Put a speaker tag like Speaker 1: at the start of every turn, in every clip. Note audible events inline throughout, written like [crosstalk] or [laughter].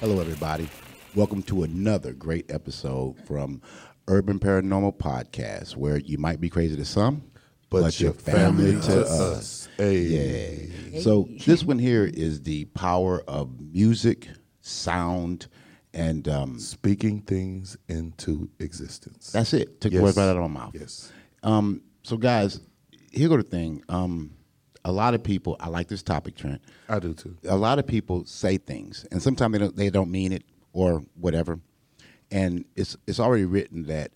Speaker 1: Hello, everybody. Welcome to another great episode from Urban Paranormal Podcast, where you might be crazy to some, but, your family, to us.
Speaker 2: Hey.
Speaker 1: So this one here is the power of music, sound, and um,
Speaker 2: Speaking things into existence.
Speaker 1: that's it. Took the
Speaker 2: Yes.
Speaker 1: words right out of my mouth.
Speaker 2: Yes.
Speaker 1: Um, so guys, here go the thing. Um, a lot of people, I like this topic, Trent.
Speaker 2: I do too.
Speaker 1: a lot of people say things, and sometimes they don't, they don't mean it or whatever. And it's it's already written that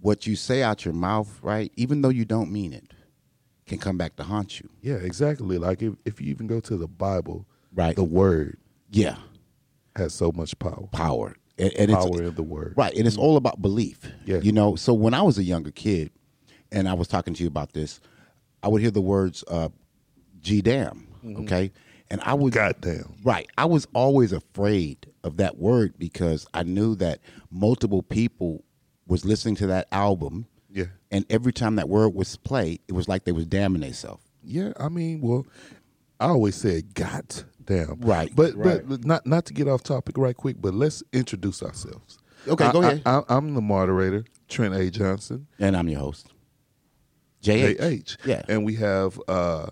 Speaker 1: what you say out your mouth, right, even though you don't mean it, can come back to haunt you.
Speaker 2: Yeah, exactly. Like if, if you even go to the Bible,
Speaker 1: Right.
Speaker 2: the word
Speaker 1: Yeah,
Speaker 2: has so much power.
Speaker 1: power. And, and
Speaker 2: power
Speaker 1: it's,
Speaker 2: of the word.
Speaker 1: Right, and it's all about belief.
Speaker 2: Yeah.
Speaker 1: You know, so when I was a younger kid, and I was talking to you about this, I would hear the words uh, "G damn,"
Speaker 2: Mm-hmm.
Speaker 1: okay, and I would
Speaker 2: Goddamn.
Speaker 1: Right. I was always afraid of that word because I knew that multiple people was listening to that album.
Speaker 2: Yeah.
Speaker 1: And every time that word was played, it was like they was damning themselves.
Speaker 2: Yeah, I mean, well, I always said got damn.
Speaker 1: Right,
Speaker 2: But
Speaker 1: right.
Speaker 2: but not not to get off topic right quick, but let's introduce ourselves.
Speaker 1: Okay,
Speaker 2: I-
Speaker 1: go
Speaker 2: I-
Speaker 1: ahead.
Speaker 2: I, I'm the moderator, Trent A. Johnson.
Speaker 1: And I'm your host. JH.
Speaker 2: JH.
Speaker 1: Yeah.
Speaker 2: And we have uh,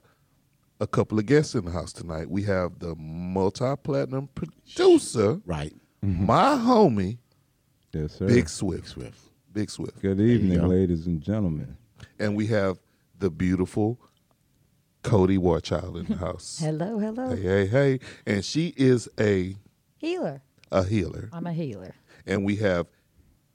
Speaker 2: a couple of guests in the house tonight. We have the multi platinum producer,
Speaker 1: right.
Speaker 2: my homie,
Speaker 3: Yes, sir.
Speaker 2: Big Swift.
Speaker 1: Swift.
Speaker 2: Big Swift.
Speaker 3: Good evening, ladies and gentlemen.
Speaker 2: And we have the beautiful Cody Warchild in the house.
Speaker 4: Hello, hello.
Speaker 2: Hey, hey, hey. And she is a
Speaker 4: Healer.
Speaker 2: a healer.
Speaker 4: I'm a healer.
Speaker 2: and we have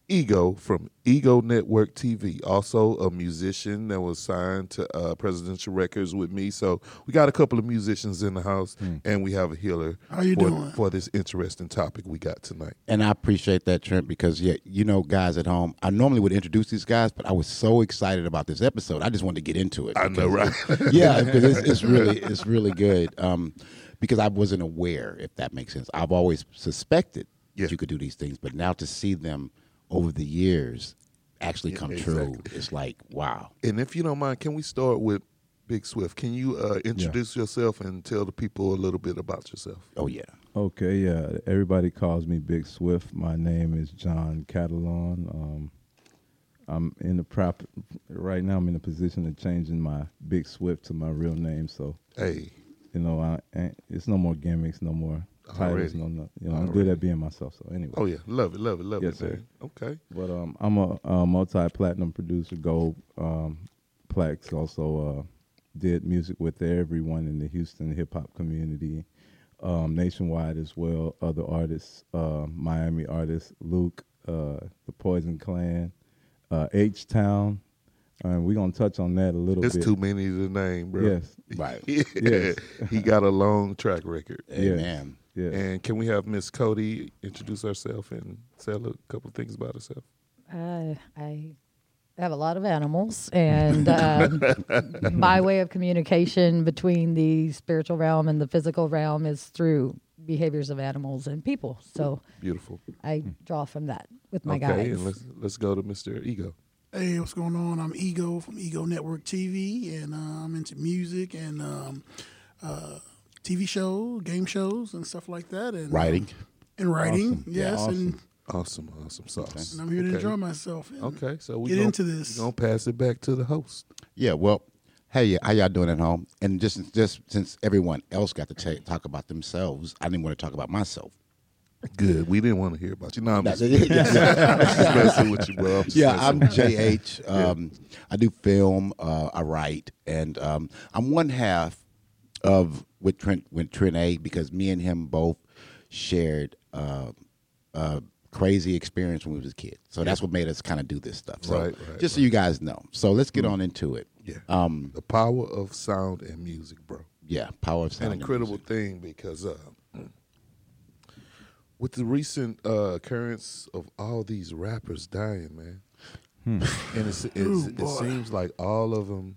Speaker 2: Ego from Ego Network TV, also a musician that was signed to uh, Presidential Records with me. So we got a couple of musicians in the house, and we have a healer
Speaker 1: How you
Speaker 2: for,
Speaker 1: doing?
Speaker 2: for this interesting topic we got tonight.
Speaker 1: And I appreciate that, Trent, because yeah, you know, guys at home, I normally would introduce these guys, but I was so excited about this episode, I just wanted to get into it.
Speaker 2: I know, right?
Speaker 1: [laughs] yeah, because it's, it's really it's really good. Um, because I wasn't aware, if that makes sense. I've always suspected
Speaker 2: Yeah.
Speaker 1: that you could do these things, but now to see them over the years actually come true, it's like wow.
Speaker 2: and if you don't mind, can we start with Big Swift? Can you uh, introduce yourself and tell the people a little bit about yourself?
Speaker 1: Oh yeah,
Speaker 3: Okay, yeah. Everybody calls me Big Swift. My name is John Catalon. Um, I'm in the prop right now. I'm in a position of changing my Big Swift to my real name. So
Speaker 2: Hey,
Speaker 3: you know, I ain't- it's no more gimmicks, no more titles,
Speaker 2: Already.
Speaker 3: no, no. You know, I'm good at being myself. So anyway.
Speaker 2: oh yeah, love it, love it, love
Speaker 3: Yes,
Speaker 2: it,
Speaker 3: sir.
Speaker 2: man. Okay,
Speaker 3: But um, I'm a, uh multi-platinum producer, gold um, plaques. Also, uh, did music with everyone in the Houston hip hop community, um, nationwide as well. Other artists, uh, Miami artists, Luke, uh, the Poison Clan, uh, H Town, and we're gonna touch on that a little
Speaker 2: it's
Speaker 3: bit.
Speaker 2: too many to name, bro.
Speaker 3: Yes,
Speaker 1: [laughs] right.
Speaker 2: yeah, he got a long track [laughs] record.
Speaker 1: Amen.
Speaker 3: yes.
Speaker 2: And can we have Miss Cody introduce herself and say a little- couple of things about herself?
Speaker 4: Uh, I have a lot of animals, and
Speaker 2: [laughs]
Speaker 4: um, my way of communication between the spiritual realm and the physical realm is through behaviors of animals and people. So
Speaker 2: Beautiful.
Speaker 5: Oh
Speaker 4: I draw from that with my
Speaker 2: okay,
Speaker 4: guys.
Speaker 2: and let's let's go to Mr. Ego.
Speaker 5: Hey, what's going on? I'm Ego from Ego Network TV, and uh, I'm into music and um, uh, TV shows, game shows, and stuff like that. And
Speaker 1: Writing.
Speaker 5: and writing,
Speaker 3: Awesome. Yeah,
Speaker 5: yes. And,
Speaker 3: awesome.
Speaker 2: Awesome, awesome sauce.
Speaker 5: and I'm here to
Speaker 2: Okay.
Speaker 5: enjoy myself. And
Speaker 2: Okay, so we
Speaker 5: Get
Speaker 2: gonna,
Speaker 5: into this.
Speaker 2: We're gonna pass it back to the host.
Speaker 1: Yeah. Well, hey, how y'all doing at home? And just just since everyone else got to ta- talk about themselves, I didn't want to talk about myself.
Speaker 2: Good. We didn't want to hear about you. No, I'm
Speaker 1: [laughs]
Speaker 2: just,
Speaker 1: yeah,
Speaker 2: just messing with you, bro. I'm just
Speaker 1: Yeah,
Speaker 2: messing
Speaker 1: I'm
Speaker 2: with you. [laughs]
Speaker 1: JH. Um, I do film. Uh, I write, and um, I'm one half of with Trent with Trent A because me and him both shared uh, a crazy experience when we was a kid. So that's what made us kind of do this stuff. So
Speaker 2: Right, right, Mm.
Speaker 1: just so you guys know. So let's get on into it.
Speaker 2: Yeah.
Speaker 1: Um,
Speaker 2: the power of sound and music, bro.
Speaker 1: yeah. Power of sound.
Speaker 2: an
Speaker 1: and
Speaker 2: incredible
Speaker 1: music.
Speaker 2: thing because uh, with the recent uh, occurrence of all these rappers dying, man, and it's, it's,
Speaker 5: Ooh,
Speaker 2: it
Speaker 5: boy.
Speaker 2: seems like all of them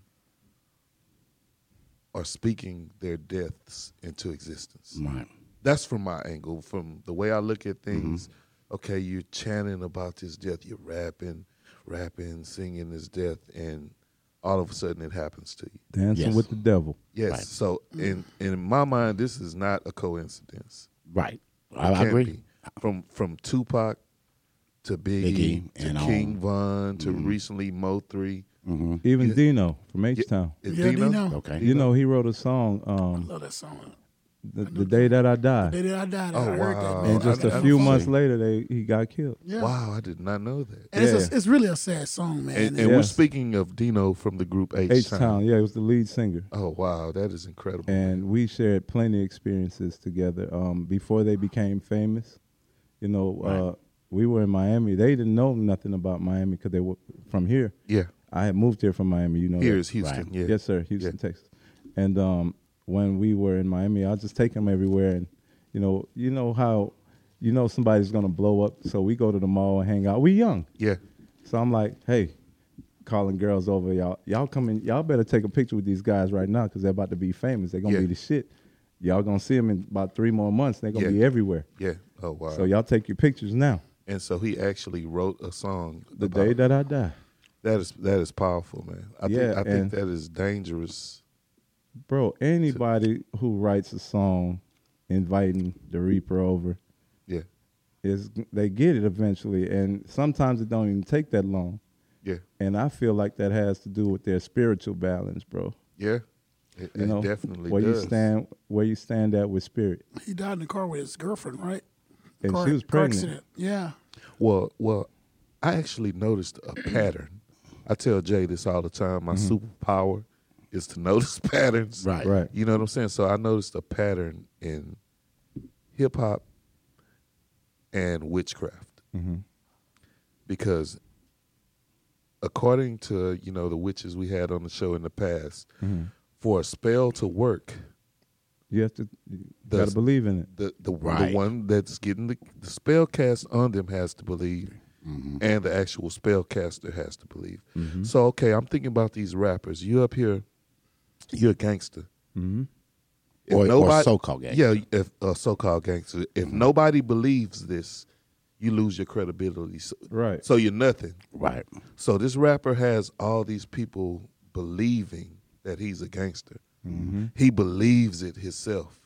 Speaker 2: are speaking their deaths into existence.
Speaker 1: Right.
Speaker 2: That's from my angle, from the way I look at things.
Speaker 1: Mm-hmm.
Speaker 2: Okay, you're chanting about this death, you're rapping, rapping, singing this death, and all of a sudden it happens to you.
Speaker 3: Dancing
Speaker 1: Yes.
Speaker 3: with the devil.
Speaker 2: Yes.
Speaker 1: Right.
Speaker 2: So in in my mind, this is not a coincidence.
Speaker 1: Right. I, I
Speaker 2: Can't
Speaker 1: agree.
Speaker 2: be. From from Tupac to Biggie,
Speaker 1: Biggie
Speaker 2: to
Speaker 1: and Mm-hmm. on.
Speaker 2: King Von to recently Mo 3
Speaker 3: Even Dino from H Town.
Speaker 2: Is
Speaker 5: Yeah,
Speaker 2: Dino?
Speaker 5: Dino.
Speaker 1: Okay.
Speaker 3: You know, he wrote a song, um,
Speaker 5: Love that song.
Speaker 3: the, the Day That I
Speaker 5: Day
Speaker 3: Died.
Speaker 5: that I died,
Speaker 2: Oh,
Speaker 5: I heard
Speaker 2: wow.
Speaker 5: that. Man.
Speaker 3: And just
Speaker 2: I-
Speaker 3: a
Speaker 2: I
Speaker 3: few
Speaker 2: don't
Speaker 3: months
Speaker 2: see.
Speaker 3: later, they he got killed.
Speaker 5: Yeah.
Speaker 2: Wow, I did not know that.
Speaker 5: And it's,
Speaker 3: Yeah.
Speaker 5: a, it's really a sad song, man.
Speaker 2: And,
Speaker 5: It's-
Speaker 2: and we're
Speaker 3: Yes.
Speaker 2: speaking of Dino from the group H
Speaker 3: H
Speaker 2: Town.
Speaker 3: Town, yeah, he was the lead singer.
Speaker 2: Oh wow, that is incredible.
Speaker 3: and we shared plenty of experiences together um, before they became famous. You know, uh, we were in Miami. They didn't know nothing about Miami because they were from here.
Speaker 2: yeah,
Speaker 3: I had moved here from Miami. You know,
Speaker 2: here
Speaker 3: that.
Speaker 2: is Houston.
Speaker 1: Right.
Speaker 2: Yeah,
Speaker 3: yes, sir, Houston,
Speaker 2: Yeah.
Speaker 3: Texas. And um, when we were in Miami, I just take them everywhere, and you know, you know how, you know, somebody's gonna blow up. So we go to the mall and hang out. We young.
Speaker 2: yeah.
Speaker 3: So I'm like, hey, calling girls over, y'all, y'all coming, y'all better take a picture with these guys right now because they're about to be famous. They're gonna
Speaker 2: Yeah.
Speaker 3: be the shit. Y'all gonna see them in about three more months. They're gonna
Speaker 2: Yeah.
Speaker 3: be everywhere.
Speaker 2: Yeah. Oh wow.
Speaker 3: So y'all take your pictures now.
Speaker 2: and so he actually wrote a song.
Speaker 3: The
Speaker 2: about-
Speaker 3: day that I die,
Speaker 2: that is that is powerful, man. I
Speaker 3: Yeah,
Speaker 2: think I think
Speaker 3: and-
Speaker 2: that is dangerous.
Speaker 3: bro. Anybody who writes a song inviting the Reaper over
Speaker 2: Yeah.
Speaker 3: is they get it eventually, and sometimes it don't even take that long.
Speaker 2: Yeah.
Speaker 3: And I feel like that has to do with their spiritual balance, bro.
Speaker 2: Yeah. It,
Speaker 3: You
Speaker 2: it
Speaker 3: know,
Speaker 2: definitely
Speaker 3: where
Speaker 2: does.
Speaker 3: you stand, where you stand at with spirit.
Speaker 5: he died in the car with his girlfriend, right?
Speaker 3: And
Speaker 5: car,
Speaker 3: she was
Speaker 5: car
Speaker 3: pregnant.
Speaker 5: Accident. Yeah.
Speaker 2: Well, well, I actually noticed a pattern. I tell Jay this all the time. My superpower is to [laughs] notice patterns.
Speaker 1: Right.
Speaker 3: Mm-hmm. Right.
Speaker 2: You know what I'm saying? So I noticed a pattern in hip hop and witchcraft.
Speaker 3: Mm-hmm.
Speaker 2: Because according to, you know, the witches we had on the show in the past, for a spell to work,
Speaker 3: You have to you gotta
Speaker 2: Does-
Speaker 3: believe in it.
Speaker 2: the the,
Speaker 1: Right.
Speaker 2: the one that's getting the, the spell cast on them has to believe,
Speaker 1: Mm-hmm.
Speaker 2: and the actual spell caster has to believe. So okay, I'm thinking about these rappers. You up here, you're a gangster. Mm-hmm. If
Speaker 1: Or- or so-called gangster. Mm-hmm.
Speaker 2: Yeah, if a so-called gangster. If nobody believes this, you lose your credibility. So,
Speaker 3: Right.
Speaker 2: So you're nothing.
Speaker 1: Right.
Speaker 2: So this rapper has all these people believing that he's a gangster. He believes it himself.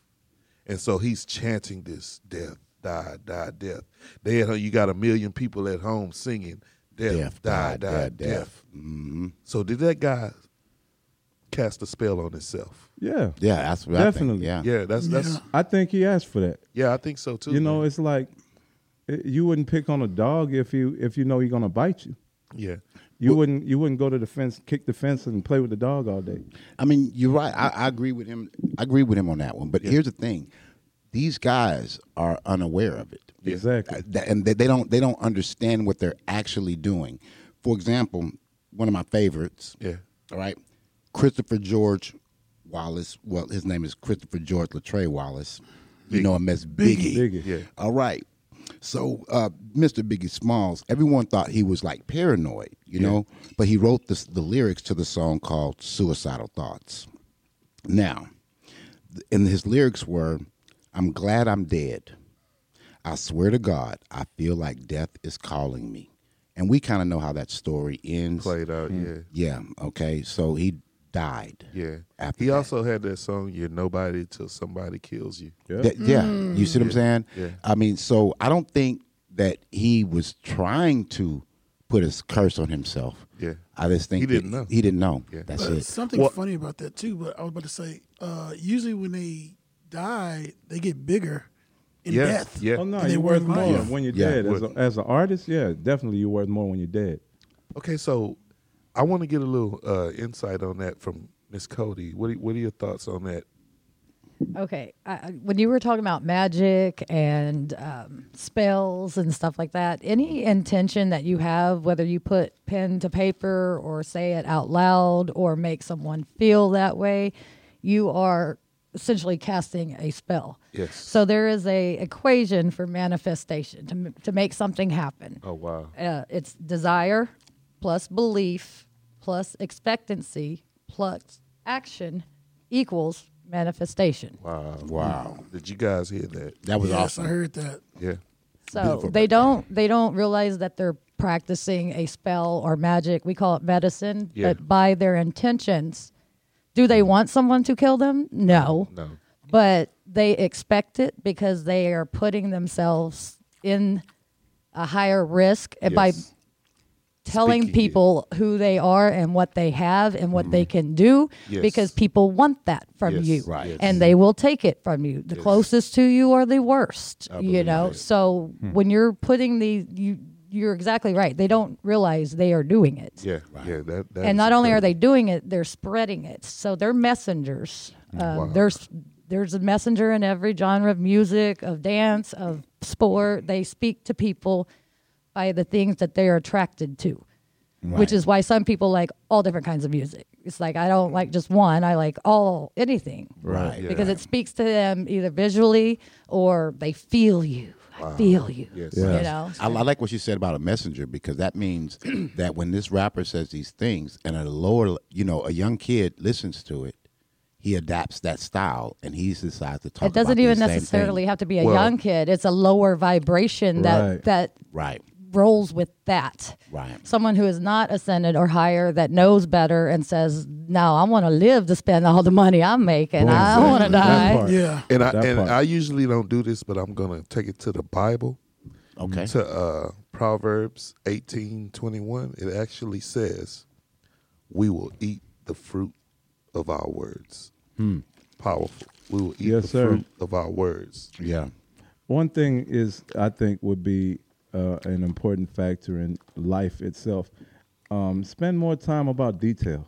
Speaker 2: And so he's chanting this death, die, die, death. They at home, you got a million people at home singing death, die, die, death.
Speaker 1: hmm
Speaker 2: So did that guy cast a spell on himself?
Speaker 3: Yeah.
Speaker 1: Yeah, that's what
Speaker 3: Definitely.
Speaker 1: I think. Yeah.
Speaker 2: Yeah, that's that's
Speaker 3: I think he asked for that.
Speaker 2: yeah, I think so too.
Speaker 3: you know,
Speaker 2: man.
Speaker 3: it's like it, you wouldn't pick on a dog if you if you know he's gonna bite you.
Speaker 2: yeah.
Speaker 3: You wouldn't you wouldn't go to the fence, kick the fence, and play with the dog all day.
Speaker 1: I mean, you're right. I, I agree with him. I agree with him on that one. But here's the thing: these guys are unaware of it.
Speaker 3: Exactly.
Speaker 1: Uh, that- and they, they don't they don't understand what they're actually doing. For example, one of my favorites.
Speaker 2: Yeah.
Speaker 1: All right, Christopher George Wallace. Well, his name is Christopher George Latre Wallace. You know him as Biggie.
Speaker 3: Biggie.
Speaker 2: Yeah.
Speaker 1: All right. So, uh, Mr. Biggie Smalls, everyone thought he was like paranoid, you know, but he wrote this, the lyrics to the song called Suicidal Thoughts. Now, th- and his lyrics were I'm glad I'm dead. I swear to God, I feel like death is calling me. And we kind of know how that story ends.
Speaker 2: Played out,
Speaker 1: Yeah. Okay. So he died.
Speaker 2: yeah. Yeah.
Speaker 1: After
Speaker 2: He
Speaker 1: that.
Speaker 2: also had that song, You're Nobody Till Somebody Kills You.
Speaker 3: Yeah.
Speaker 1: That- yeah, you see what I'm saying?
Speaker 2: Mm. yeah.
Speaker 1: I mean, so I don't think that he was trying to put his curse on himself.
Speaker 2: Yeah.
Speaker 1: I just think
Speaker 2: He
Speaker 1: that
Speaker 2: didn't know.
Speaker 1: He didn't know.
Speaker 2: Yeah.
Speaker 1: That's
Speaker 5: But
Speaker 1: it.
Speaker 5: something
Speaker 2: Well-
Speaker 5: funny about that too. But I was about to say, uh, usually when they die, they get bigger in
Speaker 2: yeah.
Speaker 5: death.
Speaker 2: Yeah.
Speaker 3: Oh no,
Speaker 5: And they
Speaker 3: you're
Speaker 5: were
Speaker 3: worth
Speaker 5: in my-
Speaker 3: more
Speaker 5: Yeah.
Speaker 3: when you're
Speaker 1: Yeah.
Speaker 3: dead. As, a, as an artist, yeah, definitely you're worth more when you're dead.
Speaker 2: Okay, so I want to get a little uh, insight on that from Miss Cody. What are, what are your thoughts on that?
Speaker 4: Okay, I- I, when you were talking about magic and um, spells and stuff like that, any intention that you have, whether you put pen to paper or say it out loud or make someone feel that way, you are essentially casting a spell.
Speaker 2: Yes.
Speaker 4: So there is a equation for manifestation to m- to make something happen
Speaker 2: Oh wow,
Speaker 4: uh, it's desire plus belief plus expectancy plus action equals manifestation.
Speaker 2: wow,
Speaker 1: Wow.
Speaker 2: Did you guys hear that?
Speaker 1: That was
Speaker 5: yes, I
Speaker 1: awesome.
Speaker 5: heard that.
Speaker 2: Yeah,
Speaker 4: So they don't they don't realize that they're practicing a spell or magic. We call it medicine,
Speaker 2: Yeah.
Speaker 4: but by their intentions, do they want someone to kill them? No.
Speaker 2: no,
Speaker 4: But they expect it because they are putting themselves in a higher risk and by
Speaker 2: Yes.
Speaker 4: telling
Speaker 2: Speaking it.
Speaker 4: people who they are and what they have and what they can do
Speaker 2: Yes.
Speaker 4: because people want that from
Speaker 2: Yes,
Speaker 4: you
Speaker 2: Right. yes.
Speaker 4: and they will take it from you the closest to you are the worst you
Speaker 2: believe Hmm.
Speaker 4: know
Speaker 2: that.
Speaker 4: so when you're putting the you you're exactly right they don't realize they are doing it
Speaker 2: Yeah, yeah. That, that
Speaker 4: and
Speaker 2: is
Speaker 4: not only are
Speaker 2: incredible.
Speaker 4: they doing it, they're spreading it. So they're messengers.
Speaker 2: Mm,
Speaker 4: Um, There's there's a messenger in every genre of music, of dance, of sport. They speak to people by the things that they are attracted to, which is why some people like all different kinds of music. It's like I don't like just one. I like all anything
Speaker 1: Right.
Speaker 2: Yeah.
Speaker 4: because it speaks to them either visually or they feel you. I feel you.
Speaker 2: Yes.
Speaker 4: You know.
Speaker 1: I, I like what you said about a messenger because that means [clears throat] that when this rapper says these things and a lower, you know, a young kid listens to it, he adapts that style and he decides to talk.
Speaker 4: It doesn't
Speaker 1: about
Speaker 4: even
Speaker 1: these same
Speaker 4: necessarily
Speaker 1: things.
Speaker 4: have to be a
Speaker 2: Well-
Speaker 4: young kid. It's a lower vibration
Speaker 3: Right.
Speaker 4: that that
Speaker 1: Right.
Speaker 4: rolls with that.
Speaker 1: Right.
Speaker 4: Someone who is not ascended or higher that knows better and says, "No, I want to live to spend all the money I'm making. I don't want to
Speaker 3: That
Speaker 4: die."
Speaker 3: part.
Speaker 5: Yeah.
Speaker 2: And I
Speaker 3: That
Speaker 2: and
Speaker 3: part.
Speaker 2: I usually don't do this, but I'm gonna take it to the Bible.
Speaker 1: Okay.
Speaker 2: to uh, Proverbs eighteen twenty one, it actually says, "We will eat the fruit of our words." Powerful. We will eat
Speaker 3: Hmm. Yes,
Speaker 2: the
Speaker 3: sir.
Speaker 2: fruit of our words.
Speaker 1: yeah.
Speaker 3: One thing is, I think, would be uh, an important factor in life itself. Um, spend more time about detail,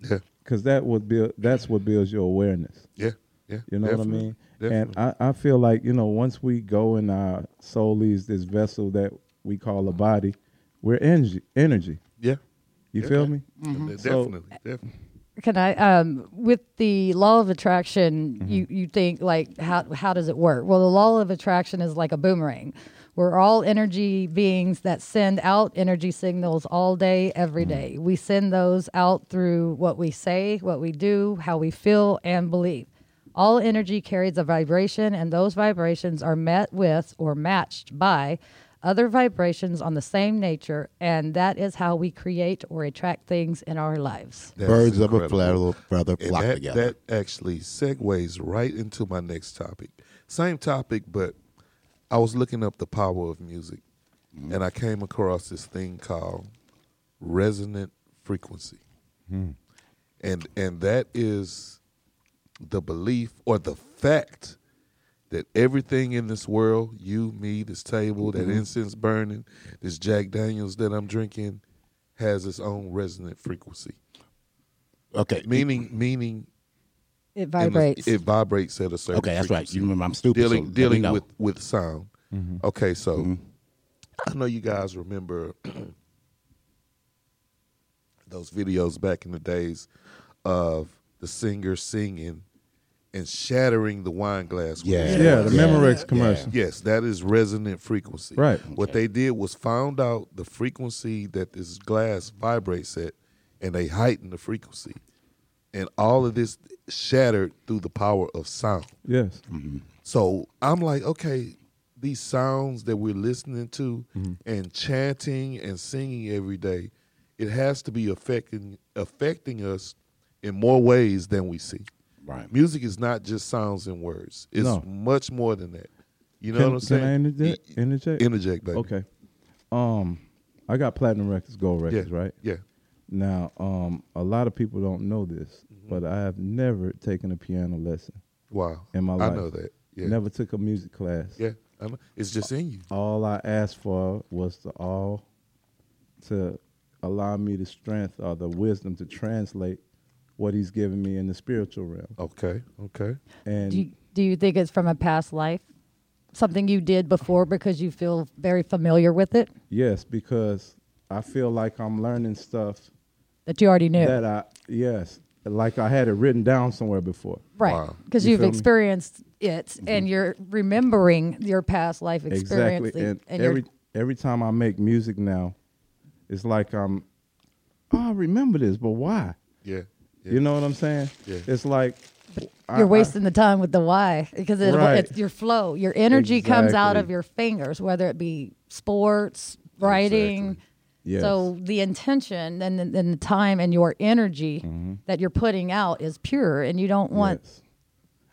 Speaker 2: Yeah,
Speaker 3: because that would build. That's what builds your awareness.
Speaker 2: yeah, yeah.
Speaker 3: You know
Speaker 2: definitely,
Speaker 3: what I mean?
Speaker 2: Definitely.
Speaker 3: And I, I feel like, you know, once we go in our soul is this vessel that we call a body, we're energy energy.
Speaker 2: yeah,
Speaker 3: You
Speaker 2: Yeah.
Speaker 3: feel me? So-
Speaker 2: definitely, definitely.
Speaker 4: Can I um with the law of attraction, you you think like how how does it work? Well, the law of attraction is like a boomerang. We're all energy beings that send out energy signals all day every day. We send those out through what we say, what we do, how we feel and believe. All energy carries a vibration and those vibrations are met with or matched by other vibrations on the same nature and that is how we create or attract things in our lives.
Speaker 2: That's
Speaker 1: Birds of a
Speaker 2: incredible.
Speaker 1: feather, feather
Speaker 2: And
Speaker 1: flock
Speaker 2: that,
Speaker 1: together.
Speaker 2: That actually segues right into my next topic. Same topic, but I was looking up the power of music, and I came across this thing called resonant frequency, and and that is the belief or the fact that everything in this world, you, me, this table, that incense burning, this Jack Daniels that I'm drinking, has its own resonant frequency.
Speaker 1: okay.
Speaker 2: Meaning, meaning
Speaker 4: It
Speaker 2: and the-
Speaker 4: vibrates.
Speaker 2: it vibrates at a certain.
Speaker 1: Okay, that's right.
Speaker 2: frequency.
Speaker 1: You remember I'm stupid. so
Speaker 2: Dealing
Speaker 1: let me
Speaker 2: dealing
Speaker 1: know. Mm-hmm.
Speaker 2: with with sound. Okay, so I know you guys remember [clears throat] those videos back in the days of the singer singing and shattering the wine glass. with
Speaker 1: Yeah.
Speaker 2: his
Speaker 3: Yeah,
Speaker 2: voice.
Speaker 3: the
Speaker 1: Yeah.
Speaker 3: Memorex
Speaker 5: Yeah.
Speaker 3: commercial.
Speaker 2: Yes, that is resonant frequency.
Speaker 3: Right.
Speaker 2: What they did was found out the frequency that this glass vibrates at, and they heightened the frequency. And all of this shattered through the power of sound.
Speaker 3: Yes.
Speaker 2: So I'm like, okay, these sounds that we're listening to
Speaker 3: Mm-hmm.
Speaker 2: and chanting and singing every day, it has to be affecting affecting us in more ways than we see.
Speaker 1: Right.
Speaker 2: Music is not just sounds and words. It's
Speaker 3: No.
Speaker 2: much more than that. You know
Speaker 3: Can-
Speaker 2: what I'm
Speaker 3: can I
Speaker 2: saying?
Speaker 3: interject-
Speaker 2: Y-
Speaker 3: interject?
Speaker 2: Interject, baby.
Speaker 3: Okay. Um, I got platinum records, gold
Speaker 2: Yeah.
Speaker 3: records, right?
Speaker 2: Yeah.
Speaker 3: Now, um, a lot of people don't know this,
Speaker 2: Mm-hmm.
Speaker 3: but I have never taken a piano lesson
Speaker 2: Wow.
Speaker 3: in my
Speaker 2: I
Speaker 3: life.
Speaker 2: know that. Yeah.
Speaker 3: Never took a music class.
Speaker 2: Yeah. I know. It's just in you.
Speaker 3: all I asked for was to all to allow me the strength or the wisdom to translate what he's given me in the spiritual realm.
Speaker 2: Okay. Okay.
Speaker 3: And
Speaker 4: do, you, do you think it's from a past life? Something you did before because you feel very familiar with it
Speaker 3: yes, because I feel like I'm learning stuff
Speaker 4: that you already knew.
Speaker 3: that I yes, like I had it written down somewhere before.
Speaker 4: right.
Speaker 2: Wow.
Speaker 4: Because
Speaker 3: You
Speaker 4: you have
Speaker 3: feel me? Mm-hmm.
Speaker 4: experienced it and you're remembering your past life experience.
Speaker 3: Exactly. And,
Speaker 4: and
Speaker 3: every
Speaker 4: you're,
Speaker 3: every time I make music now, it's like I'm oh, I remember this, but why?
Speaker 2: Yeah. yeah.
Speaker 3: You know what I'm saying?
Speaker 2: Yeah.
Speaker 3: It's like I-
Speaker 4: you're
Speaker 3: I-
Speaker 4: wasting the time with the why because it,
Speaker 3: Right.
Speaker 4: it's your flow. Your energy comes out
Speaker 3: Exactly.
Speaker 4: of your fingers, whether it be sports, writing.
Speaker 2: Exactly.
Speaker 3: Yes.
Speaker 4: So the intention and the, and the
Speaker 3: Mm-hmm.
Speaker 4: time and your energy that you're putting out is pure, and you don't want
Speaker 3: Yes.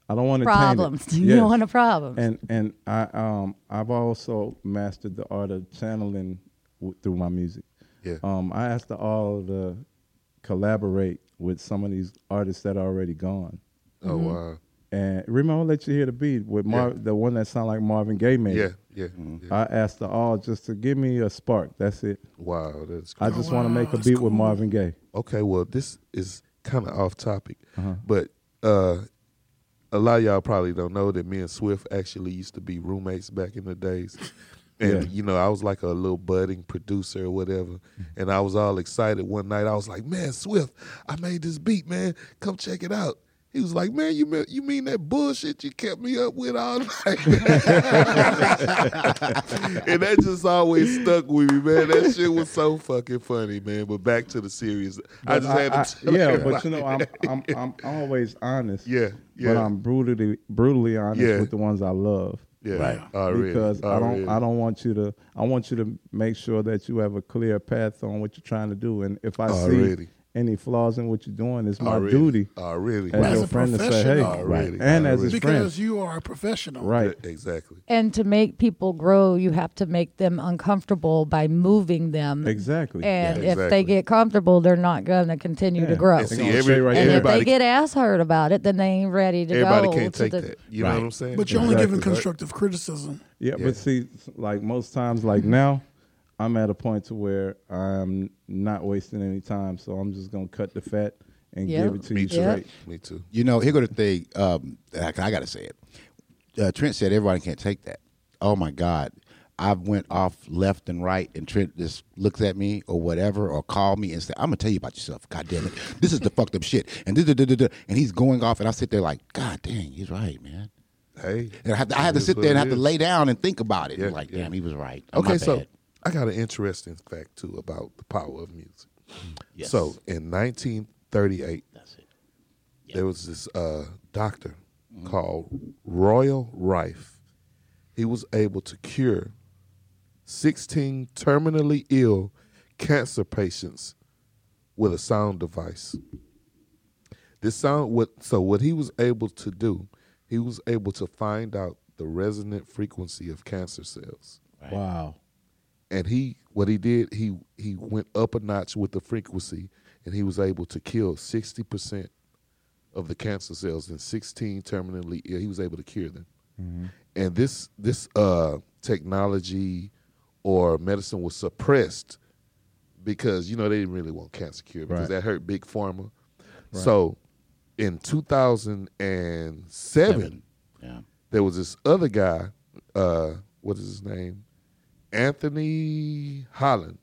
Speaker 3: I don't want to
Speaker 4: Problems. [laughs] You don't want a problem.
Speaker 3: And and I um I've also mastered the art of channeling w- through my music.
Speaker 2: Yeah.
Speaker 3: Um, I asked the all to collaborate with some of these artists that are already gone.
Speaker 2: Oh wow.
Speaker 3: And remember, I'll let you hear the beat with Mar-
Speaker 2: Yeah.
Speaker 3: the one that sound like Marvin Gaye made.
Speaker 2: Yeah, yeah. yeah.
Speaker 3: I asked the all just to give me a spark. That's it.
Speaker 2: Wow, that's
Speaker 3: I
Speaker 2: cool.
Speaker 3: just want to make a
Speaker 5: Oh, that's
Speaker 3: beat
Speaker 5: cool.
Speaker 3: with Marvin Gaye.
Speaker 2: okay. Well, this is kind of off topic, but uh, a lot of y'all probably don't know that me and Swift actually used to be roommates back in the days. And
Speaker 3: [laughs] Yeah.
Speaker 2: you know, I was like a little budding producer or whatever,
Speaker 3: Mm-hmm.
Speaker 2: and I was all excited one night. I was like, "Man, Swift, I made this beat, man. Come check it out." He was like, "Man, you mean, you mean that bullshit you kept me up with all night?" [laughs] and that just always stuck with me, man. That shit was so fucking funny, man. But back to the series, I
Speaker 3: But
Speaker 2: just had to.
Speaker 3: I-
Speaker 2: tell
Speaker 3: yeah,
Speaker 2: everybody.
Speaker 3: but you know, I'm,
Speaker 2: [laughs]
Speaker 3: I'm I'm always honest.
Speaker 2: Yeah,
Speaker 3: But
Speaker 2: yeah.
Speaker 3: I'm brutally brutally honest
Speaker 2: Yeah.
Speaker 3: with the ones I love.
Speaker 2: yeah,
Speaker 1: Right.
Speaker 2: already,
Speaker 3: because I don't
Speaker 2: already.
Speaker 3: I don't want you to I want you to make sure that you have a clear path on what you're trying to do. And if I
Speaker 2: Already.
Speaker 3: see any flaws in what you're doing, it's my
Speaker 2: already,
Speaker 3: duty
Speaker 2: already,
Speaker 3: as
Speaker 5: As
Speaker 3: your
Speaker 5: a
Speaker 3: friend to say, hey,
Speaker 5: professional.
Speaker 2: Already,
Speaker 3: and as
Speaker 2: already.
Speaker 3: his
Speaker 5: because
Speaker 3: friend,
Speaker 5: you are a professional.
Speaker 3: right?
Speaker 2: [laughs] exactly.
Speaker 4: and to make people grow, you have to make them uncomfortable by moving them.
Speaker 3: Exactly.
Speaker 4: And
Speaker 2: Yeah.
Speaker 4: if they
Speaker 2: Exactly.
Speaker 4: get comfortable, they're not going to continue to
Speaker 3: Yeah.
Speaker 4: grow.
Speaker 2: And
Speaker 3: It's
Speaker 2: see,
Speaker 3: gonna
Speaker 2: every-
Speaker 3: stay right
Speaker 4: and
Speaker 3: there.
Speaker 4: if they
Speaker 2: everybody-
Speaker 4: get ass hurt about it, then they ain't ready to
Speaker 2: Everybody
Speaker 4: go.
Speaker 2: can't
Speaker 4: to
Speaker 2: take
Speaker 4: the-
Speaker 2: that. You know
Speaker 1: Right.
Speaker 2: what I'm saying?
Speaker 5: But you're only
Speaker 3: Exactly.
Speaker 5: giving constructive criticism.
Speaker 3: Yeah,
Speaker 2: Yeah.
Speaker 3: but see, s- like most times, like now, I'm at a point to where I'm not wasting any time, so I'm just gonna cut the fat and
Speaker 4: Yeah.
Speaker 3: give it to
Speaker 2: Me
Speaker 3: you
Speaker 2: too.
Speaker 4: Yeah.
Speaker 3: straight.
Speaker 2: Me too.
Speaker 1: You know, here go the thing. Um, I, I gotta say it. Uh, Trent said everybody can't take that. Oh my God, I went off left and right, and Trent just looks at me or whatever, or called me and said, "I'm gonna tell you about yourself." God damn it, this is the fucked up shit. And da, da, da, da, da. and he's going off, and I sit there like, God dang, he's right, man.
Speaker 2: Hey,
Speaker 1: And I have to, I have to
Speaker 2: it is
Speaker 1: sit
Speaker 2: what
Speaker 1: there and
Speaker 2: it
Speaker 1: have to
Speaker 2: is.
Speaker 1: lay down and think about it.
Speaker 2: Yeah,
Speaker 1: like,
Speaker 2: yeah.
Speaker 1: damn, he was right. Oh, my
Speaker 2: Okay, so
Speaker 1: bad.
Speaker 2: I got an interesting fact too about the power of music.
Speaker 1: Mm, Yes.
Speaker 2: So in 1938,
Speaker 1: that's it. Mm-hmm.
Speaker 2: there was this uh, doctor called Royal Rife. He was able to cure 16 terminally ill cancer patients with a sound device. This sound what so what he was able to do, he was able to find out the resonant frequency of cancer cells
Speaker 1: Right.
Speaker 3: Wow.
Speaker 2: and he what he did he he went up a notch with the frequency and he was able to kill 60% of the cancer cells in 16 terminally ill he was able to cure them and this this uh technology or medicine was suppressed because you know they didn't really want cancer cure because
Speaker 3: Right.
Speaker 2: that hurt big pharma so in 2007
Speaker 1: Yeah.
Speaker 2: there was this other guy, uh, what is his name? Anthony Holland.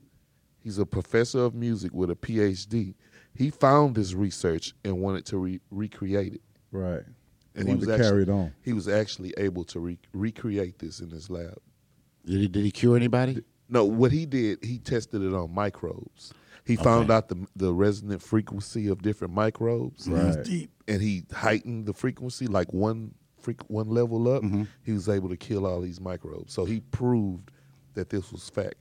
Speaker 2: He's a professor of music with a PhD. He found this research and wanted to re- recreate it.
Speaker 3: Right.
Speaker 2: And
Speaker 3: Wanted to carry it on.
Speaker 2: He was actually able to re- recreate this in his lab.
Speaker 1: Did he, did he cure anybody?
Speaker 2: No, what he did, he tested it on microbes. He found out the the resonant frequency of different microbes
Speaker 3: Right.
Speaker 5: Deep.
Speaker 2: and he heightened the frequency like one freq- one level up.
Speaker 3: Mm-hmm.
Speaker 2: He was able to kill all these microbes. So he proved that this was fact.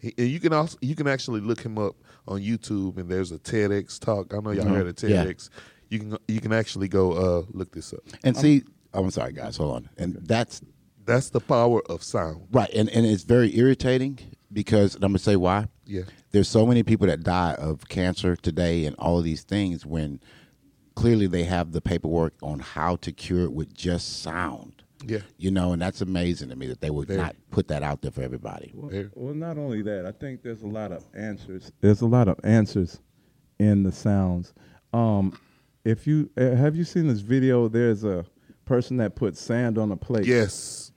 Speaker 2: He, and you can also you can actually look him up on YouTube. And there's a TEDx talk. I know
Speaker 3: Mm-hmm.
Speaker 2: y'all heard of
Speaker 1: Yeah.
Speaker 2: TEDx. You can you can actually go uh, look this up.
Speaker 1: And see, oh, I'm sorry, guys. Hold on. And that's
Speaker 2: That's the power of sound.
Speaker 1: Right, and, and it's very irritating because and I'm gonna say why.
Speaker 2: Yeah.
Speaker 1: There's so many people that die of cancer today and all of these things when clearly they have the paperwork on how to cure it with just sound.
Speaker 2: Yeah.
Speaker 1: You know, and that's amazing to me that they would
Speaker 2: Very.
Speaker 1: not put that out there for everybody.
Speaker 2: There.
Speaker 3: Well, well, not only that, I think there's a lot of answers. There's a lot of answers in the sounds. Um, if you uh, have you seen this video, there's a person that put sand on a plate.
Speaker 2: Yes,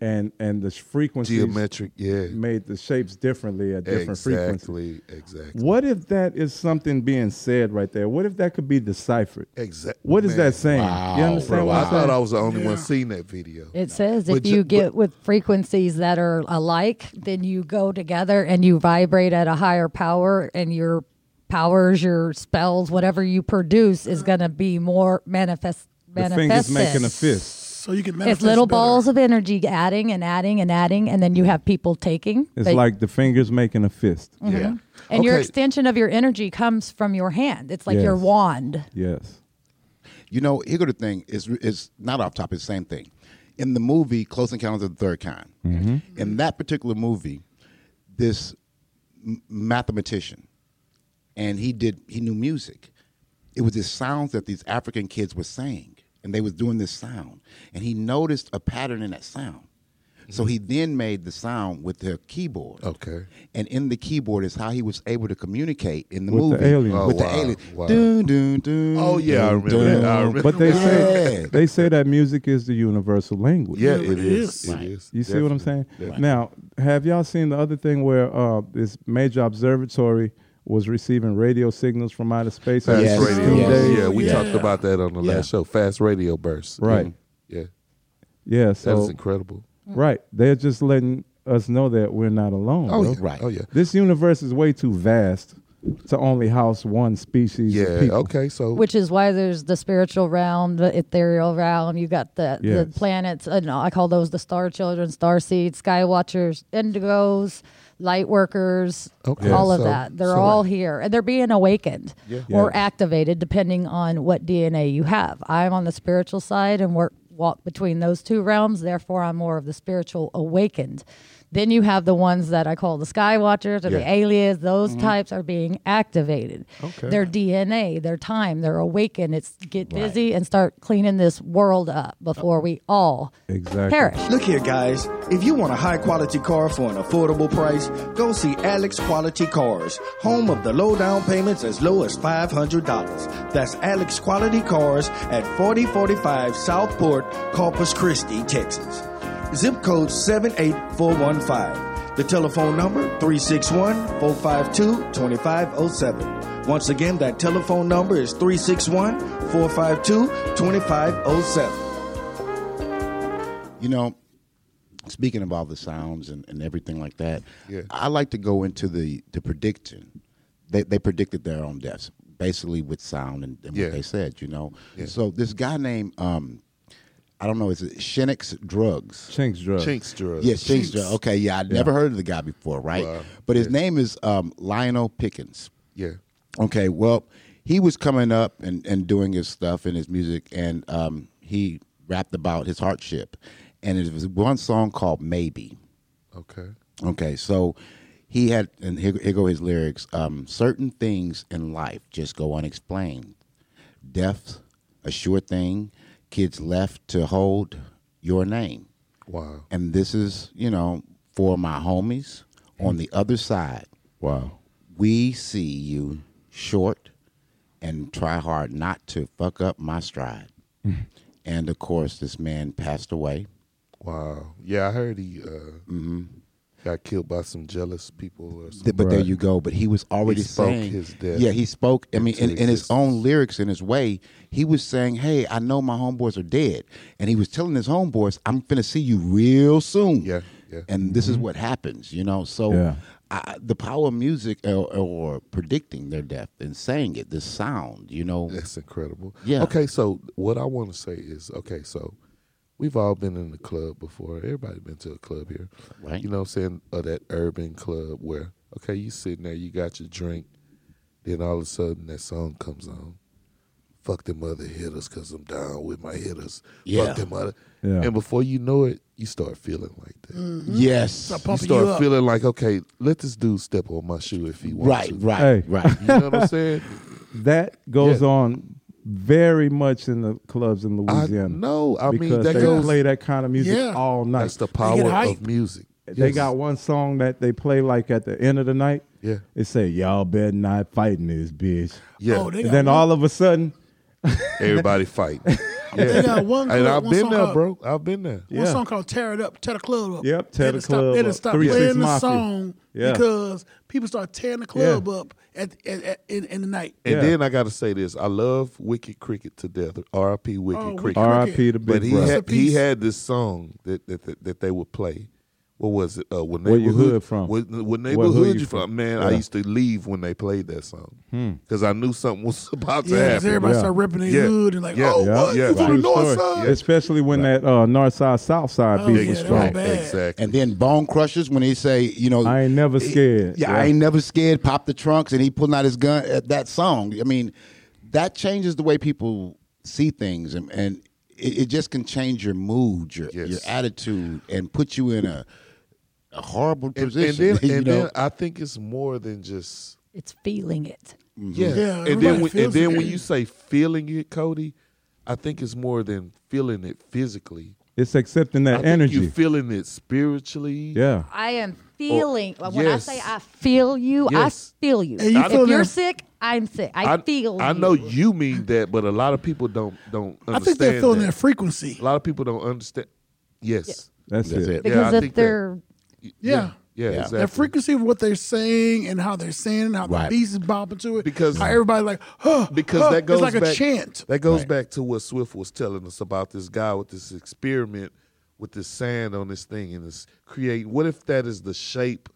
Speaker 3: And and the frequency
Speaker 2: geometric. Yeah,
Speaker 3: made the shapes differently at different frequencies.
Speaker 2: exactly, exactly.
Speaker 3: What if that is something being said right there? What if that could be deciphered?
Speaker 2: Exactly.
Speaker 3: What is that saying? You
Speaker 1: Wow,
Speaker 3: understand what
Speaker 2: I
Speaker 3: I'm saying?
Speaker 2: thought I was the only one
Speaker 5: Yeah.
Speaker 2: seeing that video.
Speaker 4: It says
Speaker 2: But
Speaker 4: if
Speaker 2: ju-
Speaker 4: you
Speaker 2: but-
Speaker 4: get with frequencies that are alike, then you go together and you vibrate at a higher power, and your powers, your spells, whatever you produce is going to be more manifest.
Speaker 3: the finger's
Speaker 4: manifested.
Speaker 3: making a fist.
Speaker 5: So you can manifest
Speaker 4: It's little
Speaker 5: better.
Speaker 4: balls of energy adding and adding and adding, and then you have people taking.
Speaker 3: It's
Speaker 4: They- Mm-hmm.
Speaker 3: like the fingers making a fist.
Speaker 2: Yeah.
Speaker 4: and your
Speaker 2: Okay.
Speaker 4: extension of your energy comes from your hand. It's like your
Speaker 3: Yes.
Speaker 4: wand.
Speaker 3: Yes.
Speaker 1: You know, here go the thing. It's, it's not off topic, same thing. In the movie Close Encounters of the Third Kind,
Speaker 2: Mm-hmm.
Speaker 1: in that particular movie, this m- mathematician, and he did he knew music. It was the sounds that these African kids were saying, and they was doing this sound, and he noticed a pattern in that sound. So he then made the sound with the keyboard.
Speaker 2: Okay.
Speaker 1: And in the keyboard is how he was able to communicate in the
Speaker 3: With the
Speaker 1: movie
Speaker 3: aliens.
Speaker 2: Oh,
Speaker 1: with the
Speaker 2: wow.
Speaker 1: alien.
Speaker 2: Wow.
Speaker 1: Dun, dun, dun,
Speaker 2: Oh, yeah, I remember
Speaker 1: dun,
Speaker 2: that. I
Speaker 1: dun.
Speaker 2: remember
Speaker 3: But they say
Speaker 1: Yeah.
Speaker 3: they say that music is the universal language.
Speaker 2: Yeah,
Speaker 5: Yeah,
Speaker 2: it
Speaker 5: it
Speaker 2: is.
Speaker 5: is.
Speaker 2: It
Speaker 1: Right.
Speaker 2: is.
Speaker 3: You see what I'm saying?
Speaker 2: Definitely.
Speaker 3: Now, have y'all seen the other thing where uh, this major observatory was receiving radio signals from outer space?
Speaker 2: Fast
Speaker 3: every
Speaker 1: Yes.
Speaker 2: radio.
Speaker 3: 16
Speaker 1: Yes.
Speaker 3: days?
Speaker 2: Yeah, we
Speaker 5: Yeah.
Speaker 2: talked about that on the
Speaker 1: Yeah.
Speaker 2: last show. Fast radio bursts.
Speaker 3: Right.
Speaker 2: Yeah.
Speaker 3: Yeah.
Speaker 2: That is
Speaker 3: So
Speaker 2: incredible.
Speaker 3: right, they're just letting us know that we're not alone.
Speaker 2: Oh,
Speaker 3: bro.
Speaker 2: yeah.
Speaker 1: right.
Speaker 2: Oh, yeah.
Speaker 3: This universe is way too vast to only house one species.
Speaker 2: Yeah.
Speaker 3: of people.
Speaker 2: Okay. So
Speaker 4: Which is why there's the spiritual realm, the ethereal realm. You got the,
Speaker 3: Yes.
Speaker 4: the planets. Uh, no, I call those the star children, star seeds, sky watchers, indigos, light workers,
Speaker 2: Okay,
Speaker 4: all of
Speaker 2: so-
Speaker 4: that. They're
Speaker 2: so-
Speaker 4: all here and they're being awakened
Speaker 2: Yeah.
Speaker 4: or
Speaker 3: Yes.
Speaker 4: activated depending on what DNA you have. I'm on the spiritual side and work walk between those two realms. Therefore, I'm more of the spiritual awakened. Then you have the ones that I call the sky watchers or the
Speaker 2: Yeah. Mm-hmm.
Speaker 4: aliens. Those types are being activated.
Speaker 2: Okay.
Speaker 4: Their DNA, their time, they're awakened. It's get busy and start cleaning this world up before we all
Speaker 3: Exactly.
Speaker 4: perish.
Speaker 6: Look here, guys. If you want a high quality car for an affordable price, go see Alex Quality Cars, home of the low down payments as low as $500. That's Alex Quality Cars at 4045 Southport, Corpus Christi, Texas. Zip code 78415. The telephone number 361 452 2507. Once again, that telephone number is 361 452 2507.
Speaker 1: You know, speaking of all the sounds and, and everything like that,
Speaker 2: Yeah.
Speaker 1: I like to go into the the prediction. They they predicted their own deaths basically with sound and, and
Speaker 2: Yeah.
Speaker 1: what they said. You know,
Speaker 2: Yeah.
Speaker 1: so this guy named um, I don't know, is it Shinix Drugs?
Speaker 3: Chinks drugs.
Speaker 2: Chinks drugs.
Speaker 1: Yeah, Shinx. Drugs. Okay, yeah, I never heard of the guy before, right?
Speaker 2: Wow.
Speaker 1: But his name is um, Lionel Pickens.
Speaker 2: Yeah.
Speaker 1: Okay, well, he was coming up and, and doing his stuff and his music, and um, he rapped about his hardship. And it was one song called Maybe.
Speaker 2: Okay.
Speaker 1: Okay, so he had, and here, here go his lyrics um, certain things in life just go unexplained. Death, a sure thing, kids left to hold your name.
Speaker 2: Wow.
Speaker 1: And this is, you know, for my homies on the other side.
Speaker 3: Wow.
Speaker 1: We see you short and try hard not to fuck up my stride. and of course, this man passed away.
Speaker 2: Wow. Yeah, I heard he uh, got killed by some jealous people or
Speaker 1: Th-
Speaker 2: something.
Speaker 1: but there
Speaker 3: Right.
Speaker 1: you go. But he was already
Speaker 2: He spoke
Speaker 1: saying,
Speaker 2: his death
Speaker 1: yeah, he spoke. I mean,
Speaker 2: into
Speaker 1: in, in his
Speaker 2: existence.
Speaker 1: own lyrics, in his way, he was saying, "Hey, I know my homeboys are dead," and he was telling his homeboys, "I'm finna see you real soon."
Speaker 2: Yeah, yeah. Mm-hmm.
Speaker 1: And this is what happens, you know. So,
Speaker 3: Yeah.
Speaker 1: I, the power of music or, or predicting their death and saying it, this sound, you
Speaker 2: [laughs]
Speaker 1: know.
Speaker 2: That's incredible.
Speaker 1: Yeah.
Speaker 2: Okay, so what I want to say is, okay, so we've all been in the club before. Everybody been to a club here,
Speaker 1: Right.
Speaker 2: You know, what I'm saying or that urban club where, okay, you sitting there, you got your drink, then all of a sudden that song comes on. Fuck them other hitters, cause I'm down with my hitters.
Speaker 1: Yeah.
Speaker 2: Fuck them other,
Speaker 3: Yeah.
Speaker 2: and before you know it, you start feeling like that.
Speaker 1: Yes,
Speaker 5: Stop
Speaker 2: You
Speaker 5: pumping you,
Speaker 2: start
Speaker 5: up.
Speaker 2: feeling like, okay, let this dude step on my shoe if
Speaker 3: Mm.
Speaker 2: he wants
Speaker 1: right,
Speaker 2: to.
Speaker 1: right,
Speaker 3: Hey.
Speaker 2: [laughs]
Speaker 1: right.
Speaker 2: You know what I'm saying?
Speaker 3: That goes
Speaker 2: Yeah.
Speaker 3: on very much in the clubs in
Speaker 2: I
Speaker 3: Louisiana.
Speaker 2: know. I
Speaker 3: because
Speaker 2: mean, that
Speaker 3: they
Speaker 2: goes.
Speaker 3: play that kind of music
Speaker 5: Yeah.
Speaker 3: all night.
Speaker 2: That's the
Speaker 5: get
Speaker 2: power of
Speaker 5: hype.
Speaker 2: music.
Speaker 3: they
Speaker 2: Yes.
Speaker 3: got one song that they play like at the end of the night.
Speaker 2: Yeah.
Speaker 3: It say, Y'all better not fighting this bitch.
Speaker 2: Yeah.
Speaker 5: Oh, they
Speaker 3: And
Speaker 5: got
Speaker 3: then
Speaker 5: one-
Speaker 3: all of a sudden, [laughs]
Speaker 2: Everybody fight.
Speaker 5: They got one.
Speaker 2: and
Speaker 5: club-
Speaker 2: I've
Speaker 5: one
Speaker 2: been
Speaker 5: song
Speaker 2: there,
Speaker 5: called-
Speaker 2: bro. I've been there.
Speaker 5: One
Speaker 3: Yeah.
Speaker 5: song called "Tear It Up," tear the club up.
Speaker 3: Yep, tear
Speaker 5: They
Speaker 3: the
Speaker 5: done stopped-
Speaker 3: club
Speaker 5: They
Speaker 3: up.
Speaker 5: done stopped
Speaker 3: Three Six
Speaker 5: playing the
Speaker 3: Mafia.
Speaker 5: song
Speaker 3: Yeah.
Speaker 5: because people start tearing the club
Speaker 3: Yeah.
Speaker 5: up at, at, at in, in the night.
Speaker 2: And
Speaker 3: Yeah.
Speaker 2: then I got to say this: I love Wicked Cricket to death. R.I.P. Wicked
Speaker 5: Oh, Wicked
Speaker 2: Cricket.
Speaker 5: Cricket.
Speaker 3: R.I.P. to
Speaker 2: But
Speaker 3: Big
Speaker 2: he
Speaker 3: Brother.
Speaker 5: Rest in
Speaker 2: had, he
Speaker 5: peace.
Speaker 2: had this song that that, that that they would play. What was it? Uh, what
Speaker 3: Where You
Speaker 2: neighborhood
Speaker 3: Hood From?
Speaker 2: What, what
Speaker 3: Where
Speaker 2: neighborhood
Speaker 3: Who
Speaker 2: you
Speaker 3: You
Speaker 2: from?
Speaker 3: From?
Speaker 2: Man, I
Speaker 3: Yeah. Hmm.
Speaker 2: used to leave when they played that song because I knew something was [laughs] about to
Speaker 5: Yeah, 'cause
Speaker 2: happen.
Speaker 5: everybody
Speaker 3: Yeah.
Speaker 5: started ripping their
Speaker 2: Yeah.
Speaker 5: hood and like,
Speaker 2: Yeah.
Speaker 5: oh,
Speaker 2: Yeah.
Speaker 5: what?
Speaker 2: Yeah.
Speaker 5: You from
Speaker 2: True
Speaker 5: the north
Speaker 3: story.
Speaker 5: side?
Speaker 3: Especially when that uh, north side, south side
Speaker 5: Oh,
Speaker 3: beef
Speaker 5: yeah,
Speaker 3: was
Speaker 5: that
Speaker 3: strong.
Speaker 5: was bad.
Speaker 2: Exactly.
Speaker 1: And then Bone Crushers when he say, you know,
Speaker 3: I ain't never scared.
Speaker 1: Yeah, I ain't never scared. Pop the trunks, and he pulling out his gun at that song. I mean, that changes the way people see things, and, and it, it just can change your mood, your
Speaker 2: Yes.
Speaker 1: your attitude, and put you in a, a horrible
Speaker 2: And,
Speaker 1: position.
Speaker 2: and
Speaker 3: [laughs]
Speaker 1: [laughs]
Speaker 2: then,
Speaker 1: you
Speaker 2: and
Speaker 1: know?
Speaker 2: then I think it's more than just
Speaker 4: It's feeling it.
Speaker 2: yeah.
Speaker 5: Yeah,
Speaker 2: and
Speaker 5: everybody
Speaker 2: then when, and
Speaker 5: feels
Speaker 2: then
Speaker 5: it.
Speaker 2: when you say feeling it, Cody, I think it's more than feeling it physically.
Speaker 3: It's accepting
Speaker 2: I
Speaker 3: that
Speaker 2: think
Speaker 3: energy.
Speaker 2: you feeling it spiritually.
Speaker 3: yeah.
Speaker 4: I am feeling. when
Speaker 2: Oh, yes.
Speaker 4: I say I feel you,
Speaker 2: Yes.
Speaker 4: I feel you.
Speaker 5: And you
Speaker 4: if
Speaker 5: feel
Speaker 4: you're
Speaker 5: them-
Speaker 4: sick, I'm sick. I, feel.
Speaker 2: I
Speaker 4: you.
Speaker 2: know you mean that, but a lot of people don't don't understand.
Speaker 5: I think they're feeling
Speaker 2: that.
Speaker 5: that, frequency.
Speaker 2: A lot of people don't understand. Yes.
Speaker 3: That's,
Speaker 1: That's
Speaker 3: it.
Speaker 1: it.
Speaker 2: Yeah, I
Speaker 4: because
Speaker 2: think that-
Speaker 4: if they're
Speaker 5: yeah.
Speaker 2: Yeah. Exactly.
Speaker 5: That frequency of what they're saying and how they're saying and how
Speaker 1: Right.
Speaker 5: the beats is bopping to it.
Speaker 2: Because-
Speaker 5: how everybody like, huh,
Speaker 2: because
Speaker 5: huh,
Speaker 2: that goes
Speaker 5: it's like
Speaker 2: back,
Speaker 5: a chant.
Speaker 2: That goes back to what Swift was telling us about this guy with this experiment with this sand on this thing and this create. What if that is the shape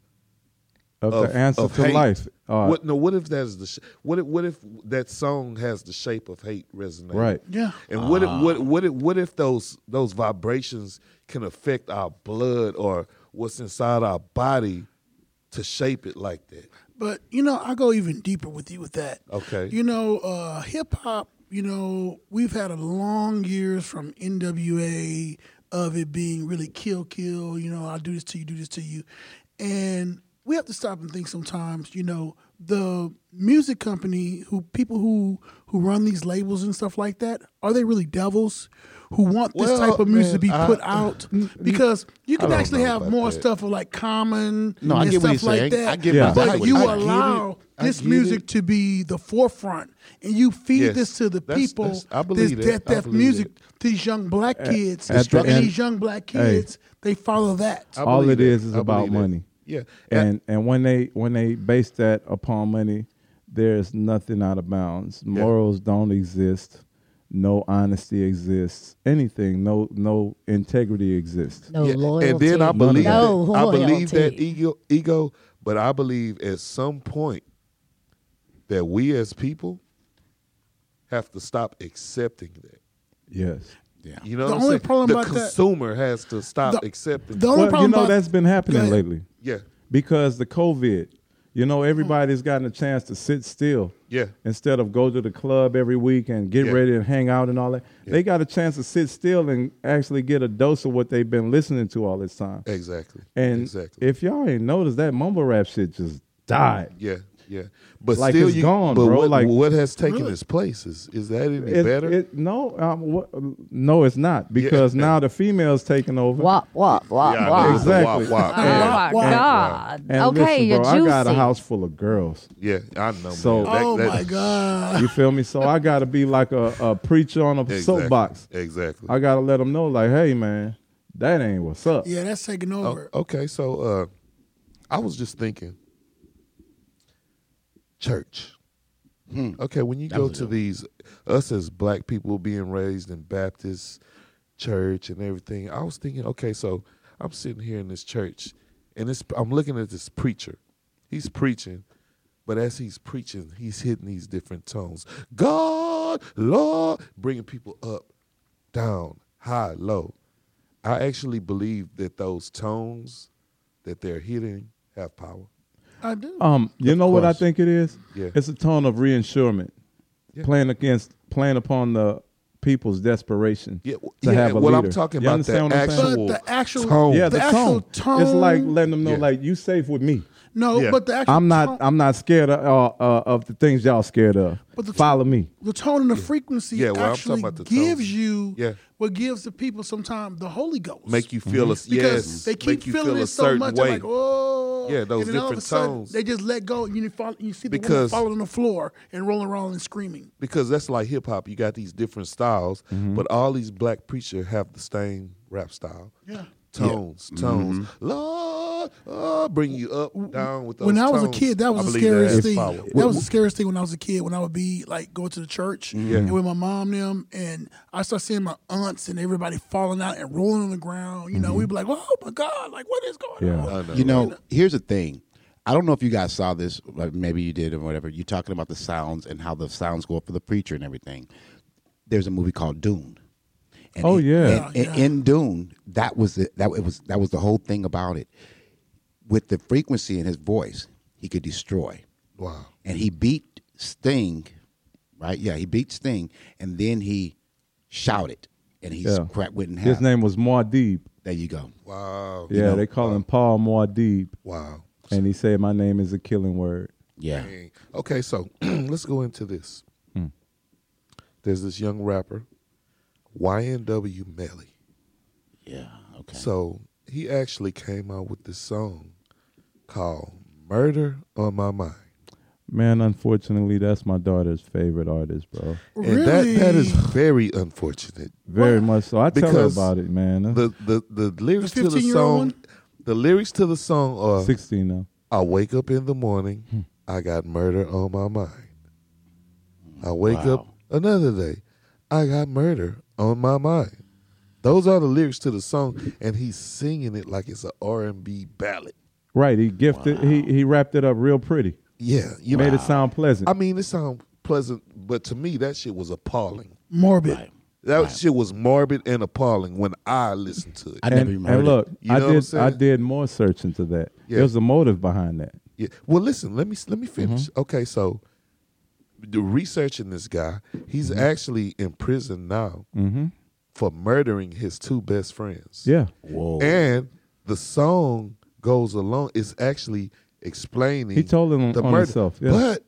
Speaker 3: Of,
Speaker 2: of
Speaker 3: the answer
Speaker 2: of
Speaker 3: to
Speaker 2: hate?
Speaker 3: life. Uh,
Speaker 2: what no? What if that is the sh- what? If, what if that song has the shape of hate resonating?
Speaker 3: Right.
Speaker 5: Yeah.
Speaker 2: And what if what what if, what if those those vibrations can affect our blood or what's inside our body to shape it like that?
Speaker 5: But you know, I go even deeper with you with that.
Speaker 2: Okay.
Speaker 5: You know, uh, hip hop. You know, we've had a long years from NWA of it being really kill kill. You know, I do this to you, do this to you, and we have to stop and think sometimes. You know, the music company who people who who run these labels and stuff like that are they really devils who want this
Speaker 2: Well,
Speaker 5: type of music to be
Speaker 2: man, I-
Speaker 5: put out because you can
Speaker 2: don't
Speaker 5: actually
Speaker 2: know
Speaker 5: have
Speaker 2: about
Speaker 5: more
Speaker 2: that.
Speaker 5: stuff of like common
Speaker 1: No, I
Speaker 5: and
Speaker 1: get what
Speaker 5: stuff
Speaker 1: he's
Speaker 5: like
Speaker 1: saying.
Speaker 5: that.
Speaker 1: I get
Speaker 3: Yeah.
Speaker 1: exactly
Speaker 5: But
Speaker 1: what
Speaker 5: you
Speaker 1: he's
Speaker 2: saying. I get
Speaker 5: allow
Speaker 2: it.
Speaker 5: this
Speaker 2: I get
Speaker 5: music
Speaker 2: it.
Speaker 5: to be the forefront, and you feed
Speaker 2: Yes.
Speaker 5: this to the
Speaker 2: That's-
Speaker 5: people.
Speaker 2: that's- I
Speaker 5: this
Speaker 2: believe that.
Speaker 5: death,
Speaker 2: I
Speaker 5: death
Speaker 2: believe
Speaker 5: music.
Speaker 2: it.
Speaker 5: These young black kids,
Speaker 3: at the
Speaker 5: and
Speaker 3: end-
Speaker 5: these young black
Speaker 3: Hey.
Speaker 5: kids, they follow that.
Speaker 2: I
Speaker 3: All
Speaker 2: believe
Speaker 3: it is is
Speaker 2: I
Speaker 3: about
Speaker 2: believe it.
Speaker 3: money.
Speaker 2: Yeah.
Speaker 3: and and when they when they base that upon money, there's nothing out of bounds. Morals don't exist. No honesty exists. Anything. No no integrity exists.
Speaker 4: no
Speaker 2: Yeah,
Speaker 4: loyalty,
Speaker 2: And then I believe
Speaker 4: no
Speaker 2: that, I
Speaker 4: loyalty.
Speaker 2: believe that ego ego, but I believe at some point that we as people have to stop accepting that.
Speaker 3: Yes.
Speaker 1: Yeah.
Speaker 2: You know,
Speaker 5: The
Speaker 2: what I'm
Speaker 5: only
Speaker 2: saying?
Speaker 5: problem
Speaker 2: the
Speaker 5: about that-
Speaker 2: consumer has to stop
Speaker 5: The-
Speaker 2: accepting. that.
Speaker 5: the only
Speaker 3: Well, you
Speaker 5: problem
Speaker 3: know
Speaker 5: about-
Speaker 3: that's been happening
Speaker 5: ahead.
Speaker 3: lately
Speaker 2: yeah,
Speaker 3: because the COVID. You know everybody's
Speaker 5: Mm.
Speaker 3: gotten a chance to sit still.
Speaker 2: Yeah.
Speaker 3: Instead of go to the club every week and get
Speaker 2: Yeah.
Speaker 3: ready and hang out and all that, they got a chance to sit still and actually get a dose of what they've been listening to all this time.
Speaker 2: exactly.
Speaker 3: And
Speaker 2: exactly.
Speaker 3: if y'all ain't noticed, that mumble rap shit just died.
Speaker 2: yeah, yeah. But
Speaker 3: Like,
Speaker 2: still,
Speaker 3: it's
Speaker 2: you,
Speaker 3: gone,
Speaker 2: but
Speaker 3: bro,
Speaker 2: What,
Speaker 3: like-
Speaker 2: what has taken
Speaker 5: Really?
Speaker 2: its place is is that any
Speaker 3: It-
Speaker 2: better?
Speaker 3: it- no, um, what, no, it's not
Speaker 2: [laughs]
Speaker 3: because now the females taking over.
Speaker 4: Wop wop wop
Speaker 2: Yeah,
Speaker 4: wop.
Speaker 2: there's the wop,
Speaker 3: Exactly.
Speaker 2: wop.
Speaker 3: [laughs]
Speaker 4: Oh my
Speaker 5: wop.
Speaker 4: God!
Speaker 3: And
Speaker 4: okay,
Speaker 3: listen,
Speaker 4: you're
Speaker 3: bro,
Speaker 4: juicy.
Speaker 3: I got a house full of girls.
Speaker 2: Yeah, I know. man.
Speaker 3: So-
Speaker 2: That-
Speaker 5: oh
Speaker 2: that-
Speaker 5: my god!
Speaker 3: You feel me? So I got to be like a, a preacher on
Speaker 2: [laughs]
Speaker 3: a
Speaker 2: Exactly,
Speaker 3: soapbox.
Speaker 2: Exactly.
Speaker 3: I got to let them know, like, hey, man, that ain't what's up.
Speaker 5: Yeah, that's taking over.
Speaker 2: Oh, okay, so uh, I was just thinking, church. Okay, when you go to these, us as black people being raised in Baptist church and everything, I was thinking, okay, so I'm sitting here in this church, and it's, I'm looking at this preacher. He's preaching, but as he's preaching, he's hitting these different tones. God, Lord, bringing people up, down, high, low. I actually believe that those tones that they're hitting have power.
Speaker 5: I do.
Speaker 3: Um, you
Speaker 2: Of
Speaker 3: know what I
Speaker 2: course.
Speaker 3: think it is?
Speaker 2: Yeah.
Speaker 3: It's a tone of reinsurement,
Speaker 2: Yeah.
Speaker 3: playing against, playing upon the people's desperation
Speaker 2: Yeah, w- yeah,
Speaker 3: to have a
Speaker 2: well, I'm
Speaker 3: leader.
Speaker 2: talking
Speaker 3: You
Speaker 2: about
Speaker 3: understand
Speaker 2: that
Speaker 3: what I'm saying?
Speaker 5: but the actual
Speaker 2: tone.
Speaker 3: yeah,
Speaker 5: the,
Speaker 3: the,
Speaker 5: actual tone.
Speaker 3: It's like letting them know,
Speaker 2: Oh. Yeah.
Speaker 3: like you safe with me.
Speaker 5: no,
Speaker 2: Yeah.
Speaker 5: but the actual
Speaker 3: I'm not.
Speaker 5: tone-
Speaker 3: I'm not scared of, uh, uh, of the things y'all scared of.
Speaker 5: But the t-
Speaker 3: Follow me.
Speaker 5: the tone and the frequency
Speaker 2: Yeah, well, I'm talking
Speaker 5: actually
Speaker 2: about the tone.
Speaker 5: gives you
Speaker 2: Yeah.
Speaker 5: what gives the people sometimes the Holy Ghost.
Speaker 2: Make you feel a
Speaker 5: Mm-hmm. because
Speaker 2: yes,
Speaker 5: they keep
Speaker 2: make you
Speaker 5: feeling
Speaker 2: feel a
Speaker 5: it so
Speaker 2: certain
Speaker 5: much. I'm
Speaker 2: way.
Speaker 5: like, oh,
Speaker 2: Yeah, those
Speaker 5: and then all of a
Speaker 2: different
Speaker 5: sudden,
Speaker 2: tones.
Speaker 5: They just let go, and you fall, you see the woman
Speaker 2: Because-
Speaker 5: falling on the floor and rolling around and screaming.
Speaker 2: because that's like hip hop. You got these different styles,
Speaker 5: Mm-hmm.
Speaker 2: but all these black preachers have the same rap style.
Speaker 5: Yeah. Mm-hmm.
Speaker 2: Tones, tones. Lord, oh, bring you up, down with those
Speaker 5: when I was a
Speaker 2: tones.
Speaker 5: kid, that was
Speaker 2: I
Speaker 5: the
Speaker 2: believe that
Speaker 5: scariest
Speaker 2: has
Speaker 5: thing.
Speaker 2: power.
Speaker 5: That was the scariest thing when I was a kid. When I would be like going to the church
Speaker 2: Mm-hmm.
Speaker 5: and with my mom and them, and I start seeing my aunts and everybody falling out and rolling on the ground. You know,
Speaker 2: Mm-hmm.
Speaker 5: we'd be like, "Oh my God! Like what is going
Speaker 3: Yeah.
Speaker 5: on?"
Speaker 1: You know, here's the thing. I don't know if you guys saw this, but maybe you did or whatever. You're talking about the sounds and how the sounds go up for the preacher and everything. There's a movie called Dune. And
Speaker 3: Oh,
Speaker 1: in-
Speaker 3: yeah.
Speaker 1: and- and in Dune, that was the, that it was that was the whole thing about it. With the frequency in his voice, he could destroy,
Speaker 2: wow.
Speaker 1: and he beat Sting right? Yeah, he beat Sting, and then he shouted, and his crap wouldn't happen.
Speaker 3: His name was Muad'Dib.
Speaker 1: There you go.
Speaker 2: Wow.
Speaker 3: Yeah, they call him Paul Muad'Dib,
Speaker 2: Wow.
Speaker 3: and he said, "My name is a killing word."
Speaker 1: Yeah.
Speaker 2: Dang. Okay, so [clears throat] let's go into this.
Speaker 5: Hmm.
Speaker 2: There's this young rapper, YNW Melly.
Speaker 1: Yeah. Okay.
Speaker 2: So he actually came out with this song called Murder on My Mind.
Speaker 3: Man, unfortunately, that's my daughter's favorite artist, bro.
Speaker 2: And that, that is
Speaker 5: Really?
Speaker 2: very unfortunate.
Speaker 3: Very much so. I tell her
Speaker 2: Because
Speaker 3: about it, man.
Speaker 2: The the, the lyrics
Speaker 5: The
Speaker 2: to the
Speaker 5: 15-year-old
Speaker 2: song
Speaker 5: one?
Speaker 2: the lyrics to the song are
Speaker 3: Sixteen now.
Speaker 2: I wake up in the morning, I got murder on my mind. I wake up
Speaker 1: Wow.
Speaker 2: another day, I got murder on my mind. Those are the lyrics to the song, and he's singing it like it's an R and B ballad.
Speaker 3: Right, he gifted. He he wrapped it up real pretty.
Speaker 2: Yeah, you
Speaker 3: Made
Speaker 2: know.
Speaker 3: it sound pleasant.
Speaker 2: I mean, it sounds pleasant, but to me, that shit was appalling.
Speaker 5: Morbid.
Speaker 2: That shit was morbid and appalling when I listened to it.
Speaker 1: I
Speaker 3: and,
Speaker 1: never even
Speaker 3: and
Speaker 1: heard it.
Speaker 3: look,
Speaker 2: You
Speaker 3: I
Speaker 2: know what I'm
Speaker 3: did. I
Speaker 2: saying?
Speaker 3: did more search into that.
Speaker 2: Yeah.
Speaker 3: There's a motive behind that.
Speaker 2: Yeah. Well, listen. Let me let
Speaker 3: Mm-hmm.
Speaker 2: me finish. Okay, so the researching this guy, he's
Speaker 3: Mm-hmm.
Speaker 2: actually in prison now for murdering his two best friends.
Speaker 3: Yeah,
Speaker 1: Whoa.
Speaker 2: And the song goes along. It's actually explaining.
Speaker 3: He told him
Speaker 2: the
Speaker 3: on
Speaker 2: murder.
Speaker 3: himself, yeah.
Speaker 2: But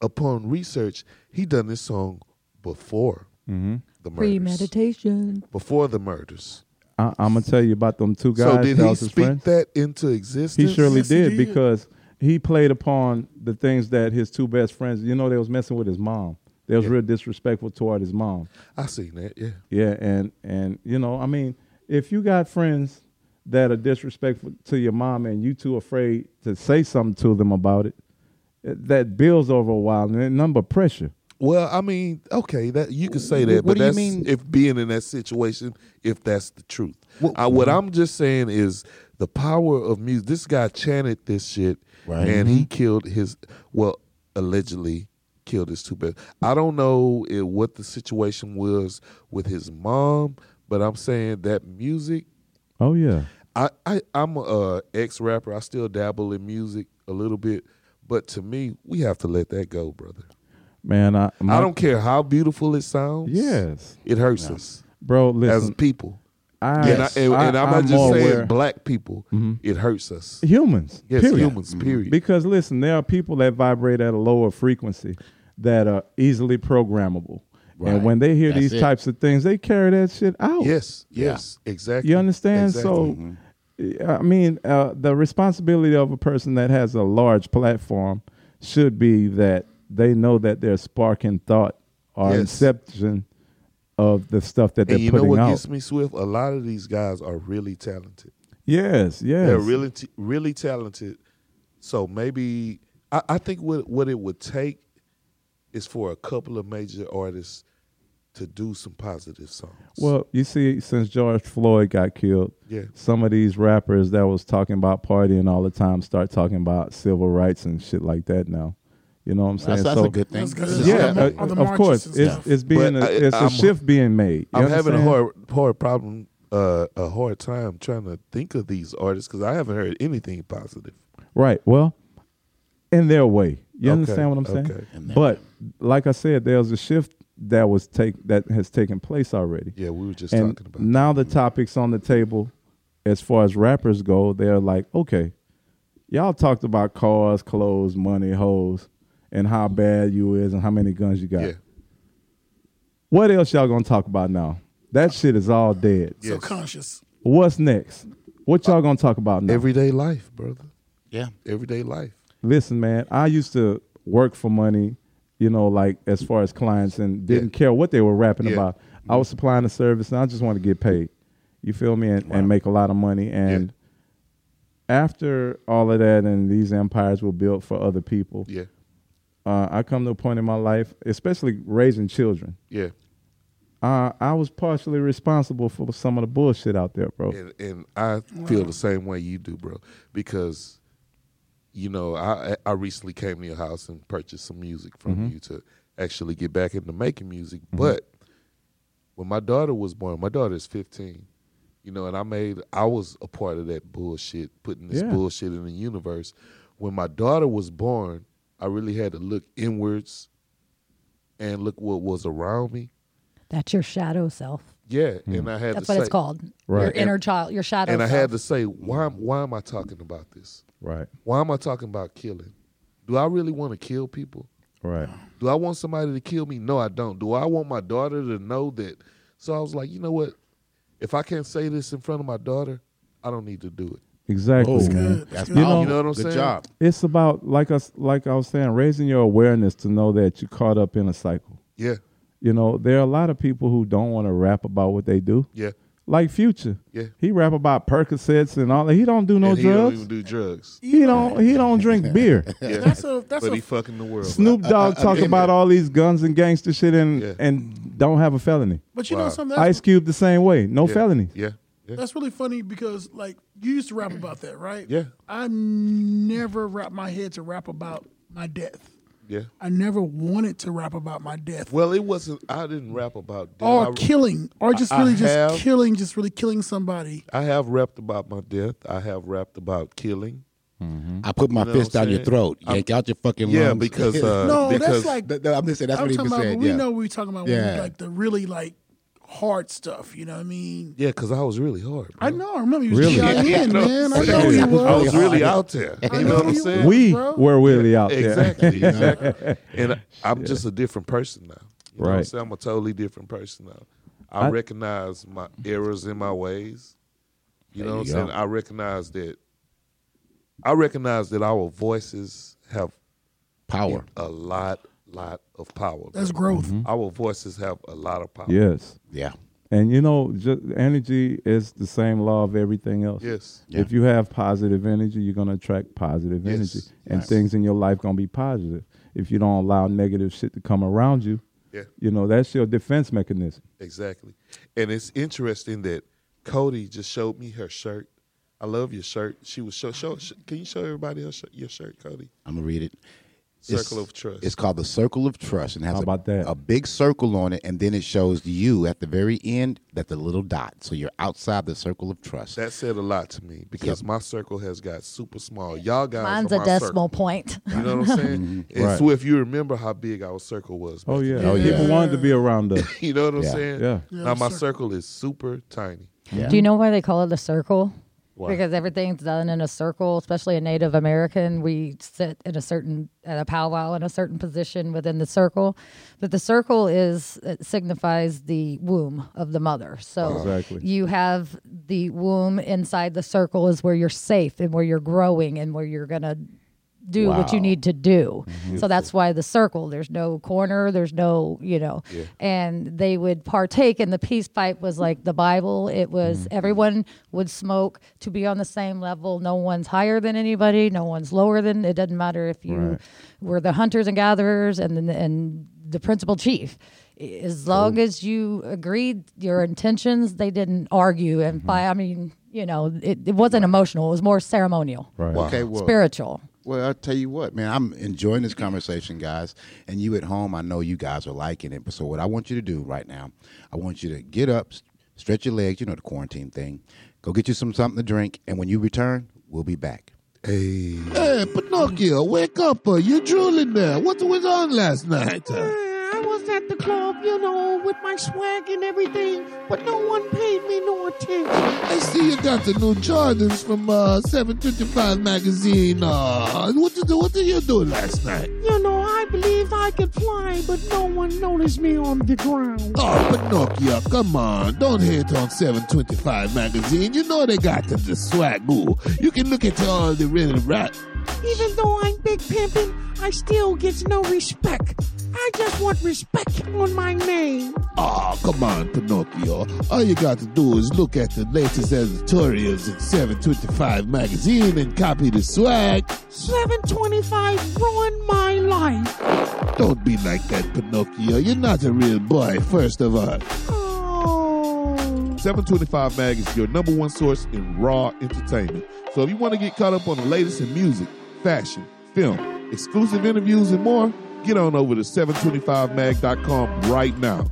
Speaker 2: upon research, he done this song before
Speaker 3: Mm-hmm.
Speaker 2: the murders.
Speaker 4: Premeditation.
Speaker 2: Before the murders.
Speaker 3: I, I'm gonna tell you about them two guys.
Speaker 2: so did
Speaker 3: that
Speaker 2: he
Speaker 3: was his
Speaker 2: speak
Speaker 3: friends.
Speaker 2: that into existence?
Speaker 3: He surely
Speaker 5: Yes, he
Speaker 3: did,
Speaker 5: did.
Speaker 3: because he played upon the things that his two best friends. You know, they was messing with his mom. They was real disrespectful toward his mom.
Speaker 2: I seen that. Yeah.
Speaker 3: Yeah, and and you know, I mean, if you got friends that are disrespectful to your mom and you too afraid to say something to them about it, it- that builds over a while and then number pressure.
Speaker 2: Well, I mean, okay, that you could say that,
Speaker 1: What
Speaker 2: but
Speaker 1: do you
Speaker 2: that's
Speaker 1: mean?
Speaker 2: if being in that situation, if that's the truth. I, what I'm just saying is the power of music. This guy chanted this shit,
Speaker 1: Right.
Speaker 2: and he killed his well, allegedly killed his two best. I don't know eh, what the situation was with his mom, but I'm saying that music
Speaker 3: Oh yeah.
Speaker 2: I, I I'm a uh, ex rapper. I still dabble in music a little bit, but to me, we have to let that go, brother.
Speaker 3: Man, I my-
Speaker 2: I don't care how beautiful it sounds.
Speaker 3: Yes.
Speaker 2: it hurts us
Speaker 3: Bro,
Speaker 2: as
Speaker 3: listen.
Speaker 2: people.
Speaker 3: I,
Speaker 2: And, I, and, and I'm, not just
Speaker 3: more
Speaker 2: saying
Speaker 3: aware- Mm-hmm.
Speaker 2: black people. It hurts us.
Speaker 3: humans.
Speaker 2: Yes,
Speaker 3: period. Mm-hmm.
Speaker 2: humans. Period.
Speaker 3: Because listen, there are people that vibrate at a lower frequency that are easily programmable.
Speaker 1: Right.
Speaker 3: And when they hear
Speaker 1: That's
Speaker 3: these
Speaker 1: it.
Speaker 3: types of things, they carry that shit out.
Speaker 2: yes.
Speaker 1: Yeah.
Speaker 2: Yes. Exactly.
Speaker 3: You understand?
Speaker 2: Exactly.
Speaker 3: So, I mean, uh, the responsibility of a person that has a large platform should be that they know that they're sparking thought or
Speaker 2: Yes.
Speaker 3: inception of the stuff that they're
Speaker 2: and you know
Speaker 3: putting
Speaker 2: what
Speaker 3: out.
Speaker 2: gets me, Swift? A lot of these guys are really talented.
Speaker 3: yes, yes.
Speaker 2: They're really, t- really talented. So maybe I, I think what what it would take is for a couple of major artists to do some positive songs.
Speaker 3: Well, you see, since George Floyd got killed,
Speaker 2: Yeah.
Speaker 3: some of these rappers that was talking about partying all the time start talking about civil rights and shit like that now. You know what I'm saying?
Speaker 1: that's, that's
Speaker 3: so,
Speaker 1: a good thing.
Speaker 5: That's good.
Speaker 1: It's
Speaker 5: Yeah.
Speaker 1: all
Speaker 3: Yeah,
Speaker 5: On the-
Speaker 1: about-
Speaker 5: on the
Speaker 3: of
Speaker 5: marches
Speaker 3: course,
Speaker 5: and
Speaker 3: it's
Speaker 5: stuff.
Speaker 3: it's being
Speaker 2: uh, But
Speaker 3: a,
Speaker 2: I-
Speaker 3: it's a
Speaker 2: I'm-
Speaker 3: shift being made. You
Speaker 2: I'm having a
Speaker 3: understand?
Speaker 2: hard hard problem uh, a hard time trying to think of these artists because I haven't heard anything positive.
Speaker 3: Right. Well, in their way. You
Speaker 2: Okay,
Speaker 3: understand what I'm saying?
Speaker 2: okay.
Speaker 1: In their
Speaker 3: But like I said, there's a shift that was take that has taken place already.
Speaker 2: Yeah, we were just
Speaker 3: and
Speaker 2: talking about.
Speaker 3: now the topics on the table, as far as rappers go, they're like, okay, y'all talked about cars, clothes, money, hoes, and how bad you is and how many guns you got.
Speaker 2: that. yeah,
Speaker 3: What else y'all gonna talk about now? That shit is all dead.
Speaker 5: So
Speaker 2: Yes.
Speaker 5: conscious.
Speaker 3: What's next? What y'all gonna talk about now?
Speaker 2: everyday life, brother.
Speaker 1: yeah.
Speaker 2: Everyday life.
Speaker 3: Listen, man, I used to work for money, you know, like as far as clients and didn't
Speaker 2: Yeah.
Speaker 3: care what they were rapping
Speaker 2: Yeah.
Speaker 3: about. I was supplying a service and I just want to get paid. You feel me? And, and make a lot of money. And after all of that and these empires were built for other people,
Speaker 2: Yeah,
Speaker 3: uh, I come to a point in my life, especially raising children.
Speaker 2: yeah.
Speaker 3: Uh, I was partially responsible for some of the bullshit out there, bro.
Speaker 2: And and I feel the same way you do, bro. Because you know, I I recently came to your house and purchased some music from you to actually get back into making music. But when my daughter was born, my daughter is fifteen. You know, and I made I was a part of that bullshit, putting this
Speaker 3: Yeah.
Speaker 2: bullshit in the universe. When my daughter was born, I really had to look inwards and look what was around me.
Speaker 4: That's your shadow self.
Speaker 2: Yeah, and I had
Speaker 4: That's
Speaker 2: to
Speaker 4: what
Speaker 2: say,
Speaker 4: it's called. Your
Speaker 3: Right.
Speaker 4: inner child, your shadow
Speaker 2: and I
Speaker 4: self.
Speaker 2: had to say, why why am I talking about this?
Speaker 3: Right.
Speaker 2: Why am I talking about killing? Do I really want to kill people?
Speaker 3: Right.
Speaker 2: Do I want somebody to kill me? No, I don't. Do I want my daughter to know that? So I was like, you know what? If I can't say this in front of my daughter, I don't need to do it.
Speaker 3: Exactly,
Speaker 1: Oh,
Speaker 3: man.
Speaker 1: That's
Speaker 3: You know-
Speaker 1: powerful.
Speaker 2: You know what I'm
Speaker 1: Good
Speaker 2: saying?
Speaker 1: job.
Speaker 3: It's about like us, like I was saying, raising your awareness to know that you're caught up in a cycle.
Speaker 2: Yeah,
Speaker 3: You know, there are a lot of people who don't want to rap about what they do.
Speaker 2: yeah.
Speaker 3: Like Future.
Speaker 2: Yeah.
Speaker 3: He rap about Percocets and all that. He don't do no
Speaker 2: and he don't
Speaker 3: drugs.
Speaker 2: even do drugs.
Speaker 3: he don't he don't drink beer.
Speaker 2: Yeah,
Speaker 5: That's a that's
Speaker 2: but
Speaker 5: a
Speaker 2: he fucking the world.
Speaker 3: Snoop Dogg talk about all these guns and gangster shit and
Speaker 2: Yeah.
Speaker 3: and don't have a felony.
Speaker 5: but you know something that's,
Speaker 3: Ice Cube the same way, no
Speaker 2: yeah.
Speaker 3: felony.
Speaker 2: Yeah, yeah.
Speaker 5: that's really funny because like you used to rap about that, right?
Speaker 2: Yeah.
Speaker 5: I never wrapped my head to rap about my death.
Speaker 2: yeah.
Speaker 5: I never wanted to rap about my death.
Speaker 2: Well, it wasn't. I didn't rap about death.
Speaker 5: or
Speaker 2: I,
Speaker 5: killing, or just
Speaker 2: I- I
Speaker 5: really just
Speaker 2: have-
Speaker 5: killing, just really killing somebody.
Speaker 2: I have rapped about my death. I have rapped about killing.
Speaker 1: I put my
Speaker 2: know
Speaker 1: fist
Speaker 2: what I'm
Speaker 1: down your
Speaker 2: saying?
Speaker 1: throat. Yank out your fucking
Speaker 2: Yeah,
Speaker 1: lungs.
Speaker 2: because,
Speaker 1: [laughs]
Speaker 2: uh,
Speaker 5: No,
Speaker 2: because-
Speaker 5: that's like
Speaker 1: Th- th- I'm just saying that's
Speaker 5: I'm
Speaker 1: what he
Speaker 5: talking
Speaker 1: was
Speaker 5: about.
Speaker 1: saying.
Speaker 5: we
Speaker 1: yeah.
Speaker 5: know what we're talking about. When
Speaker 1: Yeah.
Speaker 5: we, like the really like hard stuff. You know what I mean?
Speaker 2: Yeah, because I was really hard. Bro.
Speaker 5: I know. I remember you was
Speaker 3: Really?
Speaker 5: GIN, man. I know
Speaker 1: Yeah.
Speaker 5: he
Speaker 2: I was
Speaker 5: was.
Speaker 2: really out there.
Speaker 5: I
Speaker 2: You know what I'm
Speaker 5: you
Speaker 2: saying?
Speaker 5: was,
Speaker 3: We
Speaker 5: bro.
Speaker 3: were really out there.
Speaker 2: Exactly, exactly. And I'm just a different person now. You know what I'm
Speaker 3: Right.
Speaker 2: saying? I'm a totally different person now. I,
Speaker 3: I-
Speaker 2: recognize my errors in my ways. You know what
Speaker 1: you
Speaker 2: I'm
Speaker 1: go.
Speaker 2: saying? I recognize that. I recognize that our voices have
Speaker 1: Power.
Speaker 2: a lot, lot of power.
Speaker 5: That's growth.
Speaker 2: Our voices have a lot of power.
Speaker 3: [laughs] Yes.
Speaker 1: Yeah.
Speaker 3: And you know, just energy is the same law of everything else.
Speaker 2: Yes.
Speaker 1: Yeah.
Speaker 3: If you have positive energy, you're gonna attract positive
Speaker 2: Yes.
Speaker 3: energy, and
Speaker 1: Yes.
Speaker 3: things in your life gonna be positive. If you don't allow negative shit to come around you,
Speaker 2: Yeah.
Speaker 3: you know that's your defense mechanism.
Speaker 2: Exactly. And it's interesting that Cody just showed me her shirt. I love your shirt. She was show, show sh- can you show everybody else your shirt, Cody?
Speaker 1: I'm gonna read it.
Speaker 2: Circle of Trust.
Speaker 1: It's called the Circle of Trust, and it has
Speaker 3: How
Speaker 1: a-
Speaker 3: about that?
Speaker 1: a big circle on it, and then it shows you at the very end that the little dot. So you're outside the Circle of Trust.
Speaker 2: That said a lot to me because my circle has got super small. Y'all guys
Speaker 4: Mine's
Speaker 2: are
Speaker 4: a
Speaker 2: my
Speaker 4: decimal
Speaker 2: circle.
Speaker 4: point.
Speaker 2: You know what I'm
Speaker 4: [laughs]
Speaker 2: saying? And
Speaker 3: Right.
Speaker 2: Swift, you remember how big our circle was.
Speaker 3: Oh
Speaker 2: back
Speaker 3: yeah,
Speaker 1: Oh, yeah.
Speaker 3: people wanted to be around us.
Speaker 2: then. [laughs] You know what I'm
Speaker 1: Yeah.
Speaker 2: saying?
Speaker 3: Yeah.
Speaker 5: Yeah,
Speaker 2: Now my
Speaker 5: circle.
Speaker 2: circle is super tiny.
Speaker 1: yeah.
Speaker 4: Do you know why they call it a circle?
Speaker 2: Why?
Speaker 4: Because everything's done in a circle, especially a Native American. We sit in a certain at a powwow in a certain position within the circle, but the circle is it signifies the womb of the mother. So
Speaker 3: Exactly.
Speaker 4: you have the womb inside the circle is where you're safe and where you're growing and where you're gonna do what you
Speaker 1: Wow.
Speaker 4: need to do. So that's why the circle. There's no corner. There's no you know. And they would partake, and the peace pipe was like the Bible. It was everyone would smoke to be on the same level. No one's higher than anybody. No one's lower than. It doesn't matter if you
Speaker 3: Right.
Speaker 4: were the hunters and gatherers and then and the principal chief. As long as you agreed your intentions, they didn't argue. And by I mean, you know, it, it wasn't emotional. It was more ceremonial,
Speaker 3: Right.
Speaker 1: Okay. Well,
Speaker 4: spiritual.
Speaker 1: Well, I'll tell you what, man, I'm enjoying this conversation, guys. And you at home, I know you guys are liking it. But so, what I want you to do right now, I want you to get up, s- stretch your legs, you know, the quarantine thing, go get you some something to drink. And when you return, we'll be back.
Speaker 2: Hey.
Speaker 7: Hey, Pinocchio, wake up. Uh, you're drooling there. What was on last night? Uh,
Speaker 8: I was at the club, you know, with my swag and everything, but no one paid me no attention.
Speaker 7: I see you got the new Jordans from uh, 725 magazine. Uh, what, did, what did you do last night?
Speaker 8: You know, I believed I could fly, but no one noticed me on the ground.
Speaker 7: Oh, Pinocchio, come on. Don't hate on 725 magazine. You know they got the, the swag. Ooh, you can look at all the really right.
Speaker 8: Even though I'm big pimpin', I still get no respect. I just want respect on my name.
Speaker 7: Oh, come on, Pinocchio. All you got to do is look at the latest editorials in 725 magazine and copy the swag.
Speaker 8: 725 ruined my life.
Speaker 7: Don't be like that, Pinocchio. You're not a real boy, first of all.
Speaker 8: Oh.
Speaker 2: 725 Mag is your number one source in raw entertainment. So if you want to get caught up on the latest in music, fashion, film, exclusive interviews, and more, get on over to 725mag.com right now.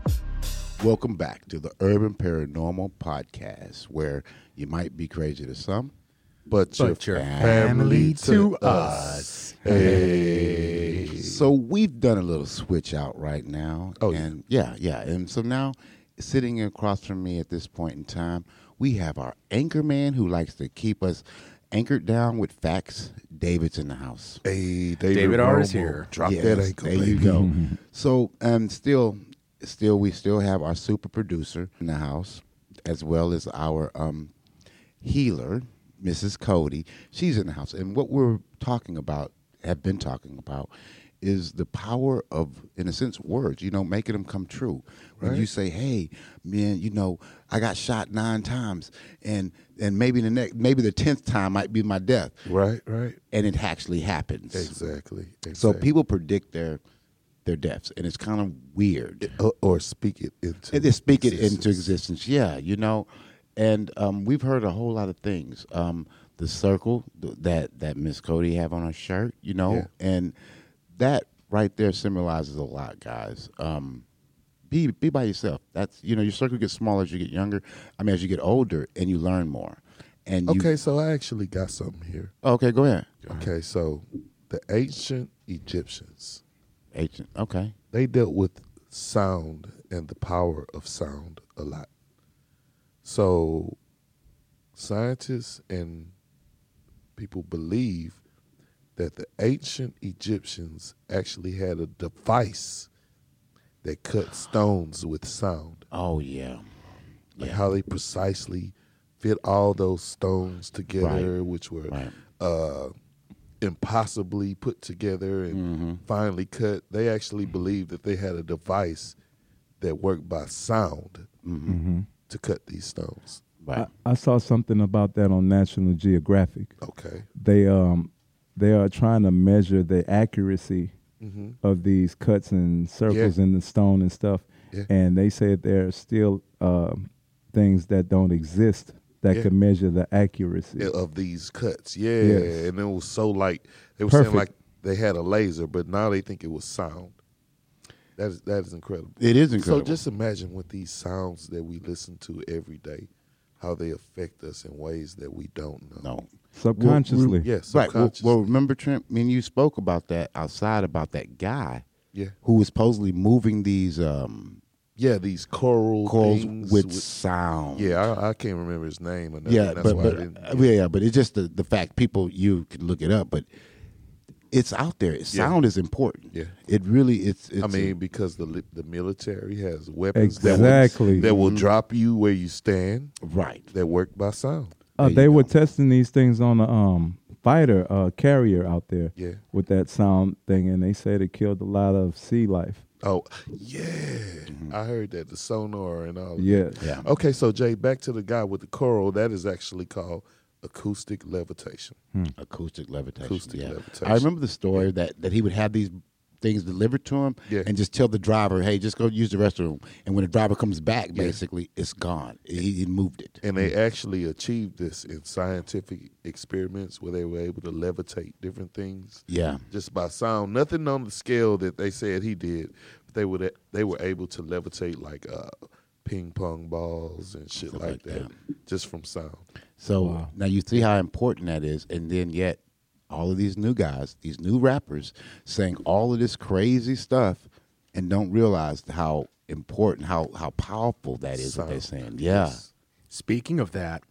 Speaker 1: Welcome back to the Urban Paranormal Podcast, where you might be crazy to some,
Speaker 2: But,
Speaker 1: your
Speaker 2: family to us.
Speaker 1: So we've done a little switch out right now.
Speaker 2: Oh, yeah.
Speaker 1: and yeah. yeah, And so now, sitting across from me at this point in time, we have our anchor man who likes to keep us anchored down with facts. David's in the house.
Speaker 2: Hey, David,
Speaker 9: David R is
Speaker 2: Romo,
Speaker 9: here.
Speaker 2: Drop
Speaker 1: Yes,
Speaker 2: that ankle.
Speaker 1: There
Speaker 2: baby.
Speaker 1: you go. [laughs] so, um, still, still, we still have our super producer in the house, as well as our um, healer, Mrs. Cody. She's in the house, and what we're talking about, have been talking about, is the power of, in a sense, words. You know, making them come true. When you say, "Hey, man, you know, I got shot nine times, and and maybe the next, maybe the tenth time might be my death,"
Speaker 2: Right, right.
Speaker 1: and it actually happens.
Speaker 2: Exactly. exactly.
Speaker 1: So people predict their their deaths, and it's kind of weird.
Speaker 2: or, or speak it into
Speaker 1: And they speak it into
Speaker 2: existence.
Speaker 1: existence. Yeah, you know, and um, we've heard a whole lot of things. Um, the circle th- that that Miss Cody have on her shirt, you know,
Speaker 2: Yeah.
Speaker 1: and that right there symbolizes a lot, guys. Um, be be by yourself. That's you know, your circle gets smaller as you get younger. I mean, as you get older, and you learn more. And you, Uh-huh.
Speaker 2: Okay, so I actually got something here.
Speaker 1: okay, go ahead.
Speaker 2: Okay, so the ancient Egyptians,
Speaker 1: Agent. Okay,
Speaker 2: they dealt with sound and the power of sound a lot. So scientists and people believe that the ancient Egyptians actually had a device that cut stones with sound.
Speaker 1: oh yeah,
Speaker 2: like how they precisely fit all those stones together, which were
Speaker 1: Right.
Speaker 2: uh, impossibly put together and
Speaker 1: Mm-hmm.
Speaker 2: finally cut. They actually believed that they had a device that worked by sound
Speaker 1: Mm-hmm.
Speaker 2: to cut these stones.
Speaker 1: right.
Speaker 3: I, I saw something about that on National Geographic.
Speaker 2: Okay,
Speaker 3: They um they are trying to measure the accuracy
Speaker 2: Mhm.
Speaker 3: of these cuts and circles
Speaker 2: Yeah.
Speaker 3: in the stone and stuff.
Speaker 2: Yeah.
Speaker 3: And they said there are still um, things that don't exist that
Speaker 2: Yeah.
Speaker 3: could measure the accuracy.
Speaker 2: Yeah, uh, of these cuts, yeah,
Speaker 3: Yes.
Speaker 2: and it was so like they were
Speaker 3: Perfect.
Speaker 2: saying like they had a laser, but now they think it was sound. That is that is incredible.
Speaker 1: It is incredible.
Speaker 2: So just imagine what these sounds that we listen to every day, how they affect us in ways that we don't know.
Speaker 1: no.
Speaker 3: Subconsciously.
Speaker 2: Yes,
Speaker 1: Right. Well,
Speaker 2: subconscious.
Speaker 1: well, remember Trent? Me and you spoke about that outside about that guy
Speaker 2: yeah,
Speaker 1: who was supposedly moving these um,
Speaker 2: yeah. These choral
Speaker 1: coils
Speaker 2: things
Speaker 1: with, sound.
Speaker 2: yeah, I, I can't remember his name. Or nothing.
Speaker 1: yeah,
Speaker 2: that's
Speaker 1: but,
Speaker 2: why
Speaker 1: but
Speaker 2: I didn't.
Speaker 1: uh, yeah, yeah, but it's just the, the fact people you can look it up, but it's out there. Sound is important.
Speaker 2: Yeah.
Speaker 1: it really it's. it's
Speaker 2: I mean, because the li- the military has weapons that
Speaker 3: Exactly.
Speaker 2: will, that
Speaker 1: Mm-hmm.
Speaker 2: will drop you where you stand.
Speaker 1: right.
Speaker 2: That work by sound.
Speaker 3: Uh, they were testing these things on a um, fighter uh, carrier out there
Speaker 2: Yeah.
Speaker 3: with that sound thing, and they said it killed a lot of sea life.
Speaker 2: Oh, yeah.
Speaker 9: Mm-hmm.
Speaker 2: I heard that the sonar and all. of
Speaker 3: Yes.
Speaker 1: Yeah.
Speaker 2: Okay, so Jay, back to the guy with the coral. That is actually called acoustic levitation.
Speaker 1: Acoustic levitation.
Speaker 2: Acoustic
Speaker 1: yeah. I
Speaker 2: levitation.
Speaker 1: remember the story that, that he would have these things delivered to him
Speaker 2: Yeah.
Speaker 1: and just tell the driver, hey, just go use the restroom. And when the driver comes back, basically, it's gone. He, he moved it.
Speaker 2: And they actually achieved this in scientific experiments where they were able to levitate different things
Speaker 1: Yeah.
Speaker 2: just by sound. Nothing on the scale that they said he did. But they were they were able to levitate like uh, ping pong balls and shit
Speaker 1: Stuff like
Speaker 2: like that, just from sound.
Speaker 1: So now you see how important that is, and then yet all of these new guys, these new rappers, saying all of this crazy stuff, and don't realize how important, how how powerful that is. what they're saying, yeah,
Speaker 9: Speaking of that,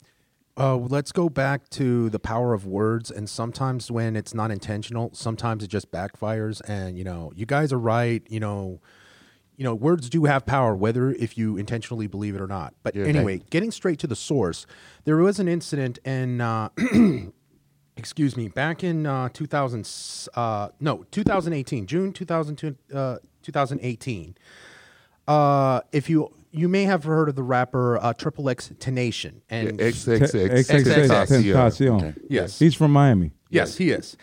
Speaker 9: uh, let's go back to the power of words. And sometimes when it's not intentional, sometimes it just backfires. And you know, you guys are right. You know, you know, words do have power, whether if you intentionally believe it or not. But anyway, getting straight to the source, there was an incident in uh, [clears throat] excuse me, back in uh, 2000, uh, no, 2018, June 2002, uh, 2018. Uh, if you you may have heard of the rapper uh, Triple X Tenation, and
Speaker 2: XXX.
Speaker 3: Tentacion.
Speaker 9: Yes.
Speaker 3: He's from Miami.
Speaker 9: yes, he is.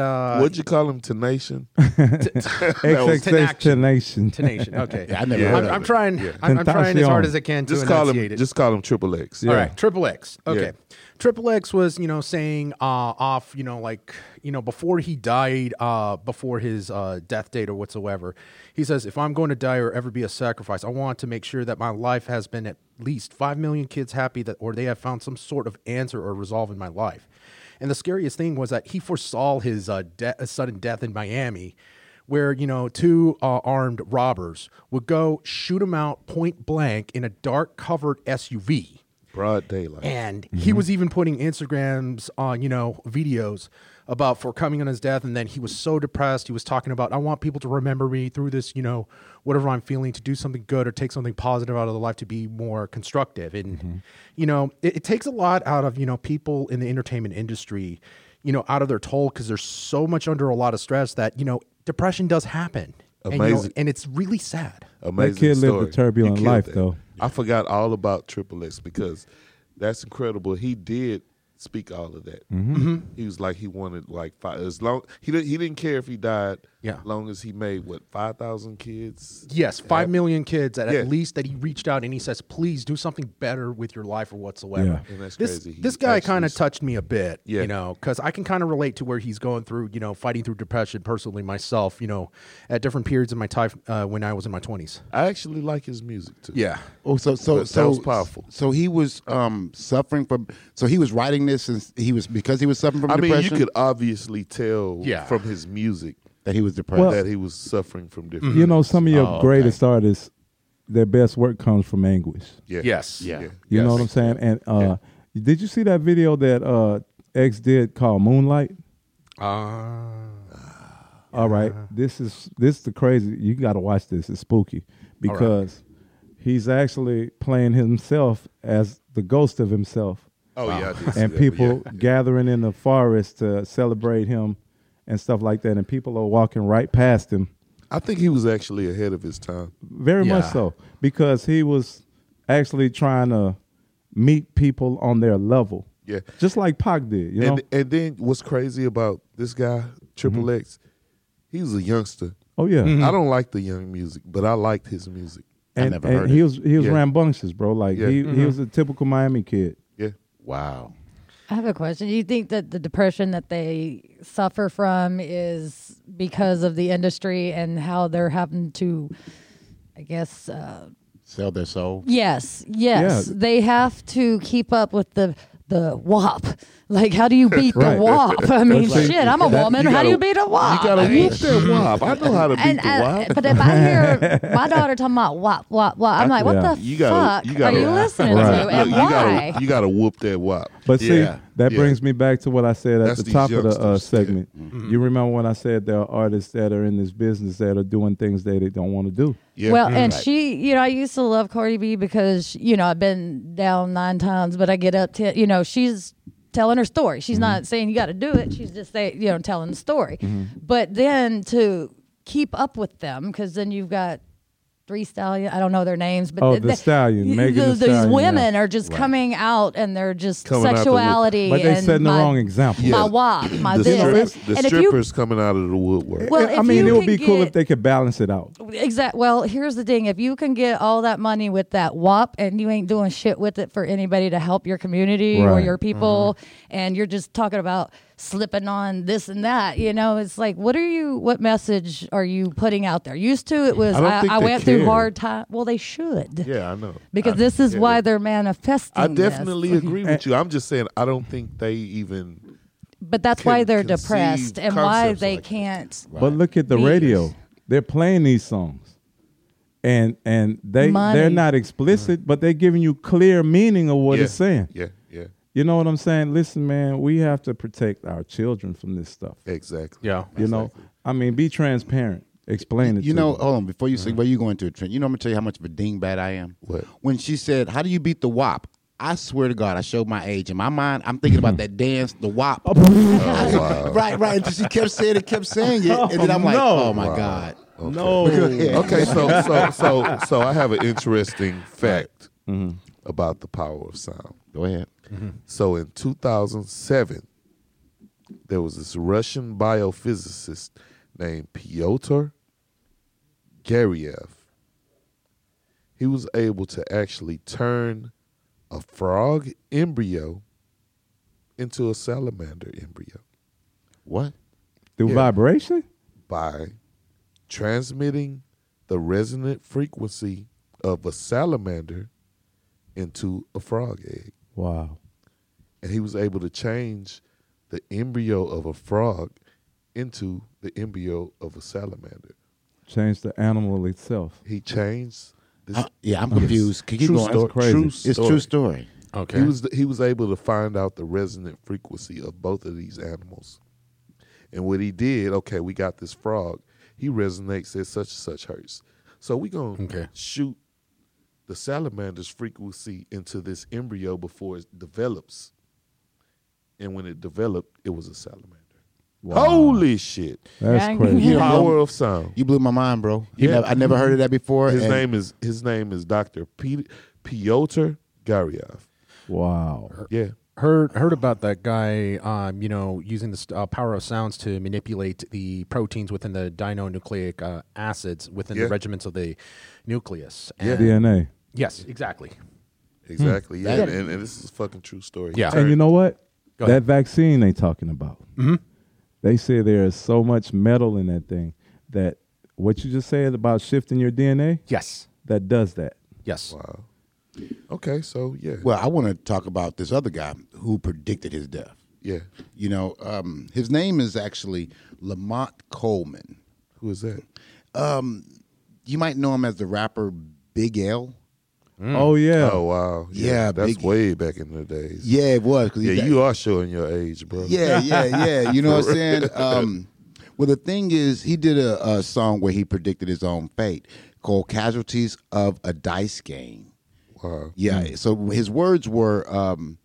Speaker 7: [laughs]
Speaker 9: uh,
Speaker 2: What'd you call him? Tenation?
Speaker 3: XXX Tenation.
Speaker 9: Tenation. Okay,
Speaker 1: I never heard
Speaker 9: I'm,
Speaker 1: of
Speaker 9: I'm
Speaker 1: it.
Speaker 9: trying. I'm, I'm [laughs] trying as hard
Speaker 3: Tentacion.
Speaker 9: as I can to
Speaker 2: just call him.
Speaker 9: enunciate it.
Speaker 2: Just call him Triple X.
Speaker 9: All right, Triple X. Okay, Triple X was you know saying uh, off you know like you know before he died, uh, before his uh, death date or whatsoever. He says, if I'm going to die or ever be a sacrifice, I want to make sure that my life has been at least five million kids happy that, or they have found some sort of answer or resolve in my life. And the scariest thing was that he foresaw his uh, de- uh, sudden death in Miami, where you know two uh, armed robbers would go shoot him out point blank in a dark covered SUV.
Speaker 7: Broad daylight.
Speaker 9: And he was even putting Instagrams on, you know, videos about forecoming on his death. And then he was so depressed. He was talking about, I want people to remember me through this, you know, whatever I'm feeling, to do something good or take something positive out of the life to be more constructive. And, you know, it, it takes a lot out of, you know, people in the entertainment industry, you know, out of their toll because they're so much under a lot of stress that, you know, depression does happen. And, you know,
Speaker 7: Amazing.
Speaker 9: and it's really sad.
Speaker 7: Amazing
Speaker 3: kid lived a
Speaker 7: story.
Speaker 3: turbulent
Speaker 7: You killed
Speaker 3: life,
Speaker 7: that.
Speaker 3: though.
Speaker 7: I forgot all about Triple X because that's incredible. He did speak all of that. Mm-hmm. He was like he wanted like five as long he didn't he didn't care if he died.
Speaker 9: Yeah.
Speaker 7: long as he made what five thousand kids.
Speaker 9: Yes, five million kids at,
Speaker 7: Yeah.
Speaker 9: at least that he reached out and he says, please do something better with your life or whatsoever.
Speaker 7: Yeah. And that's
Speaker 9: this
Speaker 7: crazy. He
Speaker 9: this guy
Speaker 7: actually
Speaker 9: kind of
Speaker 7: s-
Speaker 9: touched me a bit,
Speaker 7: Yeah.
Speaker 9: you know, because I can kind of relate to where he's going through, you know, fighting through depression personally myself, you know, at different periods in my time uh, when I was in my 20s.
Speaker 7: I actually like his music too.
Speaker 9: Yeah.
Speaker 1: Oh, so so
Speaker 7: That
Speaker 1: so
Speaker 7: sounds powerful.
Speaker 1: So he was um, suffering from. So he was writing this, and he was because he was suffering from
Speaker 7: I mean,
Speaker 1: depression.
Speaker 7: you could obviously tell
Speaker 9: Yeah.
Speaker 7: from his music
Speaker 1: that he was depressed.
Speaker 7: that he was suffering from different.
Speaker 3: You know, some of your greatest artists, their best work comes from anguish.
Speaker 7: yeah.
Speaker 9: Yes.
Speaker 7: yeah,
Speaker 9: Yeah.
Speaker 3: You know what I'm saying? And uh, did you see that video that uh, X did called Moonlight?
Speaker 7: Uh,
Speaker 3: All right, this is this is the crazy. You got to watch this. It's spooky because he's actually playing himself as the ghost of himself,
Speaker 7: Oh yeah, I did see that, but
Speaker 3: and
Speaker 7: yeah.
Speaker 3: people gathering in the forest to celebrate him and stuff like that. And people are walking right past him.
Speaker 7: I think he was actually ahead of his time.
Speaker 3: Very
Speaker 9: Yeah.
Speaker 3: much so, because he was actually trying to meet people on their level.
Speaker 7: Yeah.
Speaker 3: just like Pac did. You know,
Speaker 7: And and then what's crazy about this guy Triple
Speaker 4: Mm-hmm.
Speaker 7: X? He was a youngster.
Speaker 3: oh yeah,
Speaker 4: Mm.
Speaker 7: I don't like the young music, but I liked his music.
Speaker 3: and,
Speaker 1: never
Speaker 3: and
Speaker 1: heard
Speaker 3: he
Speaker 1: it.
Speaker 3: was he was
Speaker 7: Yeah.
Speaker 3: rambunctious, bro. Like
Speaker 7: Yeah.
Speaker 3: he he was a typical Miami kid.
Speaker 7: Yeah,
Speaker 1: wow.
Speaker 4: I have a question. Do you think that the depression that they suffer from is because of the industry and how they're having to, I guess, uh,
Speaker 1: Sell their soul.
Speaker 4: yes, yes,
Speaker 3: Yeah.
Speaker 4: they have to keep up with the the WAP. Like, how do you beat
Speaker 3: Right.
Speaker 4: the WAP? I mean,
Speaker 3: That's like-
Speaker 4: shit, I'm a
Speaker 3: that-
Speaker 4: woman.
Speaker 7: you
Speaker 4: how do you
Speaker 7: gotta-
Speaker 4: beat a WAP?
Speaker 7: you gotta
Speaker 4: I mean,
Speaker 7: whoop that wop. I know how to beat
Speaker 4: and,
Speaker 7: the
Speaker 4: uh,
Speaker 7: wop.
Speaker 4: but if I
Speaker 7: [laughs]
Speaker 4: hear my daughter talking about WAP, WAP, WAP, I'm like, what
Speaker 3: Yeah.
Speaker 4: the
Speaker 7: You gotta-
Speaker 4: fuck
Speaker 7: you gotta-
Speaker 4: are you listening
Speaker 3: Right.
Speaker 4: to? And
Speaker 7: Look, you
Speaker 4: why?
Speaker 7: gotta you gotta whoop that wop.
Speaker 3: But
Speaker 7: Yeah.
Speaker 3: see, that
Speaker 7: Yeah.
Speaker 3: brings me back to what I said at
Speaker 7: That's
Speaker 3: the
Speaker 7: these
Speaker 3: top of the uh,
Speaker 7: youngsters, yeah.
Speaker 3: segment. You remember when I said there are artists that are in this business that are doing things that they don't want to do.
Speaker 7: Yeah. Mm.
Speaker 4: Well, and she, you know, I used to love Cardi B because, you know, I've been down nine times, but I get up to, you know, she's telling her story. She's
Speaker 7: Mm-hmm.
Speaker 4: not saying you got to do it. She's just saying, you know, telling the story. But then to keep up with them, because then you've got three stallion. I don't know their names, but
Speaker 3: Oh,
Speaker 4: th-
Speaker 3: the
Speaker 4: th-
Speaker 3: Stallion,
Speaker 4: th-
Speaker 3: Megan the
Speaker 4: those
Speaker 3: Stallion,
Speaker 4: women are just coming out and they're just
Speaker 7: Coming out the wood-
Speaker 4: sexuality.
Speaker 3: But they
Speaker 4: and
Speaker 3: setting the
Speaker 4: my-
Speaker 3: wrong example.
Speaker 4: My
Speaker 7: Yeah.
Speaker 4: wop, my
Speaker 7: the,
Speaker 4: this.
Speaker 7: strippers,
Speaker 4: and-
Speaker 7: the
Speaker 4: and if you
Speaker 7: strippers coming out of the woodwork.
Speaker 4: Well,
Speaker 3: I
Speaker 4: if
Speaker 3: mean,
Speaker 4: you
Speaker 3: it would
Speaker 4: can
Speaker 3: be cool
Speaker 4: get-
Speaker 3: if they could balance it out.
Speaker 4: Exact. Well, here's the thing: if you can get all that money with that WAP, and you ain't doing shit with it for anybody to help your community or
Speaker 3: Right.
Speaker 4: your people,
Speaker 7: Mm-hmm.
Speaker 4: and you're just talking about slipping on this and that, you know, it's like, what are you? What message are you putting out there? Used to it was
Speaker 7: I don't
Speaker 4: I,
Speaker 7: think
Speaker 4: I
Speaker 7: they
Speaker 4: went
Speaker 7: care.
Speaker 4: through hard time. Well, they should
Speaker 7: yeah, I know.
Speaker 4: because
Speaker 7: I-
Speaker 4: this is
Speaker 7: yeah.
Speaker 4: why they're manifesting.
Speaker 7: I
Speaker 4: this.
Speaker 7: definitely agree with you. I'm just saying I don't think they even
Speaker 4: but that's
Speaker 7: can
Speaker 4: why they're
Speaker 7: conceive
Speaker 4: depressed and why
Speaker 7: concepts
Speaker 4: they
Speaker 7: like that.
Speaker 4: can't.
Speaker 3: But look at the
Speaker 4: Beatles.
Speaker 3: radio; they're playing these songs, and and they they're
Speaker 4: Money.
Speaker 3: not explicit, but they're giving you clear meaning of what
Speaker 7: yeah,
Speaker 3: it's saying.
Speaker 7: Yeah, yeah.
Speaker 3: You know what I'm saying? Listen, man, we have to protect our children from this stuff.
Speaker 7: Exactly.
Speaker 9: Yeah.
Speaker 3: You know, I mean, be transparent. Explain it.
Speaker 1: You
Speaker 3: to
Speaker 1: know,
Speaker 3: them.
Speaker 7: uh,
Speaker 1: hold on. Before you say where you going to, Trent, you know I'm gonna tell you how much of a dingbat I am.
Speaker 7: What?
Speaker 1: When she said, "How do you beat the WAP?" I swear to God, I showed my age. In my mind, I'm thinking about that dance, the WAP. right, right. And she kept saying it, kept saying it, and then I'm like,
Speaker 3: no.
Speaker 1: "Oh my God." [laughs]
Speaker 3: no.
Speaker 7: Okay, so so so so I have an interesting fact about the power of sound.
Speaker 1: Mm-hmm. Go ahead.
Speaker 7: So in 2007, there was this Russian biophysicist named Pyotr Garyev. He was able to actually turn a frog embryo into a salamander embryo
Speaker 1: What?
Speaker 3: Through
Speaker 7: Yeah.
Speaker 3: vibration?
Speaker 7: by transmitting the resonant frequency of a salamander into a frog egg.
Speaker 3: Wow.
Speaker 7: and he was able to change the embryo of a frog into the embryo of a salamander.
Speaker 3: Change the animal itself.
Speaker 7: He changed. This,
Speaker 1: Uh, yeah, I'm confused. Can you
Speaker 7: True
Speaker 1: go on?
Speaker 7: story.
Speaker 3: That's crazy.
Speaker 7: True
Speaker 1: It's true story.
Speaker 9: Okay.
Speaker 7: He was he was able to find out the resonant frequency of both of these animals, and what he did, okay, we got this frog. He resonates at such and such hertz. So we gonna
Speaker 9: Okay.
Speaker 7: shoot the salamander's frequency into this embryo before it develops, and when it developed, it was a salamander. Holy shit!
Speaker 3: That's
Speaker 4: Dang.
Speaker 3: crazy.
Speaker 1: You know,
Speaker 7: Power of sound.
Speaker 1: You blew my mind, bro. You
Speaker 7: Yeah.
Speaker 1: never- I never heard of that before.
Speaker 7: His
Speaker 1: and-
Speaker 7: name is his name is Doctor Piotr Garyev.
Speaker 3: Wow.
Speaker 1: Er,
Speaker 7: Yeah.
Speaker 9: heard heard about that guy um, you know using the st- uh, power of sounds to manipulate the proteins within the dinucleic uh, acids within
Speaker 7: Yeah.
Speaker 9: the regiments of the nucleus
Speaker 7: Yeah.
Speaker 9: And-
Speaker 3: DNA.
Speaker 9: yes exactly
Speaker 7: Exactly. Yeah,
Speaker 1: Hmm. That-
Speaker 7: and, and this is a fucking true story.
Speaker 9: Yeah.
Speaker 3: And you know what?
Speaker 9: Go
Speaker 3: that
Speaker 9: ahead.
Speaker 3: vaccine they talking about. Mm-hmm. They say there is so much metal in that thing that what you just said about shifting your DNA
Speaker 9: yes
Speaker 3: that does that.
Speaker 9: yes
Speaker 7: Wow. Okay, so yeah.
Speaker 1: Well, I want to talk about this other guy who predicted his death.
Speaker 7: yeah.
Speaker 1: You know, um, his name is actually Lamont Coleman.
Speaker 7: Who is that?
Speaker 1: You might know him as the rapper Big L.
Speaker 3: Oh yeah.
Speaker 7: Oh wow.
Speaker 1: Yeah,
Speaker 7: that's
Speaker 1: Biggie.
Speaker 7: way back in the days.
Speaker 1: Yeah, it was. 'cause he
Speaker 7: Yeah,
Speaker 1: got-
Speaker 7: you are showing your age, bro.
Speaker 1: Yeah, yeah, yeah. You know what I'm saying? Um, well, the thing is, he did a, a song where he predicted his own fate called Casualties of a Dice Game.
Speaker 7: Wow.
Speaker 1: Yeah. So his words were, um,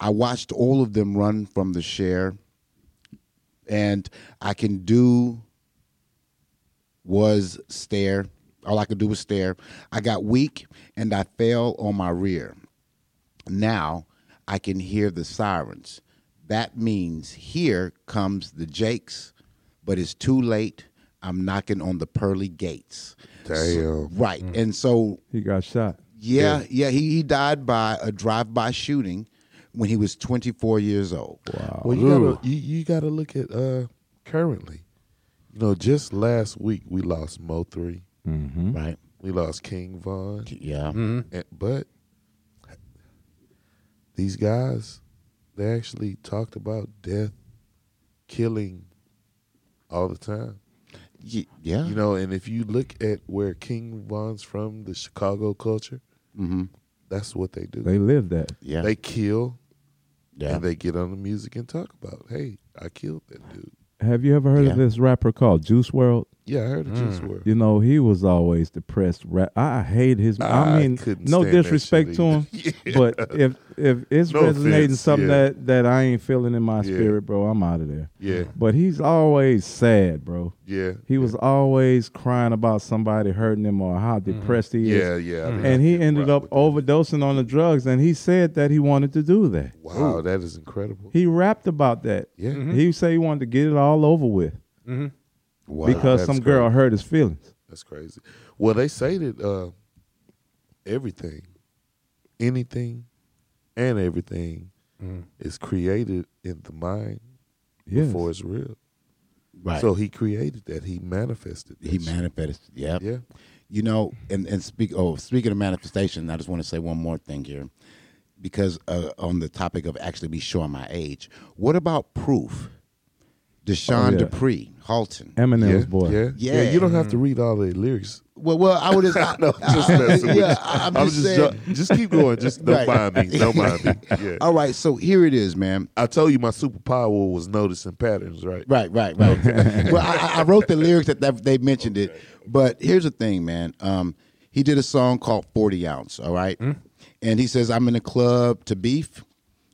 Speaker 1: I watched all of them run from the share, and I can do was stare. All I could do was stare. I got weak and I fell on my rear. Now I can hear the sirens. That means here comes the Jakes, but it's too late. I'm knocking on the pearly gates.
Speaker 7: Damn.
Speaker 1: So- right.
Speaker 7: Mm.
Speaker 1: And so
Speaker 3: He got shot.
Speaker 1: yeah, yeah. he, he died by a drive-by shooting when he was 24 years old. Wow.
Speaker 7: Well, you gotta you, you gotta look at uh currently. You know, just last week we lost Mo three, Mm-hmm.
Speaker 1: Right.
Speaker 7: we lost King Von,
Speaker 1: Yeah.
Speaker 7: and, but these guys they actually talked about death, killing, all the time.
Speaker 1: Ye- Yeah.
Speaker 7: You know, and if you look at where King Von's from, the Chicago culture, that's what they do.
Speaker 3: They
Speaker 7: They,
Speaker 3: lived that.
Speaker 1: yeah.
Speaker 7: kill
Speaker 1: yeah.
Speaker 7: and they get on the music and talk about, hey, I killed that dude.
Speaker 3: Have you ever heard
Speaker 1: Yeah.
Speaker 3: of this rapper called Juice World?
Speaker 7: Yeah, I heard of Juice WRLD.
Speaker 3: You know, he was always depressed. Ra- I I hate his. I,
Speaker 7: I
Speaker 3: mean,
Speaker 7: couldn't
Speaker 3: no
Speaker 7: stand that
Speaker 3: disrespect
Speaker 7: shit
Speaker 3: to him,
Speaker 7: [laughs]
Speaker 3: but if if it's
Speaker 7: No
Speaker 3: resonating
Speaker 7: offense,
Speaker 3: something
Speaker 7: yeah.
Speaker 3: that that I ain't feeling in
Speaker 7: Yeah.
Speaker 3: my spirit, bro, I'm out of there.
Speaker 7: Yeah,
Speaker 3: But he's always sad, bro.
Speaker 7: yeah,
Speaker 3: He was always crying about somebody hurting him or how depressed he is.
Speaker 7: yeah, Mm-hmm. yeah. I mean,
Speaker 3: Mm-hmm. And
Speaker 7: I
Speaker 3: he
Speaker 7: can
Speaker 3: ended
Speaker 7: rock
Speaker 3: up
Speaker 7: with that.
Speaker 3: overdosing on the drugs, and he said that he wanted to do that.
Speaker 7: Wow, that is incredible.
Speaker 3: He rapped about that.
Speaker 7: Yeah. Mhm.
Speaker 3: He said he wanted to get it all over with
Speaker 1: Wow.
Speaker 3: because
Speaker 7: that's
Speaker 3: some girl
Speaker 7: crazy.
Speaker 3: hurt his feelings.
Speaker 7: That's crazy. Well, they say that uh, everything, anything, and everything is created in the mind
Speaker 3: Mm. Yes.
Speaker 7: before it's real.
Speaker 1: right.
Speaker 7: So he created that. He manifested. That
Speaker 1: he
Speaker 7: shit.
Speaker 1: manifested. Yep.
Speaker 7: Yeah.
Speaker 1: You know, and and speak. Oh, speaking of manifestation, I just want to say one more thing here, because uh, on the topic of actually be showing my age, what about proof? Deshaun
Speaker 3: Oh, yeah.
Speaker 1: Dupree, Halton.
Speaker 3: Eminem's
Speaker 7: yeah.
Speaker 3: boy.
Speaker 7: Yeah.
Speaker 1: Yeah.
Speaker 7: You don't have to read all the lyrics.
Speaker 1: Well, well, I would just. I,
Speaker 7: Just messing with
Speaker 1: [laughs] yeah,
Speaker 7: you.
Speaker 1: I- I'm,
Speaker 7: I'm
Speaker 1: just, saying.
Speaker 7: ju- just keep going.
Speaker 1: [laughs]
Speaker 7: Just don't
Speaker 1: Right.
Speaker 7: mind me. Don't
Speaker 1: [laughs]
Speaker 7: mind me. Yeah.
Speaker 1: All right, so here it is, man.
Speaker 7: I told you my superpower was noticing patterns, right?
Speaker 1: Right, right, right.
Speaker 7: [laughs]
Speaker 1: well, I, I- I wrote the lyrics that that- they mentioned it, but here's the thing, man. Um, he did a song called 40 Ounce, all right?
Speaker 7: Hmm?
Speaker 1: And he says, I'm in a club to beef,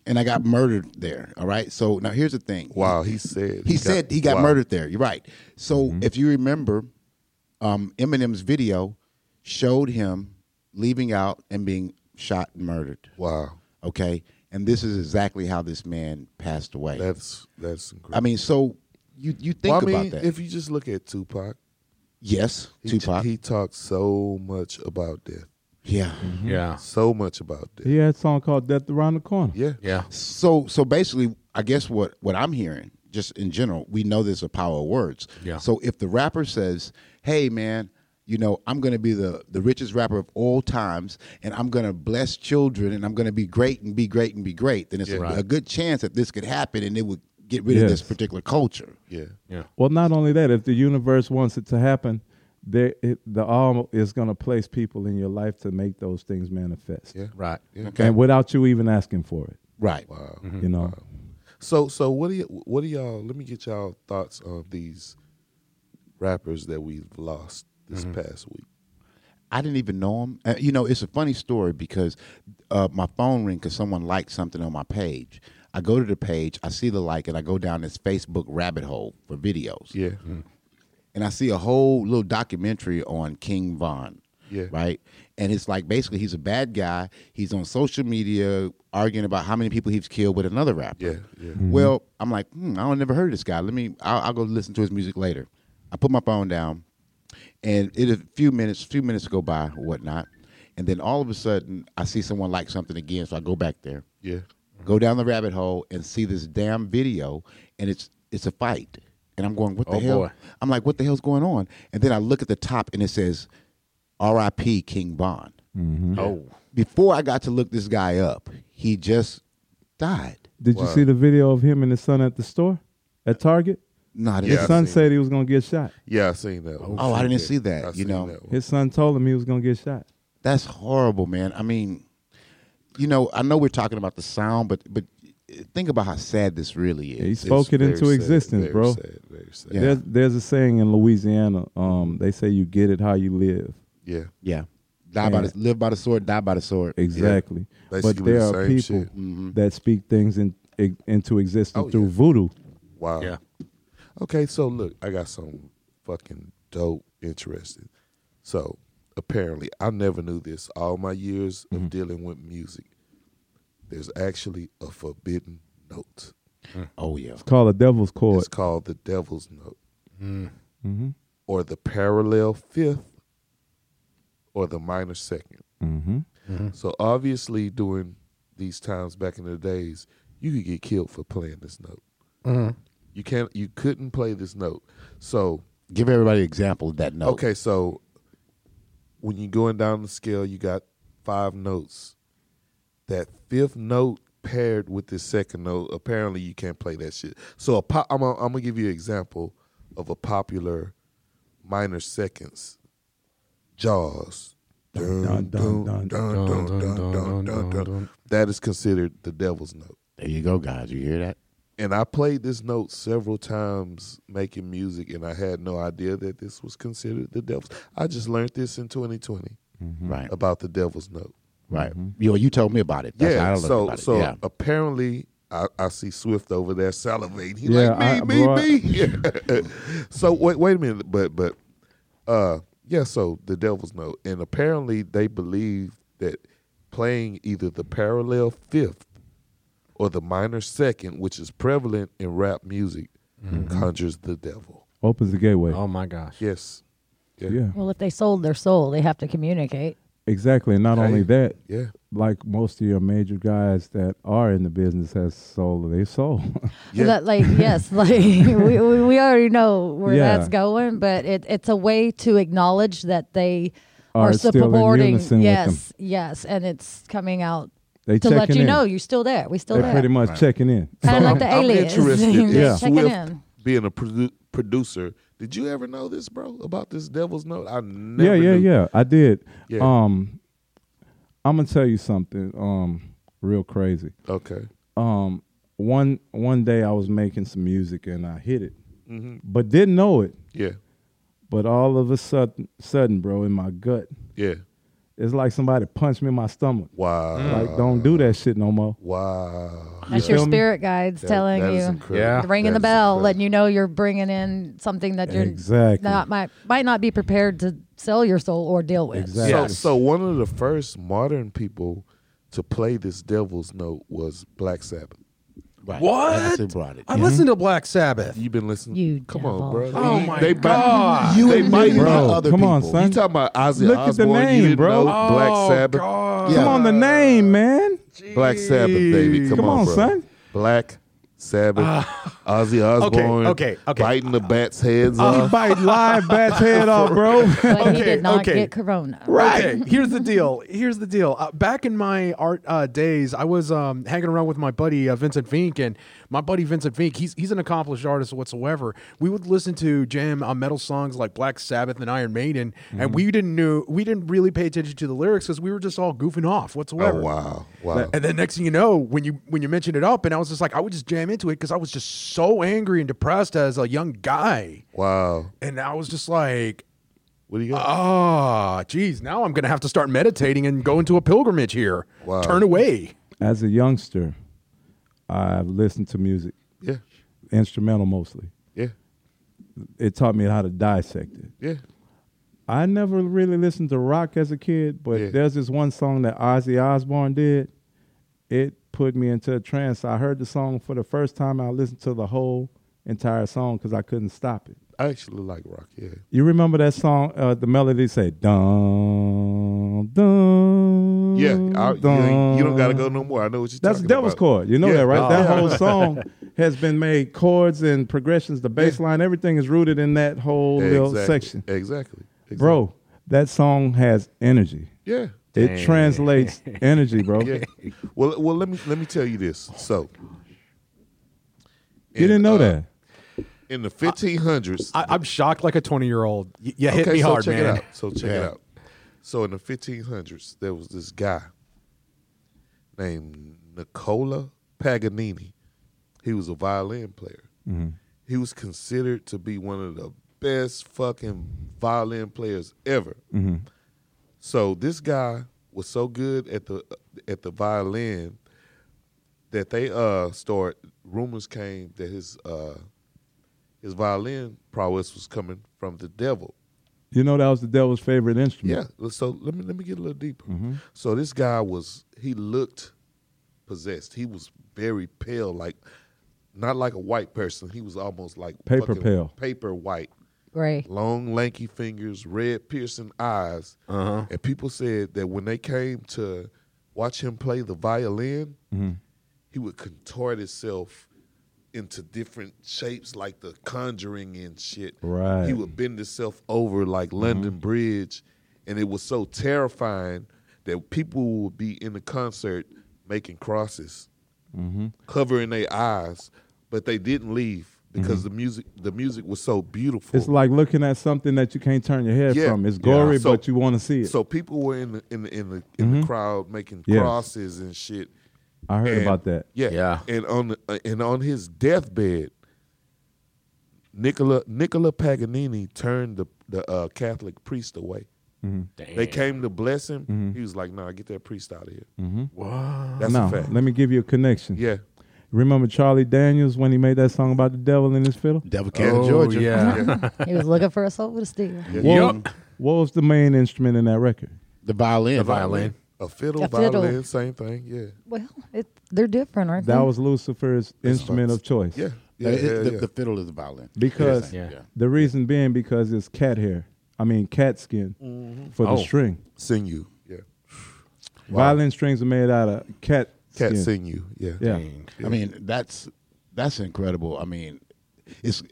Speaker 1: and I got murdered there, all right? So now here's the thing.
Speaker 7: Wow, he said.
Speaker 1: He, said he got
Speaker 7: wow. Mm-hmm.
Speaker 1: murdered there. You're right. So if you remember, um, Eminem's video showed him leaving out and being shot and murdered,
Speaker 7: Wow.
Speaker 1: okay? And this is exactly how this man passed away.
Speaker 7: That's that's incredible.
Speaker 1: I mean, so you you think
Speaker 7: Well, I mean,
Speaker 1: about that?
Speaker 7: if you just look at Tupac,
Speaker 1: yes,
Speaker 7: he,
Speaker 1: Tupac.
Speaker 7: he talked so much about death,
Speaker 1: yeah.
Speaker 7: Mm-hmm.
Speaker 9: yeah
Speaker 7: so much about death.
Speaker 3: He had a song called Death Around the Corner.
Speaker 7: Yeah,
Speaker 9: yeah
Speaker 1: So so basically, I guess what what I'm hearing, just in general, we know there's a power of words.
Speaker 9: Yeah.
Speaker 1: So if the rapper says, "Hey, man." You know, I'm gonna be the, the richest rapper of all times, and I'm gonna bless children, and I'm gonna be great and be great and be great. Then it's a, a good chance that this could happen, and it would get rid of this
Speaker 3: Yes.
Speaker 1: particular culture.
Speaker 7: Yeah.
Speaker 9: Yeah.
Speaker 3: Well, not only that, if the universe wants it to happen, there it, the all is going to place people in your life to make those things manifest.
Speaker 7: Yeah.
Speaker 9: Right.
Speaker 1: Okay.
Speaker 3: And without you even asking for it,
Speaker 1: right.
Speaker 7: Mm-hmm.
Speaker 3: you know.
Speaker 7: So so what do you what do y'all let me get y'all thoughts on these rappers that we've lost this
Speaker 1: Mm-hmm.
Speaker 7: past week.
Speaker 1: I didn't even know him. Uh, you know, it's a funny story because uh, my phone ring because someone liked something on my page. I go to the page, I see the like, and I go down this Facebook rabbit hole for videos.
Speaker 7: Yeah.
Speaker 1: and I see a whole little documentary on King Von.
Speaker 7: Yeah.
Speaker 1: Right. And it's like basically he's a bad guy. He's on social media arguing about how many people he's killed with another rapper.
Speaker 7: Yeah, yeah.
Speaker 1: Well, I'm like, hmm, I don't never heard of this guy. Let me, I'll, I'll go listen to his music later. I put my phone down, and it a few minutes, few minutes go by, or whatnot, and then all of a sudden I see someone like something again, so I go back there,
Speaker 7: Yeah.
Speaker 1: go down the rabbit hole, and see this damn video, and it's it's a fight, and I'm going, what the
Speaker 9: Oh,
Speaker 1: hell?
Speaker 9: boy.
Speaker 1: I'm like, what the hell's going on? And then I look at the top, and it says, R.I.P. King Bond.
Speaker 9: Oh.
Speaker 1: Before I got to look this guy up, he just died.
Speaker 3: Did you see the video of him and his son at the store at Target?
Speaker 1: Not
Speaker 7: Yeah,
Speaker 3: his
Speaker 7: I
Speaker 3: son
Speaker 7: seen
Speaker 3: said he was going to get shot.
Speaker 7: Yeah, I seen that. one.
Speaker 1: Oh, I didn't see
Speaker 7: Yeah,
Speaker 1: that,
Speaker 7: I
Speaker 1: you
Speaker 7: seen
Speaker 1: know.
Speaker 7: that one.
Speaker 3: His son told him he was going to get shot.
Speaker 1: That's horrible, man. I mean, you know, I know we're talking about the sound, but but think about how sad this really
Speaker 3: He
Speaker 1: is.
Speaker 3: spoke it
Speaker 7: Very
Speaker 3: into
Speaker 7: sad,
Speaker 3: existence,
Speaker 7: very
Speaker 3: bro.
Speaker 7: sad, very sad.
Speaker 1: Yeah.
Speaker 3: There's there's a saying in Louisiana. Um, they say you get it how you live.
Speaker 7: Yeah.
Speaker 1: Yeah, die by the, live by the sword, die by the sword.
Speaker 3: Exactly. But
Speaker 7: Basically
Speaker 3: there
Speaker 7: the
Speaker 3: are
Speaker 7: same
Speaker 3: people
Speaker 7: shit.
Speaker 3: that speak things in, i- into existence
Speaker 7: Oh,
Speaker 3: through
Speaker 7: yeah.
Speaker 3: voodoo.
Speaker 7: Wow. Yeah. Okay, so look, I got some fucking dope, interesting. So apparently, I never knew this. All my years
Speaker 3: Mm-hmm.
Speaker 7: of dealing with music, there's actually a forbidden note.
Speaker 1: Oh yeah,
Speaker 3: It's called a devil's chord.
Speaker 7: It's called the devil's note,
Speaker 1: Mm.
Speaker 3: Mm-hmm.
Speaker 7: or the parallel fifth, or the minor 2nd
Speaker 3: Mm-hmm.
Speaker 7: So obviously, during these times back in the days, you could get killed for playing this note. You can't. You couldn't play this note. So
Speaker 1: give everybody an example of that note.
Speaker 7: Okay, so when you're going down the scale, you got five notes. That fifth note paired with this second note, apparently you can't play that shit. So a pop, I'm, gonna- I'm gonna give you an example of a popular minor seconds. Jaws. Dun,
Speaker 3: Dun, dun,
Speaker 7: dun,
Speaker 3: dun,
Speaker 7: dun, dun, dun, dun, dun, dun. That is considered the devil's note
Speaker 1: there you go, guys. You hear that?
Speaker 7: and I played this note several times making music, and I had no idea that this was considered the devil's. I just learned this in 2020
Speaker 1: Right,
Speaker 7: about the devil's note.
Speaker 1: right. You you told me about it. That's how I
Speaker 7: yeah,
Speaker 1: learned
Speaker 7: so
Speaker 1: about it.
Speaker 7: so
Speaker 1: yeah.
Speaker 7: apparently I, I see Swift over there salivating. He
Speaker 3: Yeah,
Speaker 7: like me, me,
Speaker 3: I- bro, I-
Speaker 7: me. [laughs] so wait, wait a minute, but but uh, yeah. So the devil's note, and apparently they believe that playing either the parallel fifth or the minor second, which is prevalent in rap music,
Speaker 1: Mm-hmm.
Speaker 7: conjures the devil.
Speaker 3: Opens the gateway.
Speaker 9: Oh my gosh.
Speaker 7: Yes.
Speaker 3: yeah.
Speaker 4: Well, if they sold their soul, they have to communicate.
Speaker 3: Exactly. And not only
Speaker 7: Hey.
Speaker 3: that,
Speaker 7: Yeah.
Speaker 3: like most of your major guys that are in the business has sold their soul. [laughs]
Speaker 7: Yeah.
Speaker 4: That, like yes, [laughs] like we, we we already know where
Speaker 3: Yeah.
Speaker 4: that's going, but it, it's a way to acknowledge that they
Speaker 3: Are
Speaker 4: are,
Speaker 3: still in
Speaker 4: supporting.
Speaker 3: unison with
Speaker 4: yes,
Speaker 3: them.
Speaker 4: yes, and it's coming out
Speaker 3: they
Speaker 4: to
Speaker 3: checking
Speaker 4: let you
Speaker 3: in.
Speaker 4: know you're still there. We still
Speaker 3: They
Speaker 4: there.
Speaker 3: pretty much checking in.
Speaker 4: kind of like the
Speaker 7: I'm [laughs]
Speaker 4: aliens. [laughs]
Speaker 7: interested in
Speaker 4: They're
Speaker 3: Yeah.
Speaker 4: checking
Speaker 7: Swift
Speaker 4: in.
Speaker 7: being a produ- producer. Did you ever know this, bro, about this Devil's Note? I never.
Speaker 3: Yeah, yeah,
Speaker 7: knew.
Speaker 3: yeah. I did.
Speaker 7: Yeah.
Speaker 3: Um, I'm gonna tell you something. Um, real crazy.
Speaker 7: Okay.
Speaker 3: um one one day I was making some music and I hit it,
Speaker 7: Mm-hmm.
Speaker 3: but didn't know it.
Speaker 7: Yeah.
Speaker 3: But all of a sudden, sudden, bro, in my gut,
Speaker 7: Yeah.
Speaker 3: it's like somebody punched me in my stomach.
Speaker 7: Wow.
Speaker 3: Like, don't do that shit no more.
Speaker 7: Wow.
Speaker 4: That's
Speaker 3: You
Speaker 4: your
Speaker 3: feel me?
Speaker 4: spirit guides
Speaker 7: That-
Speaker 4: [laughs] telling
Speaker 7: that
Speaker 4: you,
Speaker 7: is incredible.
Speaker 9: Yeah.
Speaker 4: ringing
Speaker 7: That
Speaker 4: the
Speaker 7: is
Speaker 4: bell,
Speaker 7: incredible.
Speaker 4: letting you know you're bringing in something that you're
Speaker 3: Exactly.
Speaker 4: not might might not be prepared to sell your soul or deal with.
Speaker 3: Exactly.
Speaker 7: So, so one of the first modern people to play this Devil's Note was Black Sabbath.
Speaker 1: right.
Speaker 9: What?
Speaker 1: That's who brought it.
Speaker 9: I listened to Black Sabbath.
Speaker 7: You been listening?
Speaker 4: You
Speaker 7: come
Speaker 4: devil.
Speaker 7: on, bro.
Speaker 9: Oh
Speaker 7: They-
Speaker 9: my
Speaker 7: they
Speaker 9: God.
Speaker 7: you
Speaker 1: and me,
Speaker 7: you
Speaker 1: bro.
Speaker 7: other
Speaker 3: come on,
Speaker 1: people.
Speaker 3: son.
Speaker 7: talking about Ozzy
Speaker 3: Look at the
Speaker 7: Osbourne?
Speaker 3: name,
Speaker 7: you didn't Know
Speaker 3: bro.
Speaker 7: Black
Speaker 9: Oh,
Speaker 7: Sabbath.
Speaker 9: God.
Speaker 7: Yeah.
Speaker 3: uh, Come on, the name, man.
Speaker 7: Black Sabbath, baby. Come,
Speaker 3: Come on, Uh,
Speaker 7: bro.
Speaker 3: son.
Speaker 7: Black Sabbath.
Speaker 3: [laughs]
Speaker 7: Ozzy Osbourne
Speaker 9: okay, okay.
Speaker 7: biting the bats' heads
Speaker 3: I'm
Speaker 7: off.
Speaker 3: biting live
Speaker 7: [laughs]
Speaker 3: bat's head off, bro.
Speaker 4: But he
Speaker 9: Okay,
Speaker 4: did not
Speaker 9: okay.
Speaker 4: get corona.
Speaker 9: Right. Here's the deal. Here's the deal. Uh, back in my art uh, days, I was um, hanging around with my buddy uh, Vincent Vink, and my buddy Vincent Vink, he's he's an accomplished artist whatsoever. We would listen to jam on metal songs like Black Sabbath and Iron Maiden, and we didn't know we didn't really pay attention to the lyrics because we were just all goofing off
Speaker 7: Oh
Speaker 9: whatsoever.
Speaker 7: wow, wow.
Speaker 9: And then next thing you know, when you when you mentioned it up, and I was just like, I would just jam into it because I was just so angry and depressed as a young guy,
Speaker 7: Wow.
Speaker 9: and I was just like,
Speaker 7: What do you
Speaker 3: Uh,
Speaker 7: got?
Speaker 9: Ah, geez. Now I'm going to have to start meditating and go into a pilgrimage here.
Speaker 7: Wow.
Speaker 9: Turn away.
Speaker 3: As a youngster, I've listened to music,
Speaker 7: yeah,
Speaker 3: instrumental mostly.
Speaker 7: yeah,
Speaker 3: It taught me how to dissect it.
Speaker 7: yeah.
Speaker 3: I never really listened to rock as a kid, but
Speaker 7: Yeah.
Speaker 3: there's this one song that Ozzy Osbourne did. It put me into a trance. I heard the song for the first time. I listened to the whole entire song because I couldn't stop it.
Speaker 7: I actually like rock. Yeah,
Speaker 3: You remember that song? Uh, the melody say dum dum.
Speaker 7: yeah. I, you, ain't- you don't gotta go no more. I know what you're
Speaker 3: That's
Speaker 7: talking
Speaker 3: the devil's
Speaker 7: about.
Speaker 3: chord. You know
Speaker 7: Yeah.
Speaker 3: that, right?
Speaker 7: Oh,
Speaker 3: that
Speaker 7: yeah. [laughs]
Speaker 3: whole song has been made chords and progressions. The bass line, everything is rooted in that whole little
Speaker 7: Exactly,
Speaker 3: section.
Speaker 7: Exactly. exactly.
Speaker 3: Bro, that song has energy.
Speaker 7: Yeah. [laughs]
Speaker 3: It translates energy, bro. [laughs]
Speaker 7: Yeah. well, well. Let me let me tell you this. So. uh,
Speaker 3: You didn't know
Speaker 2: uh,
Speaker 3: that.
Speaker 7: In the 1500s,
Speaker 9: I, I'm shocked like a 20 year old. Y- you hit me
Speaker 7: so
Speaker 9: hard,
Speaker 7: check
Speaker 9: man.
Speaker 7: It out. So check it out. So in the 1500s, there was this guy named Nicola Paganini. He was a violin player.
Speaker 9: Mm-hmm.
Speaker 7: He was considered to be one of the best fucking violin players ever.
Speaker 9: Mm-hmm.
Speaker 7: So this guy was so good at the at the violin that they uh start rumors came that his uh his violin prowess was coming from the devil.
Speaker 3: You know that was the devil's favorite
Speaker 7: Yeah.
Speaker 3: instrument.
Speaker 7: So let me let me get a little deeper.
Speaker 3: Mm-hmm.
Speaker 7: So this guy was he looked possessed. He was very pale, like not like a white person. He was almost like
Speaker 3: Paper
Speaker 7: fucking
Speaker 3: pale.
Speaker 7: paper white.
Speaker 4: Gray.
Speaker 7: Long lanky fingers, red piercing eyes,
Speaker 3: Uh-huh.
Speaker 7: and people said that when they came to watch him play the violin,
Speaker 3: Mm-hmm.
Speaker 7: he would contort himself into different shapes, like the Conjuring and shit.
Speaker 3: Right. Mm-hmm.
Speaker 7: He would bend itself over like London Bridge, and it was so terrifying that people would be in the concert making crosses,
Speaker 3: Mm-hmm.
Speaker 7: covering their eyes, but they didn't leave because the music the music was so beautiful.
Speaker 3: Mm-hmm. It's like looking at something that you can't turn your head
Speaker 7: Yeah.
Speaker 3: from. It's
Speaker 7: Yeah.
Speaker 3: gory,
Speaker 7: So-
Speaker 3: but you want to see it.
Speaker 7: so people were in the in the in the, in the crowd making
Speaker 3: Mm-hmm. Yes.
Speaker 7: crosses and shit.
Speaker 3: I heard
Speaker 7: And-
Speaker 3: about that.
Speaker 7: Yeah,
Speaker 9: Yeah.
Speaker 7: And on the, uh, and on his deathbed, Nicola Nicola Paganini turned the the uh, Catholic priest away.
Speaker 3: Mm-hmm.
Speaker 7: They came to bless him. He was like, "Nah, get that priest out of here."
Speaker 3: Mm-hmm.
Speaker 7: Wow, that's
Speaker 3: now,
Speaker 7: a fact.
Speaker 3: let me give you a connection.
Speaker 7: yeah,
Speaker 3: Remember Charlie Daniels when he made that song about the devil in his fiddle?
Speaker 1: Devil Cat of Georgia.
Speaker 7: yeah,
Speaker 4: He was looking for a soul to steal.
Speaker 3: What, what was the main instrument in that record?
Speaker 1: The violin. The
Speaker 9: Violin.
Speaker 7: a fiddle,
Speaker 4: A fiddle.
Speaker 7: violin, same thing. Yeah,
Speaker 4: Well, it, they're different, aren't
Speaker 3: That
Speaker 4: they?
Speaker 3: was Lucifer's instrument of choice.
Speaker 7: Hmm. yeah, yeah,
Speaker 1: Yeah,
Speaker 7: yeah,
Speaker 1: it- the,
Speaker 7: yeah.
Speaker 1: the fiddle is the violin.
Speaker 3: Because
Speaker 1: Yeah.
Speaker 3: the reason being because it's cat hair. I mean cat skin
Speaker 7: Mm-hmm.
Speaker 3: for
Speaker 9: Oh.
Speaker 3: the string.
Speaker 7: sing you, yeah,
Speaker 3: Violin strings are made out of cat
Speaker 7: cat
Speaker 3: skin.
Speaker 7: sing you, yeah,
Speaker 3: Yeah.
Speaker 1: I mean, that's that's incredible. I mean, it's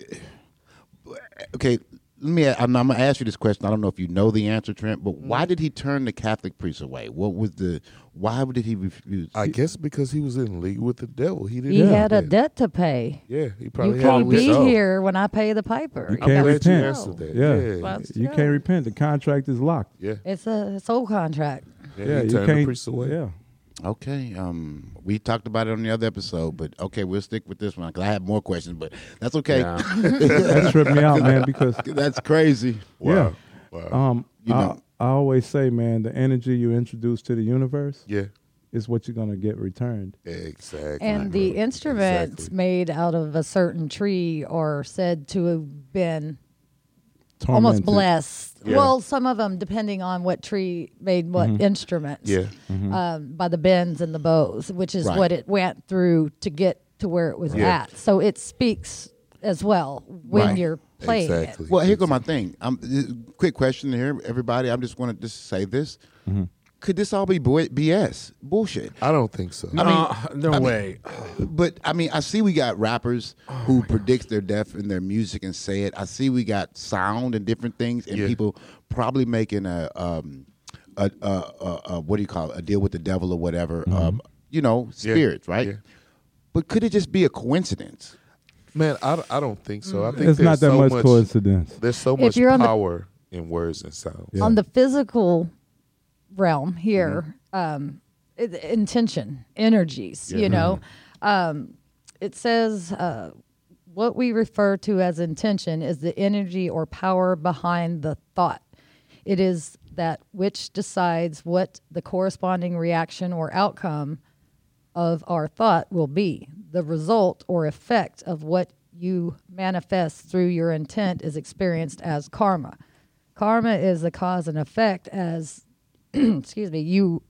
Speaker 1: okay. Let me. I'm, I'm gonna ask you this question. I don't know if you know the answer, Trent, but why did he turn the Catholic priest away? What was the? Why did he refuse?
Speaker 7: I guess because he was in league with the devil, he didn't.
Speaker 4: He
Speaker 7: know
Speaker 4: had a
Speaker 7: that.
Speaker 4: debt to pay.
Speaker 7: Yeah, he
Speaker 4: You
Speaker 7: probably had
Speaker 4: can't
Speaker 7: it with
Speaker 4: be
Speaker 7: us.
Speaker 4: here when I pay the piper.
Speaker 3: You
Speaker 4: You
Speaker 3: can't
Speaker 4: gotta
Speaker 7: Glad you
Speaker 3: repent.
Speaker 4: know.
Speaker 7: answered that.
Speaker 3: Yeah.
Speaker 7: Yeah,
Speaker 4: That's
Speaker 3: You
Speaker 4: true.
Speaker 3: can't repent. The contract is locked.
Speaker 7: yeah.
Speaker 4: It's a soul contract.
Speaker 7: yeah.
Speaker 3: Yeah,
Speaker 7: he
Speaker 3: you
Speaker 7: turned the
Speaker 3: can't-
Speaker 7: priest away.
Speaker 3: Yeah.
Speaker 1: Okay. Um, we talked about it on the other episode, but okay, we'll stick with this one because I have more questions, but that's okay.
Speaker 3: That tripped me out, man, because
Speaker 1: [laughs] that's crazy.
Speaker 3: yeah. Um
Speaker 1: You
Speaker 3: I-
Speaker 1: know.
Speaker 3: I, always say, man, the energy you introduce to the universe
Speaker 7: Yeah,
Speaker 3: is what you're gonna get returned.
Speaker 7: exactly.
Speaker 4: And the
Speaker 7: bro.
Speaker 4: instruments
Speaker 7: Exactly.
Speaker 4: made out of a certain tree are said to have been almost
Speaker 3: Tormented.
Speaker 4: blessed.
Speaker 7: Yeah. Mm-hmm.
Speaker 4: Well, some of them, depending on what tree made what instruments,
Speaker 7: Yeah, Mm-hmm.
Speaker 4: um, by the bends and the bows, which is
Speaker 1: Right.
Speaker 4: what it went through to get to where it was
Speaker 7: Yeah.
Speaker 4: at. So it speaks as well when
Speaker 1: Right.
Speaker 4: you're playing
Speaker 7: exactly.
Speaker 1: uh, Well, here goes my thing. Um, th- quick question here, everybody. I'm just going to just say this. could this all be bu- BS bullshit?
Speaker 2: I don't think so.
Speaker 9: No, Uh, no way.
Speaker 1: But I mean, I see we got rappers who predicts their death in their music and say it. I see we got sound and different things, and
Speaker 2: Yeah.
Speaker 1: people probably making a, um, a, a, a, a what do you call it? A deal with the devil or whatever. Um, you know, spirits, right?
Speaker 2: yeah.
Speaker 1: But could it just be a coincidence?
Speaker 2: Man, I, I don't think so. I think
Speaker 3: Mm. It's
Speaker 2: there's
Speaker 3: not that
Speaker 2: so
Speaker 3: much coincidence.
Speaker 2: There's so
Speaker 4: If
Speaker 2: much
Speaker 4: you're on the-
Speaker 2: power in words and sounds.
Speaker 3: Yeah.
Speaker 4: on the physical realm here um i- the intention energies you know um it says uh what we refer to as intention is the energy or power behind the thought it is that which decides what the corresponding reaction or outcome of our thought will be. The result or effect of what you manifest through your intent is experienced as karma. Karma is the cause and effect as [clears throat] excuse me, you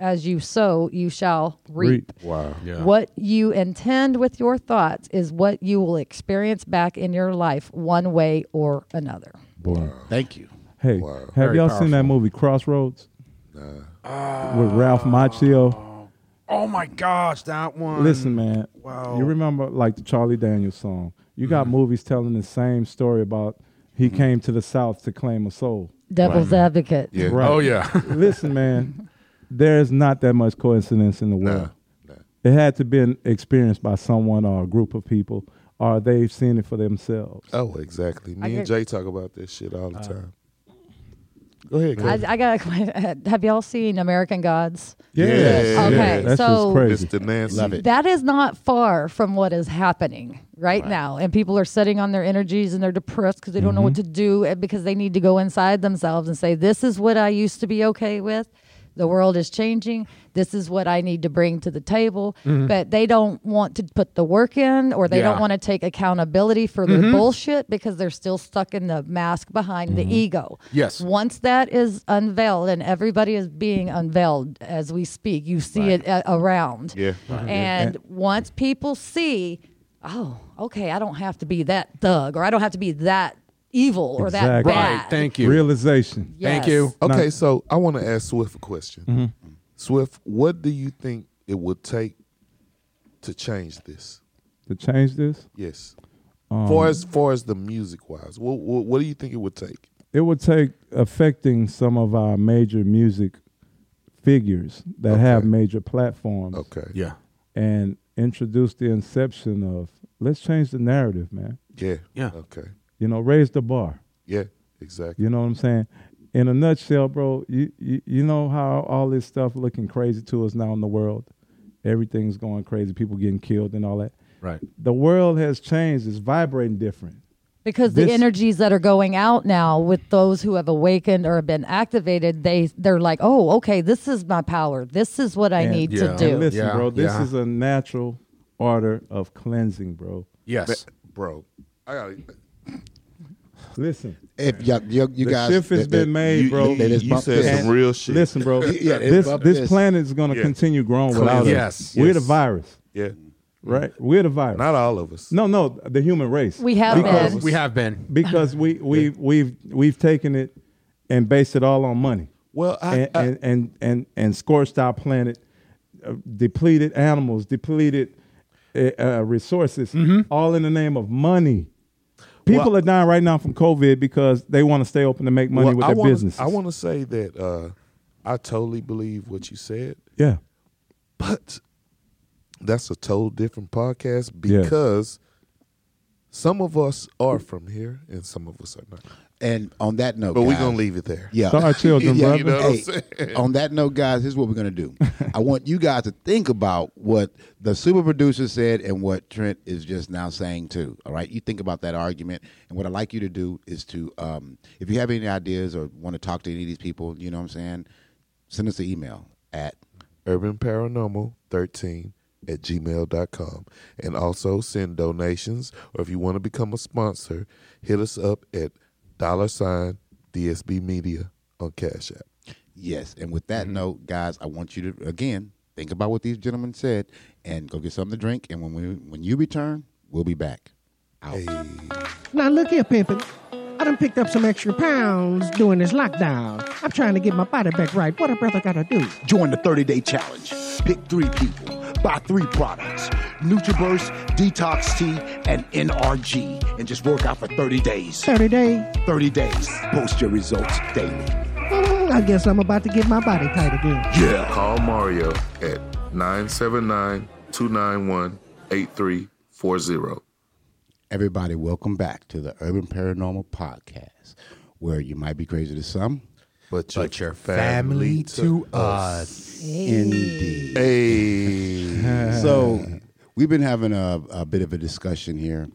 Speaker 4: as you sow, you shall reap.
Speaker 3: Reap.
Speaker 2: Wow.
Speaker 4: What you intend with your thoughts is what you will experience back in your life one way or another.
Speaker 3: Boy.
Speaker 1: Thank you.
Speaker 3: Hey, have
Speaker 9: Very
Speaker 3: y'all seen that
Speaker 9: powerful.
Speaker 3: movie Crossroads? With Ralph Macchio.
Speaker 9: Oh my gosh, that one.
Speaker 3: Listen, man.
Speaker 9: wow.
Speaker 3: You remember like the Charlie Daniels song? You got movies telling the same story about he came to the South to claim a soul.
Speaker 4: Devil's advocate.
Speaker 2: Yeah.
Speaker 3: Right.
Speaker 9: Oh yeah.
Speaker 3: [laughs] Listen, man. There is not that much coincidence in the world. It had to been experienced by someone or a group of people, or they've seen it for themselves.
Speaker 2: Oh, exactly. Me
Speaker 4: I
Speaker 2: and
Speaker 4: get-
Speaker 2: Jay talk about this shit all the
Speaker 3: Uh,
Speaker 2: time. Go ahead,
Speaker 4: I,
Speaker 2: Kevin.
Speaker 4: I got. [laughs] Have y'all seen American Gods?
Speaker 2: Yes.
Speaker 4: Okay,
Speaker 3: that's
Speaker 4: so-
Speaker 3: just crazy.
Speaker 2: It's the Nancy.
Speaker 1: Love it.
Speaker 4: That is not far from what is happening right, now. And people are sitting on their energies and they're depressed because they don't know what to do and because they need to go inside themselves and say, This is what I used to be okay with. The world is changing. This is what I need to bring to the table. But they don't want to put the work in or they
Speaker 9: Yeah.
Speaker 4: don't want to take accountability for their bullshit because they're still stuck in the mask behind the ego.
Speaker 9: Yes.
Speaker 4: Once that is unveiled and everybody is being unveiled as we speak, you see it uh, around.
Speaker 2: Yeah.
Speaker 4: And once people see, oh, okay, I don't have to be that thug or I don't have to be that evil or that
Speaker 3: Exactly.
Speaker 4: bad.
Speaker 9: Right. Thank you.
Speaker 3: Realization.
Speaker 9: Thank you.
Speaker 2: Okay, so I want to ask Swift a question.
Speaker 3: Mm-hmm.
Speaker 2: Swift, what do you think it would take to change this?
Speaker 3: To change this,
Speaker 2: Yes.
Speaker 3: Um,
Speaker 2: far as far as the music wise, what, what what do you think it would take?
Speaker 3: it would take affecting some of our major music figures that have
Speaker 2: Okay.
Speaker 3: major platforms
Speaker 2: Okay.
Speaker 9: Yeah.
Speaker 3: and introduce the inception of let's change the narrative, man.
Speaker 2: Yeah.
Speaker 9: Yeah.
Speaker 2: Okay.
Speaker 3: You know, raise the bar.
Speaker 2: Yeah. Exactly.
Speaker 3: You know what I'm saying? In a nutshell, bro, you, you you know how all this stuff looking crazy to us now in the world. Everything's going crazy, people getting killed and all that.
Speaker 9: Right.
Speaker 3: The world has changed, it's vibrating different.
Speaker 4: Because the
Speaker 3: This-
Speaker 4: energies that are going out now with those who have awakened or have been activated, they they're like, "Oh, okay, this is my power. This is what I
Speaker 3: And-
Speaker 4: need
Speaker 9: Yeah.
Speaker 4: to
Speaker 9: And
Speaker 4: do."
Speaker 3: And listen,
Speaker 9: Yeah,
Speaker 3: bro, this
Speaker 9: yeah.
Speaker 3: is a natural order of cleansing, bro.
Speaker 9: Yes.
Speaker 2: Bro, I got
Speaker 3: Listen,
Speaker 1: If y'all, you, you
Speaker 3: the
Speaker 1: guys,
Speaker 3: shift has
Speaker 1: that- that-
Speaker 3: been made,
Speaker 2: you,
Speaker 3: bro.
Speaker 2: You,
Speaker 1: They just
Speaker 2: you
Speaker 1: bumped
Speaker 2: said
Speaker 1: this.
Speaker 2: some real shit.
Speaker 3: Listen, bro.
Speaker 1: Yeah, they
Speaker 3: this
Speaker 1: bumped
Speaker 3: this
Speaker 1: this.
Speaker 3: planet is gonna
Speaker 2: Yeah.
Speaker 3: continue growing without us.
Speaker 9: Yes,
Speaker 3: We're
Speaker 9: yes.
Speaker 3: the virus,
Speaker 2: Yeah.
Speaker 3: right? We're the virus.
Speaker 2: Not all of us.
Speaker 3: no, no, the human race.
Speaker 4: we have
Speaker 3: Because-
Speaker 4: been.
Speaker 9: We have been.
Speaker 3: because we we we've we've taken it and based it all on money.
Speaker 2: Well, I-
Speaker 3: and,
Speaker 2: I-
Speaker 3: and, and and and scorched our planet, uh, depleted animals, depleted uh, uh, resources, all in the name of money. People
Speaker 2: Mm-hmm. Well-
Speaker 3: are dying right now from COVID because they want to stay open to make money
Speaker 2: Well,
Speaker 3: with
Speaker 2: I
Speaker 3: their
Speaker 2: wanna,
Speaker 3: business.
Speaker 2: I want to say that uh, I totally believe what you said,
Speaker 3: yeah,
Speaker 2: but that's a total different podcast
Speaker 3: Yes.
Speaker 2: because some of us are from here and some of us are not.
Speaker 1: and on that note,
Speaker 2: But we're
Speaker 1: guys,
Speaker 2: gonna leave it there.
Speaker 1: Yeah.
Speaker 2: [laughs]
Speaker 3: Sorry, children,
Speaker 2: Yeah, you
Speaker 3: brother.
Speaker 2: know what I'm
Speaker 1: Hey, on that note, guys, here's what we're gonna do. [laughs] I want you guys to think about what the super producer said and what Trent is just now saying too. All right, you think about that argument, and what I'd like you to do is to, um, if you have any ideas or want to talk to any of these people, you know what I'm saying, send us an email at
Speaker 2: Urban Paranormal 13 at gmail.com. And also send donations, or if you want to become a sponsor, hit us up at dollar sign DSB Media on Cash App.
Speaker 1: yes. And with
Speaker 2: Mm-hmm.
Speaker 1: that note, guys, I want you to again think about what these gentlemen said and go get something to drink. And when we when you return, we'll be back. Out.
Speaker 8: Now look here, Pimpin.
Speaker 9: I done picked up some extra pounds during this lockdown. I'm trying to get my body back right. What a brother gotta do?
Speaker 5: Join the 30 day challenge. Pick three people, buy three products Nutriburst, Detox Tea, and NRG, and just work out for 30 days.
Speaker 9: 30 day.
Speaker 5: 30 days. Post your results daily.
Speaker 9: Mm, I guess I'm about to get my body tight again.
Speaker 7: Yeah. Call Mario at 979 291 8340.
Speaker 1: Everybody, welcome back to the Urban Paranormal Podcast, where you might be crazy to some.
Speaker 7: But your, your
Speaker 10: Family to us.
Speaker 1: Indeed.
Speaker 7: Hey.
Speaker 1: So we've been having a, a bit of a discussion here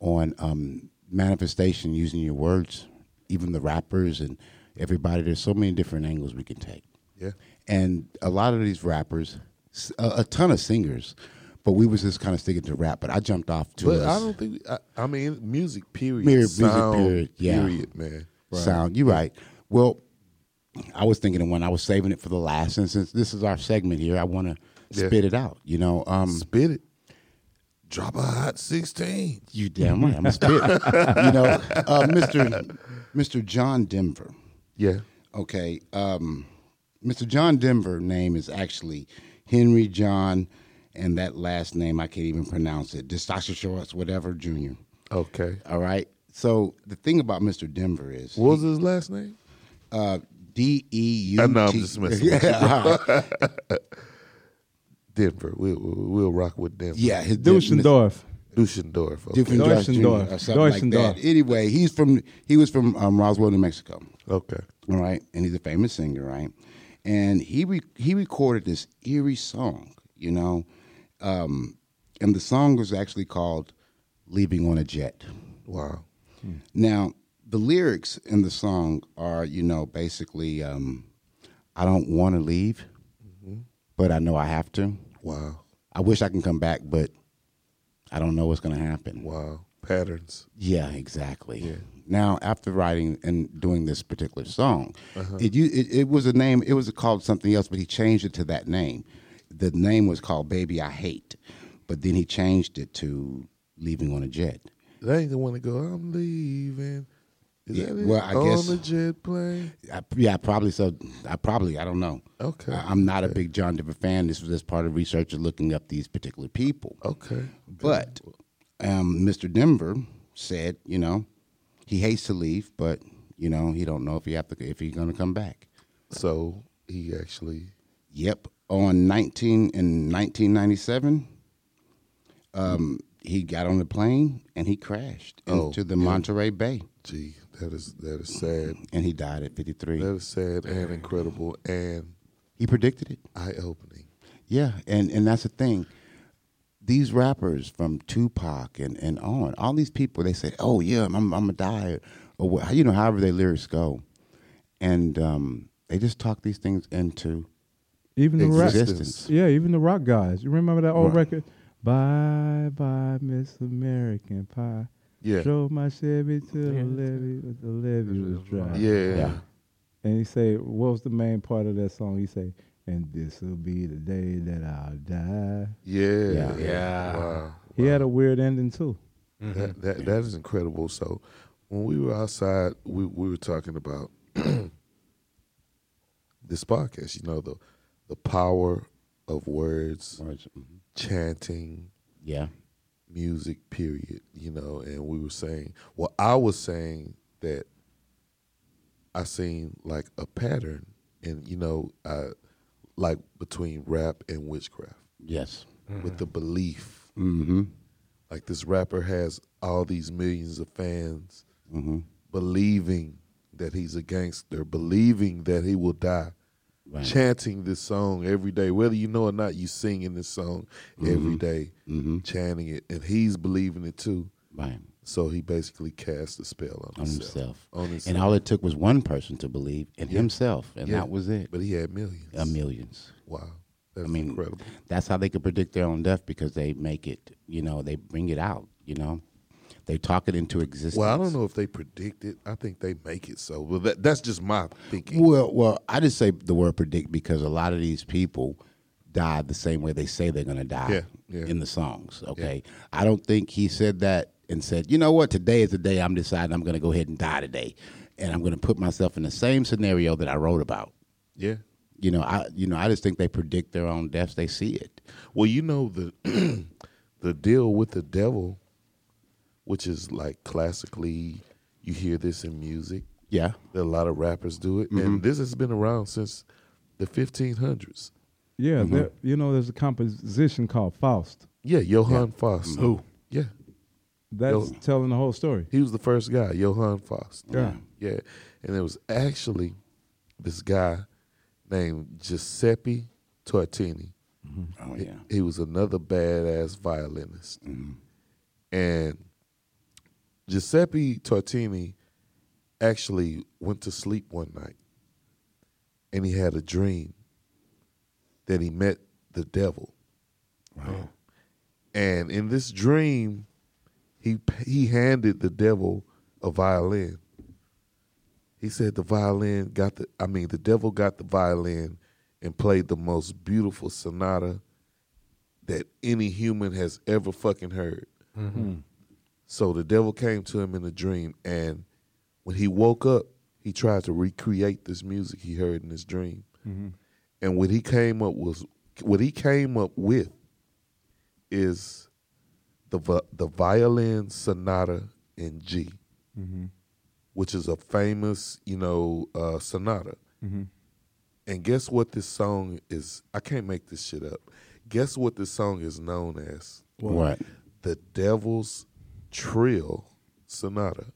Speaker 1: on um, manifestation using your words, even the rappers and everybody. There's so many different angles we can take.
Speaker 7: Yeah.
Speaker 1: And a lot of these rappers, s- a, a ton of singers, but we was just kind of sticking to rap. But I jumped off to
Speaker 7: But
Speaker 1: us.
Speaker 7: I don't think, I, I mean, music period.
Speaker 1: Mere- music
Speaker 7: sound
Speaker 1: period, yeah.
Speaker 7: Period, man.
Speaker 1: sound. You're right. Well, I was thinking of one. I was saving it for the last, and since this is our segment here, I want to
Speaker 7: Yeah.
Speaker 1: spit it out. You know, um,
Speaker 7: Spit it. Drop a hot 16.
Speaker 1: you damn right, I'm gonna [laughs] spit. it. you know, uh, Mister Mister John Denver.
Speaker 7: Yeah.
Speaker 1: Okay, um, Mister John Denver name is actually Henry John, and that last name I can't even pronounce it. Dr. Shorts, whatever Junior.
Speaker 7: Okay.
Speaker 1: All right. So the thing about Mister Denver is
Speaker 7: What was his last name?
Speaker 1: D E U.
Speaker 7: I know, Uh, I'm
Speaker 1: T-
Speaker 7: just messing with
Speaker 1: Yeah, all right.
Speaker 7: [laughs] Denver. We'll, we'll, we'll rock with Denver.
Speaker 1: Yeah, his
Speaker 3: Dushendorf.
Speaker 7: Dushendorf. Okay.
Speaker 1: Different
Speaker 3: Deutschendorf.
Speaker 1: or something like that.
Speaker 3: Deutschendorf.
Speaker 1: Anyway, he's from he was from um, Roswell, New Mexico.
Speaker 7: okay.
Speaker 1: All right, and he's a famous singer, right? And he re- he recorded this eerie song, you know, um, and the song was actually called "Leaving on a Jet."
Speaker 7: Wow.
Speaker 1: Now, the lyrics in the song are, you know, basically, um, I don't want to leave, but I know I have to.
Speaker 7: Wow.
Speaker 1: I wish I can come back, but I don't know what's going to happen.
Speaker 7: Wow. Patterns.
Speaker 1: Yeah, exactly. Now, after writing and doing this particular song, it, u- it it was a name. It was called something else, but he changed it to that name. The name was called "Baby I Hate," but then he changed it to "Leaving on a Jet."
Speaker 7: That ain't the one to go, I'm leaving. Is
Speaker 1: Yeah,
Speaker 7: that it?
Speaker 1: well, I
Speaker 7: On
Speaker 1: guess-
Speaker 7: the jet plane.
Speaker 1: I, yeah, I probably so. I probably I don't know.
Speaker 7: Okay.
Speaker 1: I, am not a big John Denver fan. This was just part of research of looking up these particular people.
Speaker 7: Okay.
Speaker 1: But um, Mr. Denver said, you know, he hates to leave, but you know he don't know if he have to if he's going to come back.
Speaker 7: So he actually.
Speaker 1: Yep. On 19 in 1997, um, he got on the plane and he crashed
Speaker 7: Oh,
Speaker 1: into the Monterey Bay
Speaker 7: Gee, that is that is sad.
Speaker 1: and he died at 53.
Speaker 7: That is sad and incredible and
Speaker 1: he predicted it.
Speaker 7: eye opening.
Speaker 1: Yeah, and and that's the thing. These rappers from Tupac and, and on, all these people, they say, "Oh yeah, I'm I'm gonna die," or what, you know, however their lyrics go, and um, they just talk these things into
Speaker 3: Even the rap.
Speaker 1: existence.
Speaker 3: Yeah, even the rock guys. You remember that old
Speaker 1: Right.
Speaker 3: record? Bye bye, Miss American Pie.
Speaker 7: Yeah.
Speaker 3: Drove my Chevy to the levee, but the levee was dry.
Speaker 7: Yeah.
Speaker 3: And he say, what was the main part of that song? He say, and this will be the day that I'll die.
Speaker 7: Yeah.
Speaker 1: Yeah.
Speaker 10: Yeah.
Speaker 7: Wow.
Speaker 3: He had a weird ending too.
Speaker 7: That, that that is incredible. So when we were outside, we, we were talking about [clears throat] this podcast, you know, the the power of words, chanting,
Speaker 1: Yeah,
Speaker 7: music period you know and we were saying well i was saying that i seen like a pattern and you know uh like between rap and witchcraft
Speaker 1: yes,
Speaker 7: with the belief
Speaker 1: mm-hmm.
Speaker 7: like this rapper has all these millions of fans
Speaker 1: Mm-hmm.
Speaker 7: believing that he's a gangster believing that he will die
Speaker 1: Right.
Speaker 7: chanting this song every day whether you know or not you singing this song every day,
Speaker 1: Mhm.
Speaker 7: chanting it and he's believing it too
Speaker 1: right
Speaker 7: so he basically cast a spell on,
Speaker 1: on himself.
Speaker 7: On himself.
Speaker 1: and all it took was one person to believe in himself, and
Speaker 7: Yeah.
Speaker 1: that was it.
Speaker 7: But he had millions.
Speaker 1: A millions.
Speaker 7: Wow. That's
Speaker 1: I mean,
Speaker 7: incredible.
Speaker 1: That's how they could predict their own death because they make it, you know, they bring it out, you know. They talk it into existence.
Speaker 7: Well, I don't know if they predict it. I think they make it so. Well, that, that's just my thinking.
Speaker 1: Well, well, I just say the word predict because a lot of these people die the same way they say they're going to die
Speaker 7: Yeah, yeah.
Speaker 1: in the songs. Okay, I don't think he said that and said, you know what, today is the day I'm deciding I'm going to go ahead and die today, and I'm going to put myself in the same scenario that I wrote about.
Speaker 7: Yeah.
Speaker 1: You know, I you know I just think they predict their own deaths. They see it.
Speaker 7: Well, you know the [clears throat] the deal with the devil, which is like classically, you hear this in music.
Speaker 1: Yeah.
Speaker 7: that a lot of rappers do it, and this has been around since the 1500s.
Speaker 3: Yeah,
Speaker 7: Mm-hmm.
Speaker 3: there, you know, there's a composition called Faust.
Speaker 7: Yeah, Johann Faust. Who? Yeah,
Speaker 3: That's
Speaker 7: Yo.
Speaker 3: telling the whole story.
Speaker 7: he was the first guy, Johann Faust.
Speaker 3: Yeah.
Speaker 7: yeah, and it was actually this guy named Giuseppe Tartini.
Speaker 1: Oh yeah.
Speaker 7: He was another badass violinist. And Giuseppe Tartini actually went to sleep one night and he had a dream that he met the devil. Wow. And in this dream, he he handed the devil a violin. He said the violin got the I mean the devil got the violin and played the most beautiful sonata that any human has ever fucking heard. So the devil came to him in a dream and when he woke up, he tried to recreate this music he heard in his dream. And what he came up was what he came up with is the vi- the violin sonata in G, which is a famous you know uh, sonata. And guess what? This song is I can't make this shit up. Guess what? This song is known as
Speaker 1: What?
Speaker 7: the Devil's Trill Sonata.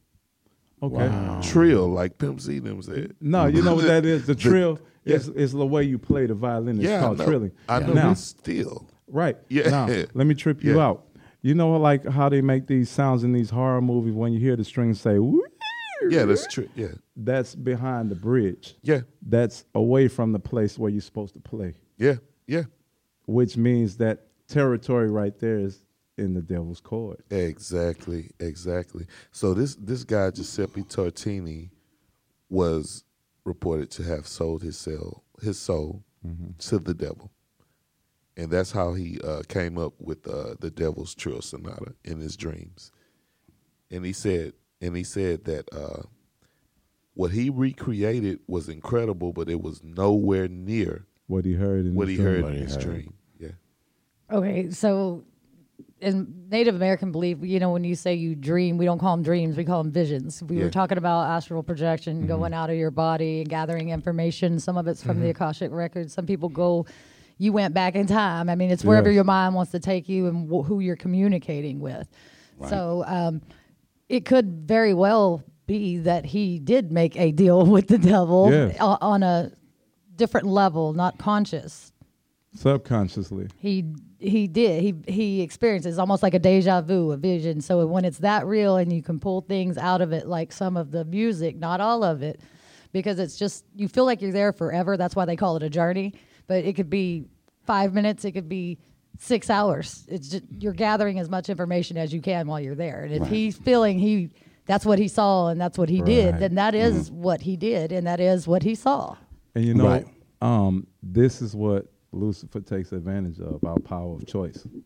Speaker 3: Okay.
Speaker 7: Trill, like Pimp C them said.
Speaker 3: Oh. No, you know what that is?
Speaker 7: [laughs]
Speaker 3: The trill is, is the way you play the violin. It's
Speaker 7: Yeah,
Speaker 3: called
Speaker 7: I know.
Speaker 3: trilling.
Speaker 7: I know
Speaker 3: Now,
Speaker 7: it's still.
Speaker 3: Right.
Speaker 7: Yeah.
Speaker 3: Now, let me trip you
Speaker 7: Yeah.
Speaker 3: out. You know, like how they make these sounds in these horror movies when you hear the strings say, "Whee!"
Speaker 7: Yeah, that's true. Yeah,
Speaker 3: that's behind the bridge.
Speaker 7: yeah,
Speaker 3: That's away from the place where you're supposed to play,
Speaker 7: yeah, yeah.
Speaker 3: which means that territory right there is in the devil's court.
Speaker 7: Exactly, exactly. So this this guy Giuseppe Tartini was reported to have sold his soul his soul to the devil, and that's how he uh, came up with uh, the Devil's Trill Sonata in his dreams. And he said, and he said that uh, what he recreated was incredible, but it was nowhere near
Speaker 3: What he heard in
Speaker 7: what
Speaker 3: the
Speaker 7: he
Speaker 3: film.
Speaker 7: heard in his dream. Yeah,
Speaker 4: Okay, so in Native American belief, you know, when you say you dream, we don't call them dreams, we call them visions. We
Speaker 7: Yeah.
Speaker 4: were talking about astral projection, going out of your body and gathering information. Some of it's from the Akashic records. Some people go, you went back in time. I mean, it's wherever
Speaker 3: Yes.
Speaker 4: your mind wants to take you and wh- who you're communicating with. So um, it could very well be that he did make a deal [laughs] with the devil
Speaker 3: Yeah.
Speaker 4: o- on a different level, not conscious
Speaker 3: Subconsciously.
Speaker 4: he he did he he experiences almost like a deja vu a vision so when it's that real and you can pull things out of it like some of the music not all of it because it's just you feel like you're there forever that's why they call it a journey but it could be five minutes it could be six hours it's just you're gathering as much information as you can while you're there and if he's feeling he that's what he saw and that's what he
Speaker 3: Right. Mm-hmm.
Speaker 4: did then that is what he did and that is what he saw
Speaker 3: And you know,
Speaker 1: Right.
Speaker 3: um, this is what Lucifer takes advantage of our power of choice. You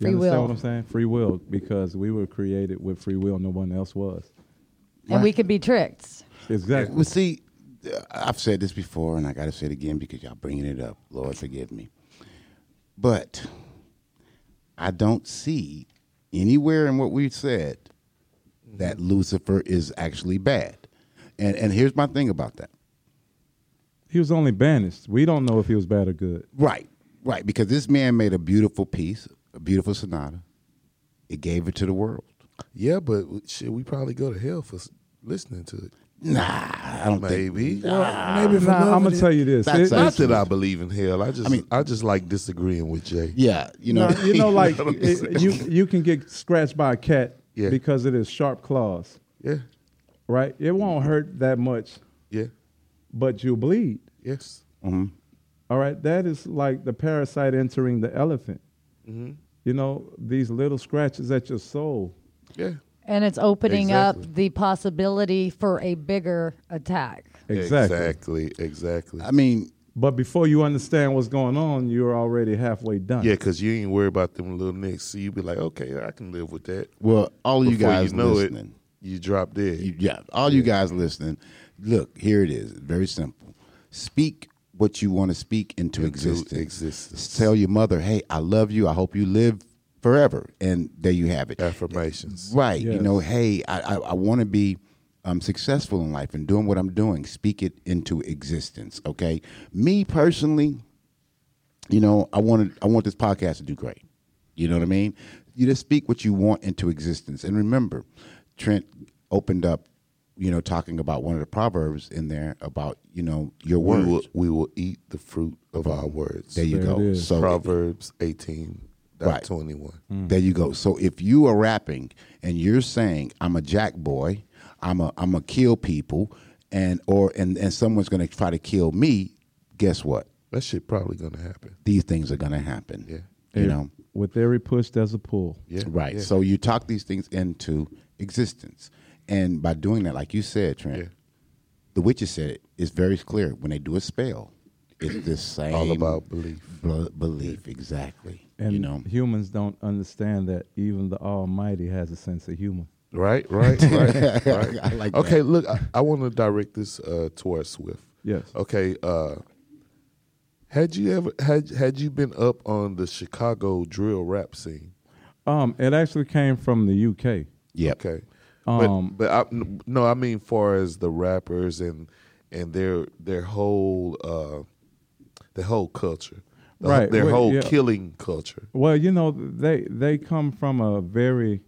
Speaker 4: Free
Speaker 3: understand
Speaker 4: will.
Speaker 3: what I'm saying? Free will, because we were created with free will, no one else was.
Speaker 4: and we could be tricked
Speaker 3: Exactly.
Speaker 1: Well, see, uh, I've said this before, and I got to say it again because y'all bringing it up. Lord, forgive me. But I don't see anywhere in what we've said that Lucifer is actually bad. And and here's my thing about that.
Speaker 3: He was only banished. We don't know if he was bad or good.
Speaker 1: Right, right, because this man made a beautiful piece, a beautiful sonata. It gave it to the world.
Speaker 7: yeah. But shit, we probably go to hell for s- listening to it.
Speaker 1: Nah, I don't think.
Speaker 7: Maybe.
Speaker 2: Maybe for
Speaker 3: Now, I'm
Speaker 2: loving
Speaker 3: gonna
Speaker 2: it.
Speaker 3: tell you this.
Speaker 1: That's
Speaker 3: It-
Speaker 7: Not
Speaker 1: That's
Speaker 7: that I believe in hell. I just I,
Speaker 1: mean-
Speaker 7: just like disagreeing with Jay.
Speaker 1: Yeah, you know,
Speaker 2: [laughs]
Speaker 3: you know, like
Speaker 7: what I'm
Speaker 3: it-
Speaker 7: saying?
Speaker 3: you you can get scratched by a cat
Speaker 7: Yeah.
Speaker 3: because it is sharp claws,
Speaker 7: [laughs] Yeah.
Speaker 3: right? It won't hurt that much,
Speaker 7: Yeah.
Speaker 3: but you'll bleed.
Speaker 7: Yes.
Speaker 1: Mm-hmm.
Speaker 3: All right, that is like the parasite entering the elephant.
Speaker 7: Mm-hmm.
Speaker 3: You know, these little scratches at your soul.
Speaker 7: Yeah.
Speaker 4: And it's opening
Speaker 7: Exactly.
Speaker 4: up the possibility for a bigger attack.
Speaker 3: Exactly.
Speaker 7: Exactly. Exactly.
Speaker 1: I mean,
Speaker 3: But before you understand what's going on, you're already halfway done.
Speaker 7: Yeah, because you ain't worried about them little nicks. So you be like, okay, I can live with that.
Speaker 1: Well, all you
Speaker 7: Before
Speaker 1: guys
Speaker 7: you know
Speaker 1: listening.
Speaker 7: it, you drop dead.
Speaker 1: You- yeah, all you guys listening, look, here it is. Very simple. Speak what you want to speak into, existence.
Speaker 7: existence.
Speaker 1: Tell your mother, hey, I love you. I hope you live forever. And there you have it.
Speaker 7: Affirmations.
Speaker 1: Right. You
Speaker 3: Yes.
Speaker 1: know, hey, I, I, I want to be um, successful in life and doing what I'm doing. Speak it into existence. Okay. Me personally, you know, I wanted I want this podcast to do great. You know what I mean? You just speak what you want into existence. And remember, Trent opened up, you know, talking about one of the proverbs in there about, you know, your
Speaker 7: We
Speaker 1: words.
Speaker 7: will, we will eat the fruit of our words.
Speaker 1: there you
Speaker 3: There it
Speaker 1: go.
Speaker 3: is.
Speaker 1: So
Speaker 7: Proverbs 18,
Speaker 1: Right.
Speaker 7: 21.
Speaker 1: There you go. So if you are rapping and you're saying, "I'm a jack boy, I'm a I'm a kill people," and or and and someone's going to try to kill me, guess what?
Speaker 7: That shit probably going to happen.
Speaker 1: These things are going to happen.
Speaker 7: Yeah.
Speaker 1: You know.
Speaker 3: With every push, there's a pull.
Speaker 7: Yeah.
Speaker 1: Right.
Speaker 7: Yeah.
Speaker 1: So you talk these things into existence, and by doing that, like you said, Trent,
Speaker 7: Yeah.
Speaker 1: the witches said it, it's very clear when they do a spell. It's the same
Speaker 7: All about belief.
Speaker 1: bl- belief exactly.
Speaker 3: And
Speaker 1: you know.
Speaker 3: humans don't understand that even the Almighty has a sense of humor.
Speaker 7: Right, right, right. right.
Speaker 1: [laughs] I like that.
Speaker 7: okay, look, I, I want to direct this uh, towards Swift.
Speaker 3: Yes.
Speaker 7: Okay. Uh, had you ever had had you been up on the Chicago drill rap scene?
Speaker 3: Um, it actually came from the UK.
Speaker 1: Yep.
Speaker 7: Okay. But
Speaker 3: Um,
Speaker 7: but I, n- no, I mean far as the rappers and and their their whole uh, the whole culture, The whole-
Speaker 3: Right,
Speaker 7: Their
Speaker 3: well,
Speaker 7: whole
Speaker 3: yeah.
Speaker 7: killing culture.
Speaker 3: Well, you know, they they come from a very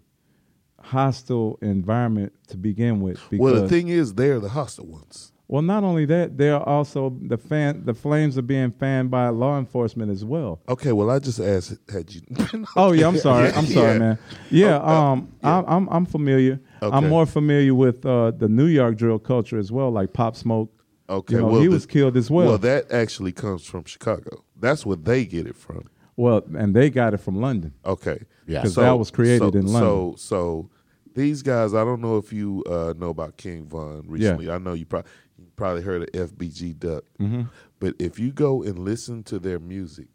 Speaker 3: hostile environment to begin with. Because,
Speaker 7: Well, the thing is, they're the hostile ones.
Speaker 3: well, not only that, they're also the fan. The flames are being fanned by law enforcement as well.
Speaker 7: Okay. Well, I just asked, had you? [laughs] been
Speaker 3: Oh yeah, I'm sorry. I'm
Speaker 7: Yeah. Oh, uh,
Speaker 3: sorry, man. Yeah, um, I, I'm I'm familiar.
Speaker 7: Okay.
Speaker 3: I'm more familiar with uh, the New York drill culture as well, like Pop Smoke.
Speaker 7: Okay,
Speaker 3: you know,
Speaker 7: well,
Speaker 3: he
Speaker 7: the-
Speaker 3: was killed as well.
Speaker 7: Well, that actually comes from Chicago. That's where they get it from.
Speaker 3: Well, and they got it from London.
Speaker 7: Okay.
Speaker 1: Yeah. 'Cause
Speaker 3: that was created
Speaker 7: so,
Speaker 3: in London.
Speaker 7: So, so these guys, I don't know if you uh, know about King Von recently. I know you probably you probably heard of FBG Duck.
Speaker 3: Mm-hmm.
Speaker 7: But if you go and listen to their music,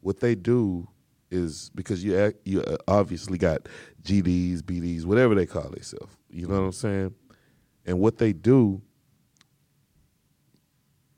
Speaker 7: what they do is because you act, you uh, obviously got GDs, BDs, whatever they call themselves. You know what I'm saying? And what they do,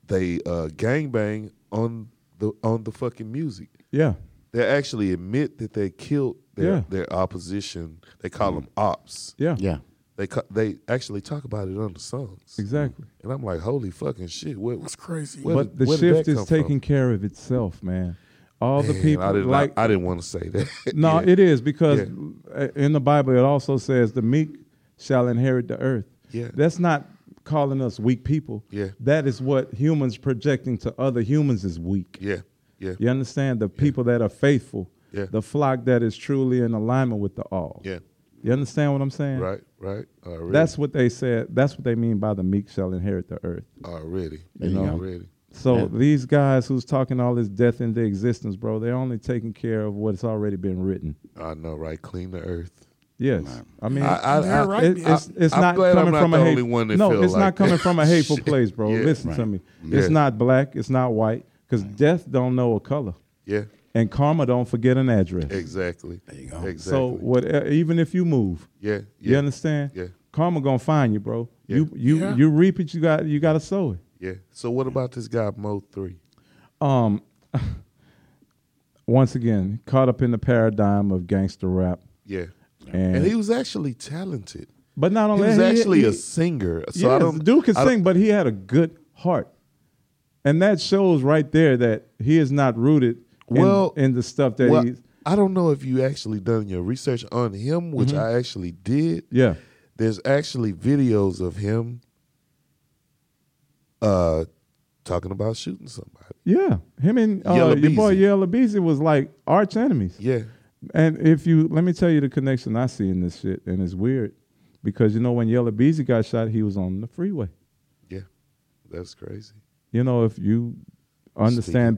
Speaker 7: they uh, gangbang on the on the fucking music
Speaker 3: Yeah,
Speaker 7: they actually admit that they killed their,
Speaker 3: Yeah. Mm.
Speaker 7: their opposition. They call them ops.
Speaker 3: yeah,
Speaker 1: Yeah.
Speaker 7: They ca- they actually talk about it on the songs.
Speaker 3: exactly.
Speaker 7: And I'm like, holy fucking shit! What
Speaker 5: That's crazy.
Speaker 7: Where did-
Speaker 3: but the
Speaker 7: where did
Speaker 3: shift
Speaker 7: that
Speaker 3: is
Speaker 7: come
Speaker 3: taking
Speaker 7: from?
Speaker 3: care of itself, man. All the
Speaker 7: Man,
Speaker 3: people
Speaker 7: I didn't
Speaker 3: like
Speaker 7: I, didn't want to say that. [laughs]
Speaker 3: no,
Speaker 7: Yeah.
Speaker 3: it is because
Speaker 7: Yeah.
Speaker 3: uh, in the Bible it also says the meek shall inherit the earth.
Speaker 7: Yeah.
Speaker 3: that's not calling us weak people.
Speaker 7: Yeah.
Speaker 3: that is what humans projecting to other humans is weak.
Speaker 7: Yeah, yeah,
Speaker 3: You understand the people that are faithful,
Speaker 7: Yeah.
Speaker 3: the flock that is truly in alignment with the all.
Speaker 7: Yeah.
Speaker 3: you understand what I'm saying?
Speaker 7: Right, right. Already,
Speaker 3: That's what they said. That's what they mean by the meek shall inherit the earth.
Speaker 7: already.
Speaker 3: There you go.
Speaker 7: already.
Speaker 3: So these guys who's talking all this death into existence, bro, they're only taking care of what's already been written.
Speaker 7: I know, right? Clean the earth.
Speaker 3: Yes, I mean,
Speaker 7: I, I,
Speaker 5: They're
Speaker 7: I,
Speaker 5: right.
Speaker 3: it- it's, it's
Speaker 7: I'm
Speaker 3: not
Speaker 7: glad I'm
Speaker 3: coming
Speaker 7: not
Speaker 3: from a
Speaker 7: the
Speaker 3: hate-
Speaker 7: only one that
Speaker 3: no,
Speaker 7: feel
Speaker 3: it's
Speaker 7: like
Speaker 3: not coming
Speaker 7: that.
Speaker 3: from a
Speaker 7: [laughs]
Speaker 3: hateful
Speaker 7: Shit.
Speaker 3: place, bro.
Speaker 7: Yeah.
Speaker 3: Listen to me.
Speaker 7: Yeah.
Speaker 3: It's not black. It's not white. Because death don't know a color,
Speaker 7: yeah,
Speaker 3: and karma don't forget an address.
Speaker 7: exactly. There you go. Exactly.
Speaker 3: So what? uh, Even if you move,
Speaker 7: Yeah,
Speaker 3: you
Speaker 7: yeah,
Speaker 3: understand.
Speaker 7: yeah.
Speaker 3: Karma gonna find you, bro.
Speaker 7: Yeah.
Speaker 3: You you
Speaker 5: Yeah.
Speaker 3: you reap it. You got you got to sow it.
Speaker 7: Yeah. So what about this guy Mo Three?
Speaker 3: Um, once again, caught up in the paradigm of gangster rap,
Speaker 7: Yeah.
Speaker 3: and,
Speaker 7: and he was actually talented.
Speaker 3: but not
Speaker 7: He
Speaker 3: only
Speaker 7: was
Speaker 3: that, he-
Speaker 7: actually
Speaker 3: he-
Speaker 7: a singer. So I
Speaker 3: yes,
Speaker 7: don't,
Speaker 3: the dude can
Speaker 7: I don't-
Speaker 3: sing, but he had a good heart, and that shows right there that he is not rooted in,
Speaker 7: Well,
Speaker 3: in the stuff that
Speaker 7: well,
Speaker 3: he's.
Speaker 7: I don't know if you actually done your research on him, which I actually did.
Speaker 3: Mm-hmm. Yeah.
Speaker 7: There's actually videos of him uh talking about shooting somebody.
Speaker 3: Yeah, him and uh,
Speaker 7: Yella
Speaker 3: your boy
Speaker 7: Beezy.
Speaker 3: Yella Beezy was like arch enemies.
Speaker 7: Yeah.
Speaker 3: And if you let me tell you the connection I see in this shit, and it's weird because you know when Yellow Beezy got shot, he was on the freeway.
Speaker 7: Yeah. That's crazy.
Speaker 3: You know, if you understand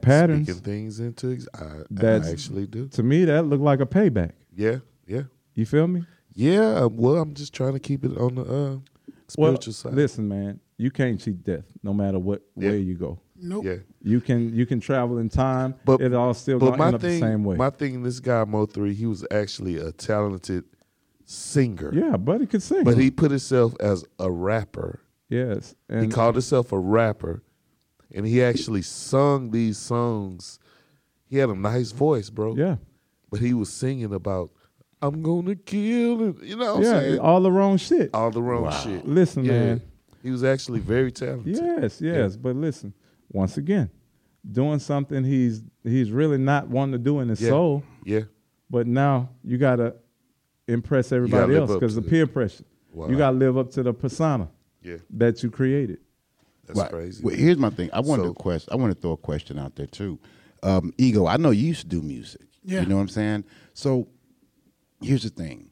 Speaker 7: Speaking-
Speaker 3: patterns,
Speaker 7: Speaking things into ex- I,
Speaker 3: That's-
Speaker 7: I actually do.
Speaker 3: to me that looked like a payback.
Speaker 7: Yeah. Yeah.
Speaker 3: You feel me?
Speaker 7: Yeah. uh, Well, I'm just trying to keep it on the uh spiritual
Speaker 3: Well,
Speaker 7: side.
Speaker 3: listen, man, you can't cheat death, no matter what
Speaker 7: Yeah.
Speaker 3: way you go.
Speaker 5: Nope.
Speaker 7: Yeah.
Speaker 3: You can you can travel in time,
Speaker 7: But
Speaker 3: but it all still
Speaker 7: but
Speaker 3: gonna
Speaker 7: my
Speaker 3: end up
Speaker 7: thing,
Speaker 3: the same way.
Speaker 7: My thing, this guy Mo three, he was actually a talented singer.
Speaker 3: yeah, buddy could sing.
Speaker 7: But he put himself as a rapper.
Speaker 3: yes,
Speaker 7: he
Speaker 3: and
Speaker 7: called himself a rapper, and he actually sung these songs. He had a nice voice, bro.
Speaker 3: yeah,
Speaker 7: But he was singing about "I'm gonna kill," and you know, what I'm
Speaker 3: yeah,
Speaker 7: saying? All,
Speaker 3: all the wrong shit.
Speaker 7: the wrong shit.
Speaker 3: Listen,
Speaker 7: yeah.
Speaker 3: man.
Speaker 7: he was actually very talented.
Speaker 3: Yes, yes. But listen, once again, doing something he's he's really not wanting to do in his
Speaker 7: Yeah.
Speaker 3: soul.
Speaker 7: Yeah,
Speaker 3: But now you gotta impress everybody
Speaker 7: live
Speaker 3: else
Speaker 7: up
Speaker 3: because
Speaker 7: to
Speaker 3: the
Speaker 7: it.
Speaker 3: peer pressure.
Speaker 7: Wow.
Speaker 3: You gotta live up to the persona
Speaker 7: yeah,
Speaker 3: that you created.
Speaker 7: that's
Speaker 1: Right.
Speaker 7: crazy.
Speaker 1: Well, here's my thing. I want
Speaker 7: So-
Speaker 1: to quest. I want to throw a question out there too. Um, Ego, I know you used to do music.
Speaker 5: Yeah.
Speaker 1: You know what I'm saying? So here's the thing.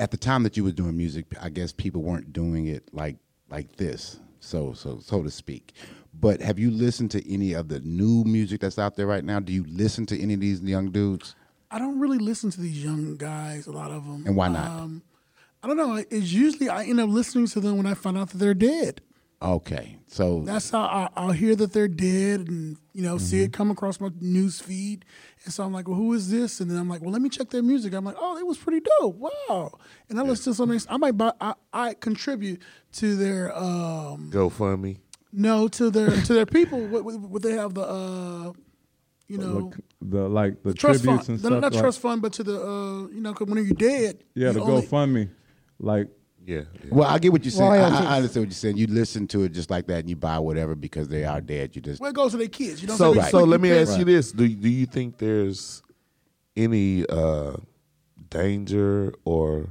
Speaker 1: At the time that you were doing music, I guess people weren't doing it like like this, so so so to speak. But have you listened to any of the new music that's out there right now? Do you listen to any of these young dudes?
Speaker 5: I don't really listen to these young guys, a lot of them.
Speaker 1: And why not?
Speaker 5: Um, I don't know. It's usually I end up listening to them when I find out that they're dead.
Speaker 1: Okay, so
Speaker 5: That's how I, I'll hear that they're dead and, you know, see
Speaker 1: Mm-hmm.
Speaker 5: it come across my news feed. And so I'm like, well, who is this? And then I'm like, well, let me check their music. I'm like, oh, it was pretty dope. Wow. And I listen to something. I might buy, I, I contribute to their, um,
Speaker 7: GoFundMe.
Speaker 5: no, to their, to their people. What, what, what they have the, uh, you know,
Speaker 3: Look, the like the,
Speaker 5: trust
Speaker 3: tributes
Speaker 5: fund.
Speaker 3: and
Speaker 5: No,
Speaker 3: stuff.
Speaker 5: not
Speaker 3: like-
Speaker 5: trust fund, but to the uh, you know, 'cause when you're dead,
Speaker 3: yeah,
Speaker 5: you
Speaker 3: the
Speaker 5: only-
Speaker 3: GoFundMe. Like
Speaker 7: Yeah, yeah.
Speaker 1: Well, I get what you're saying. I, I- I
Speaker 11: Royalties.
Speaker 1: understand what you're saying. You listen to it just like that, and you buy whatever because they are dead. You just
Speaker 5: Well, it goes to their kids. You know,
Speaker 7: so
Speaker 5: what I'm saying?
Speaker 7: so
Speaker 5: Like,
Speaker 7: let me
Speaker 5: you
Speaker 7: ask you this do do you think there's any uh danger or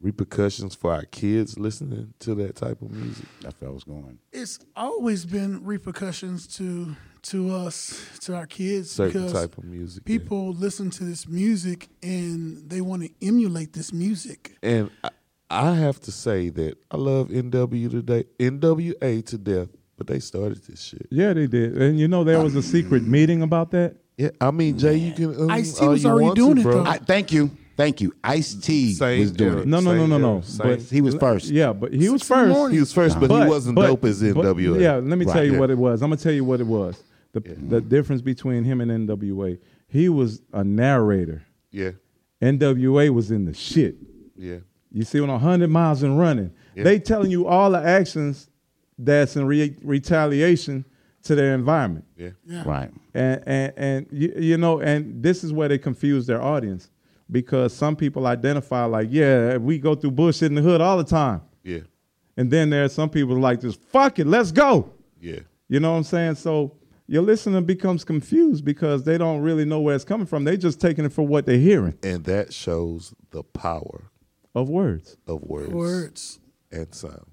Speaker 7: repercussions for our kids listening to that type of music
Speaker 1: that's where I was going.
Speaker 5: It's always been repercussions to to us, to our kids,
Speaker 7: certain
Speaker 5: because
Speaker 7: type of music yeah.
Speaker 5: people listen to this music and they want to emulate this music.
Speaker 7: and I, I have to say that I love NW today NWA to death but they started this shit
Speaker 3: yeah, they did. And you know there was a secret meeting about that.
Speaker 7: yeah I mean Jay you can um,
Speaker 5: Ice-T
Speaker 7: all
Speaker 5: was
Speaker 7: you
Speaker 5: already
Speaker 7: want to,
Speaker 5: doing it,
Speaker 7: bro.
Speaker 5: though.
Speaker 1: I, thank you, thank you. Ice T
Speaker 7: Same
Speaker 1: was doing
Speaker 7: era.
Speaker 1: it.
Speaker 3: No, no, no,
Speaker 7: Same
Speaker 3: no,
Speaker 7: era,
Speaker 3: no.
Speaker 7: same-
Speaker 3: But
Speaker 1: He was first.
Speaker 3: Yeah, but he was
Speaker 5: Six in the
Speaker 3: first.
Speaker 5: morning.
Speaker 7: he was first but, he wasn't
Speaker 3: but-
Speaker 7: dope as
Speaker 3: but-
Speaker 7: NWA
Speaker 3: Yeah, let me
Speaker 1: Right.
Speaker 3: tell you
Speaker 1: Yeah.
Speaker 3: what it was. I'm gonna tell you what it was. The the difference between him and NWA. He was a narrator.
Speaker 7: yeah
Speaker 3: NWA was in the shit.
Speaker 7: yeah
Speaker 3: You see, on 100 miles and running,
Speaker 7: Yeah.
Speaker 3: they telling you all the actions that's in re- retaliation to their environment.
Speaker 7: yeah
Speaker 1: Right.
Speaker 3: And and and you, you know, and this is where they confuse their audience because some people identify like, yeah, we go through bullshit in the hood all the time,
Speaker 7: yeah
Speaker 3: and then there's some people like, just fuck it, let's go.
Speaker 7: yeah
Speaker 3: You know what I'm saying? So your listener becomes confused because they don't really know where it's coming from. They just taking it for what they're hearing
Speaker 7: and that shows the power
Speaker 3: of words.
Speaker 7: of words,
Speaker 5: Words.
Speaker 7: and sound.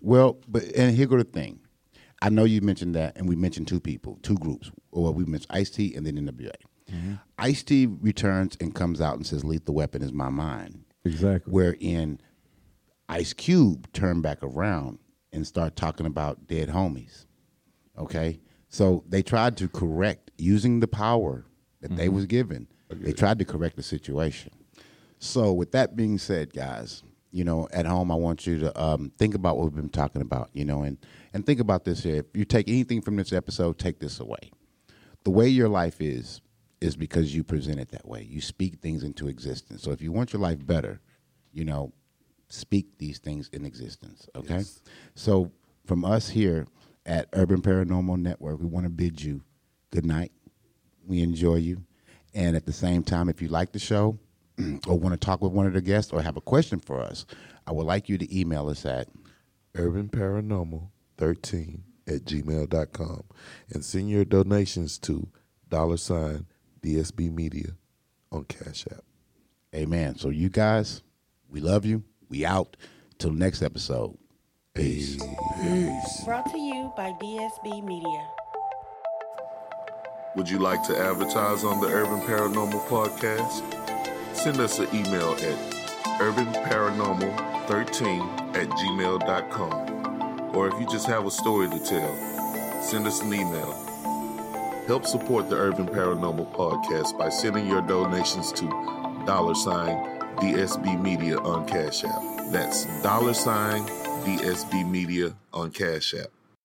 Speaker 1: Well, but and here go the thing. I know you mentioned that, and we mentioned two people, two groups. Well, we mentioned Ice T and then NWA. Mm-hmm. Ice T returns and comes out and says, "Lethal Weapon is my mind."
Speaker 3: Exactly.
Speaker 1: Wherein Ice Cube turned back around and start talking about dead homies. Okay, so they tried to correct using the power that they was given. They tried to correct the situation. So, with that being said, guys, you know, at home, I want you to um, think about what we've been talking about, you know, and, and think about this here. If you take anything from this episode, take this away. The way your life is, is because you present it that way. You speak things into existence. So, if you want your life better, you know, speak these things in existence, okay? So, from us here at Urban Paranormal Network, we want to bid you good night. We enjoy you. And at the same time, if you like the show [clears throat] or want to talk with one of the guests or have a question for us, I would like you to email us at
Speaker 7: Urban Paranormal 13 at gmail.com and send your donations to dollar sign DSB Media on Cash App.
Speaker 1: Amen. So, you guys, we love you. We out. Till next episode. Peace.
Speaker 9: Brought to you by DSB Media.
Speaker 7: Would you like to advertise on the Urban Paranormal Podcast? Send us an email at urbanparanormal13 at gmail.com. Or if you just have a story to tell, send us an email. Help support the Urban Paranormal Podcast by sending your donations to dollar sign DSB Media on Cash App. That's dollar sign DSB Media on Cash App.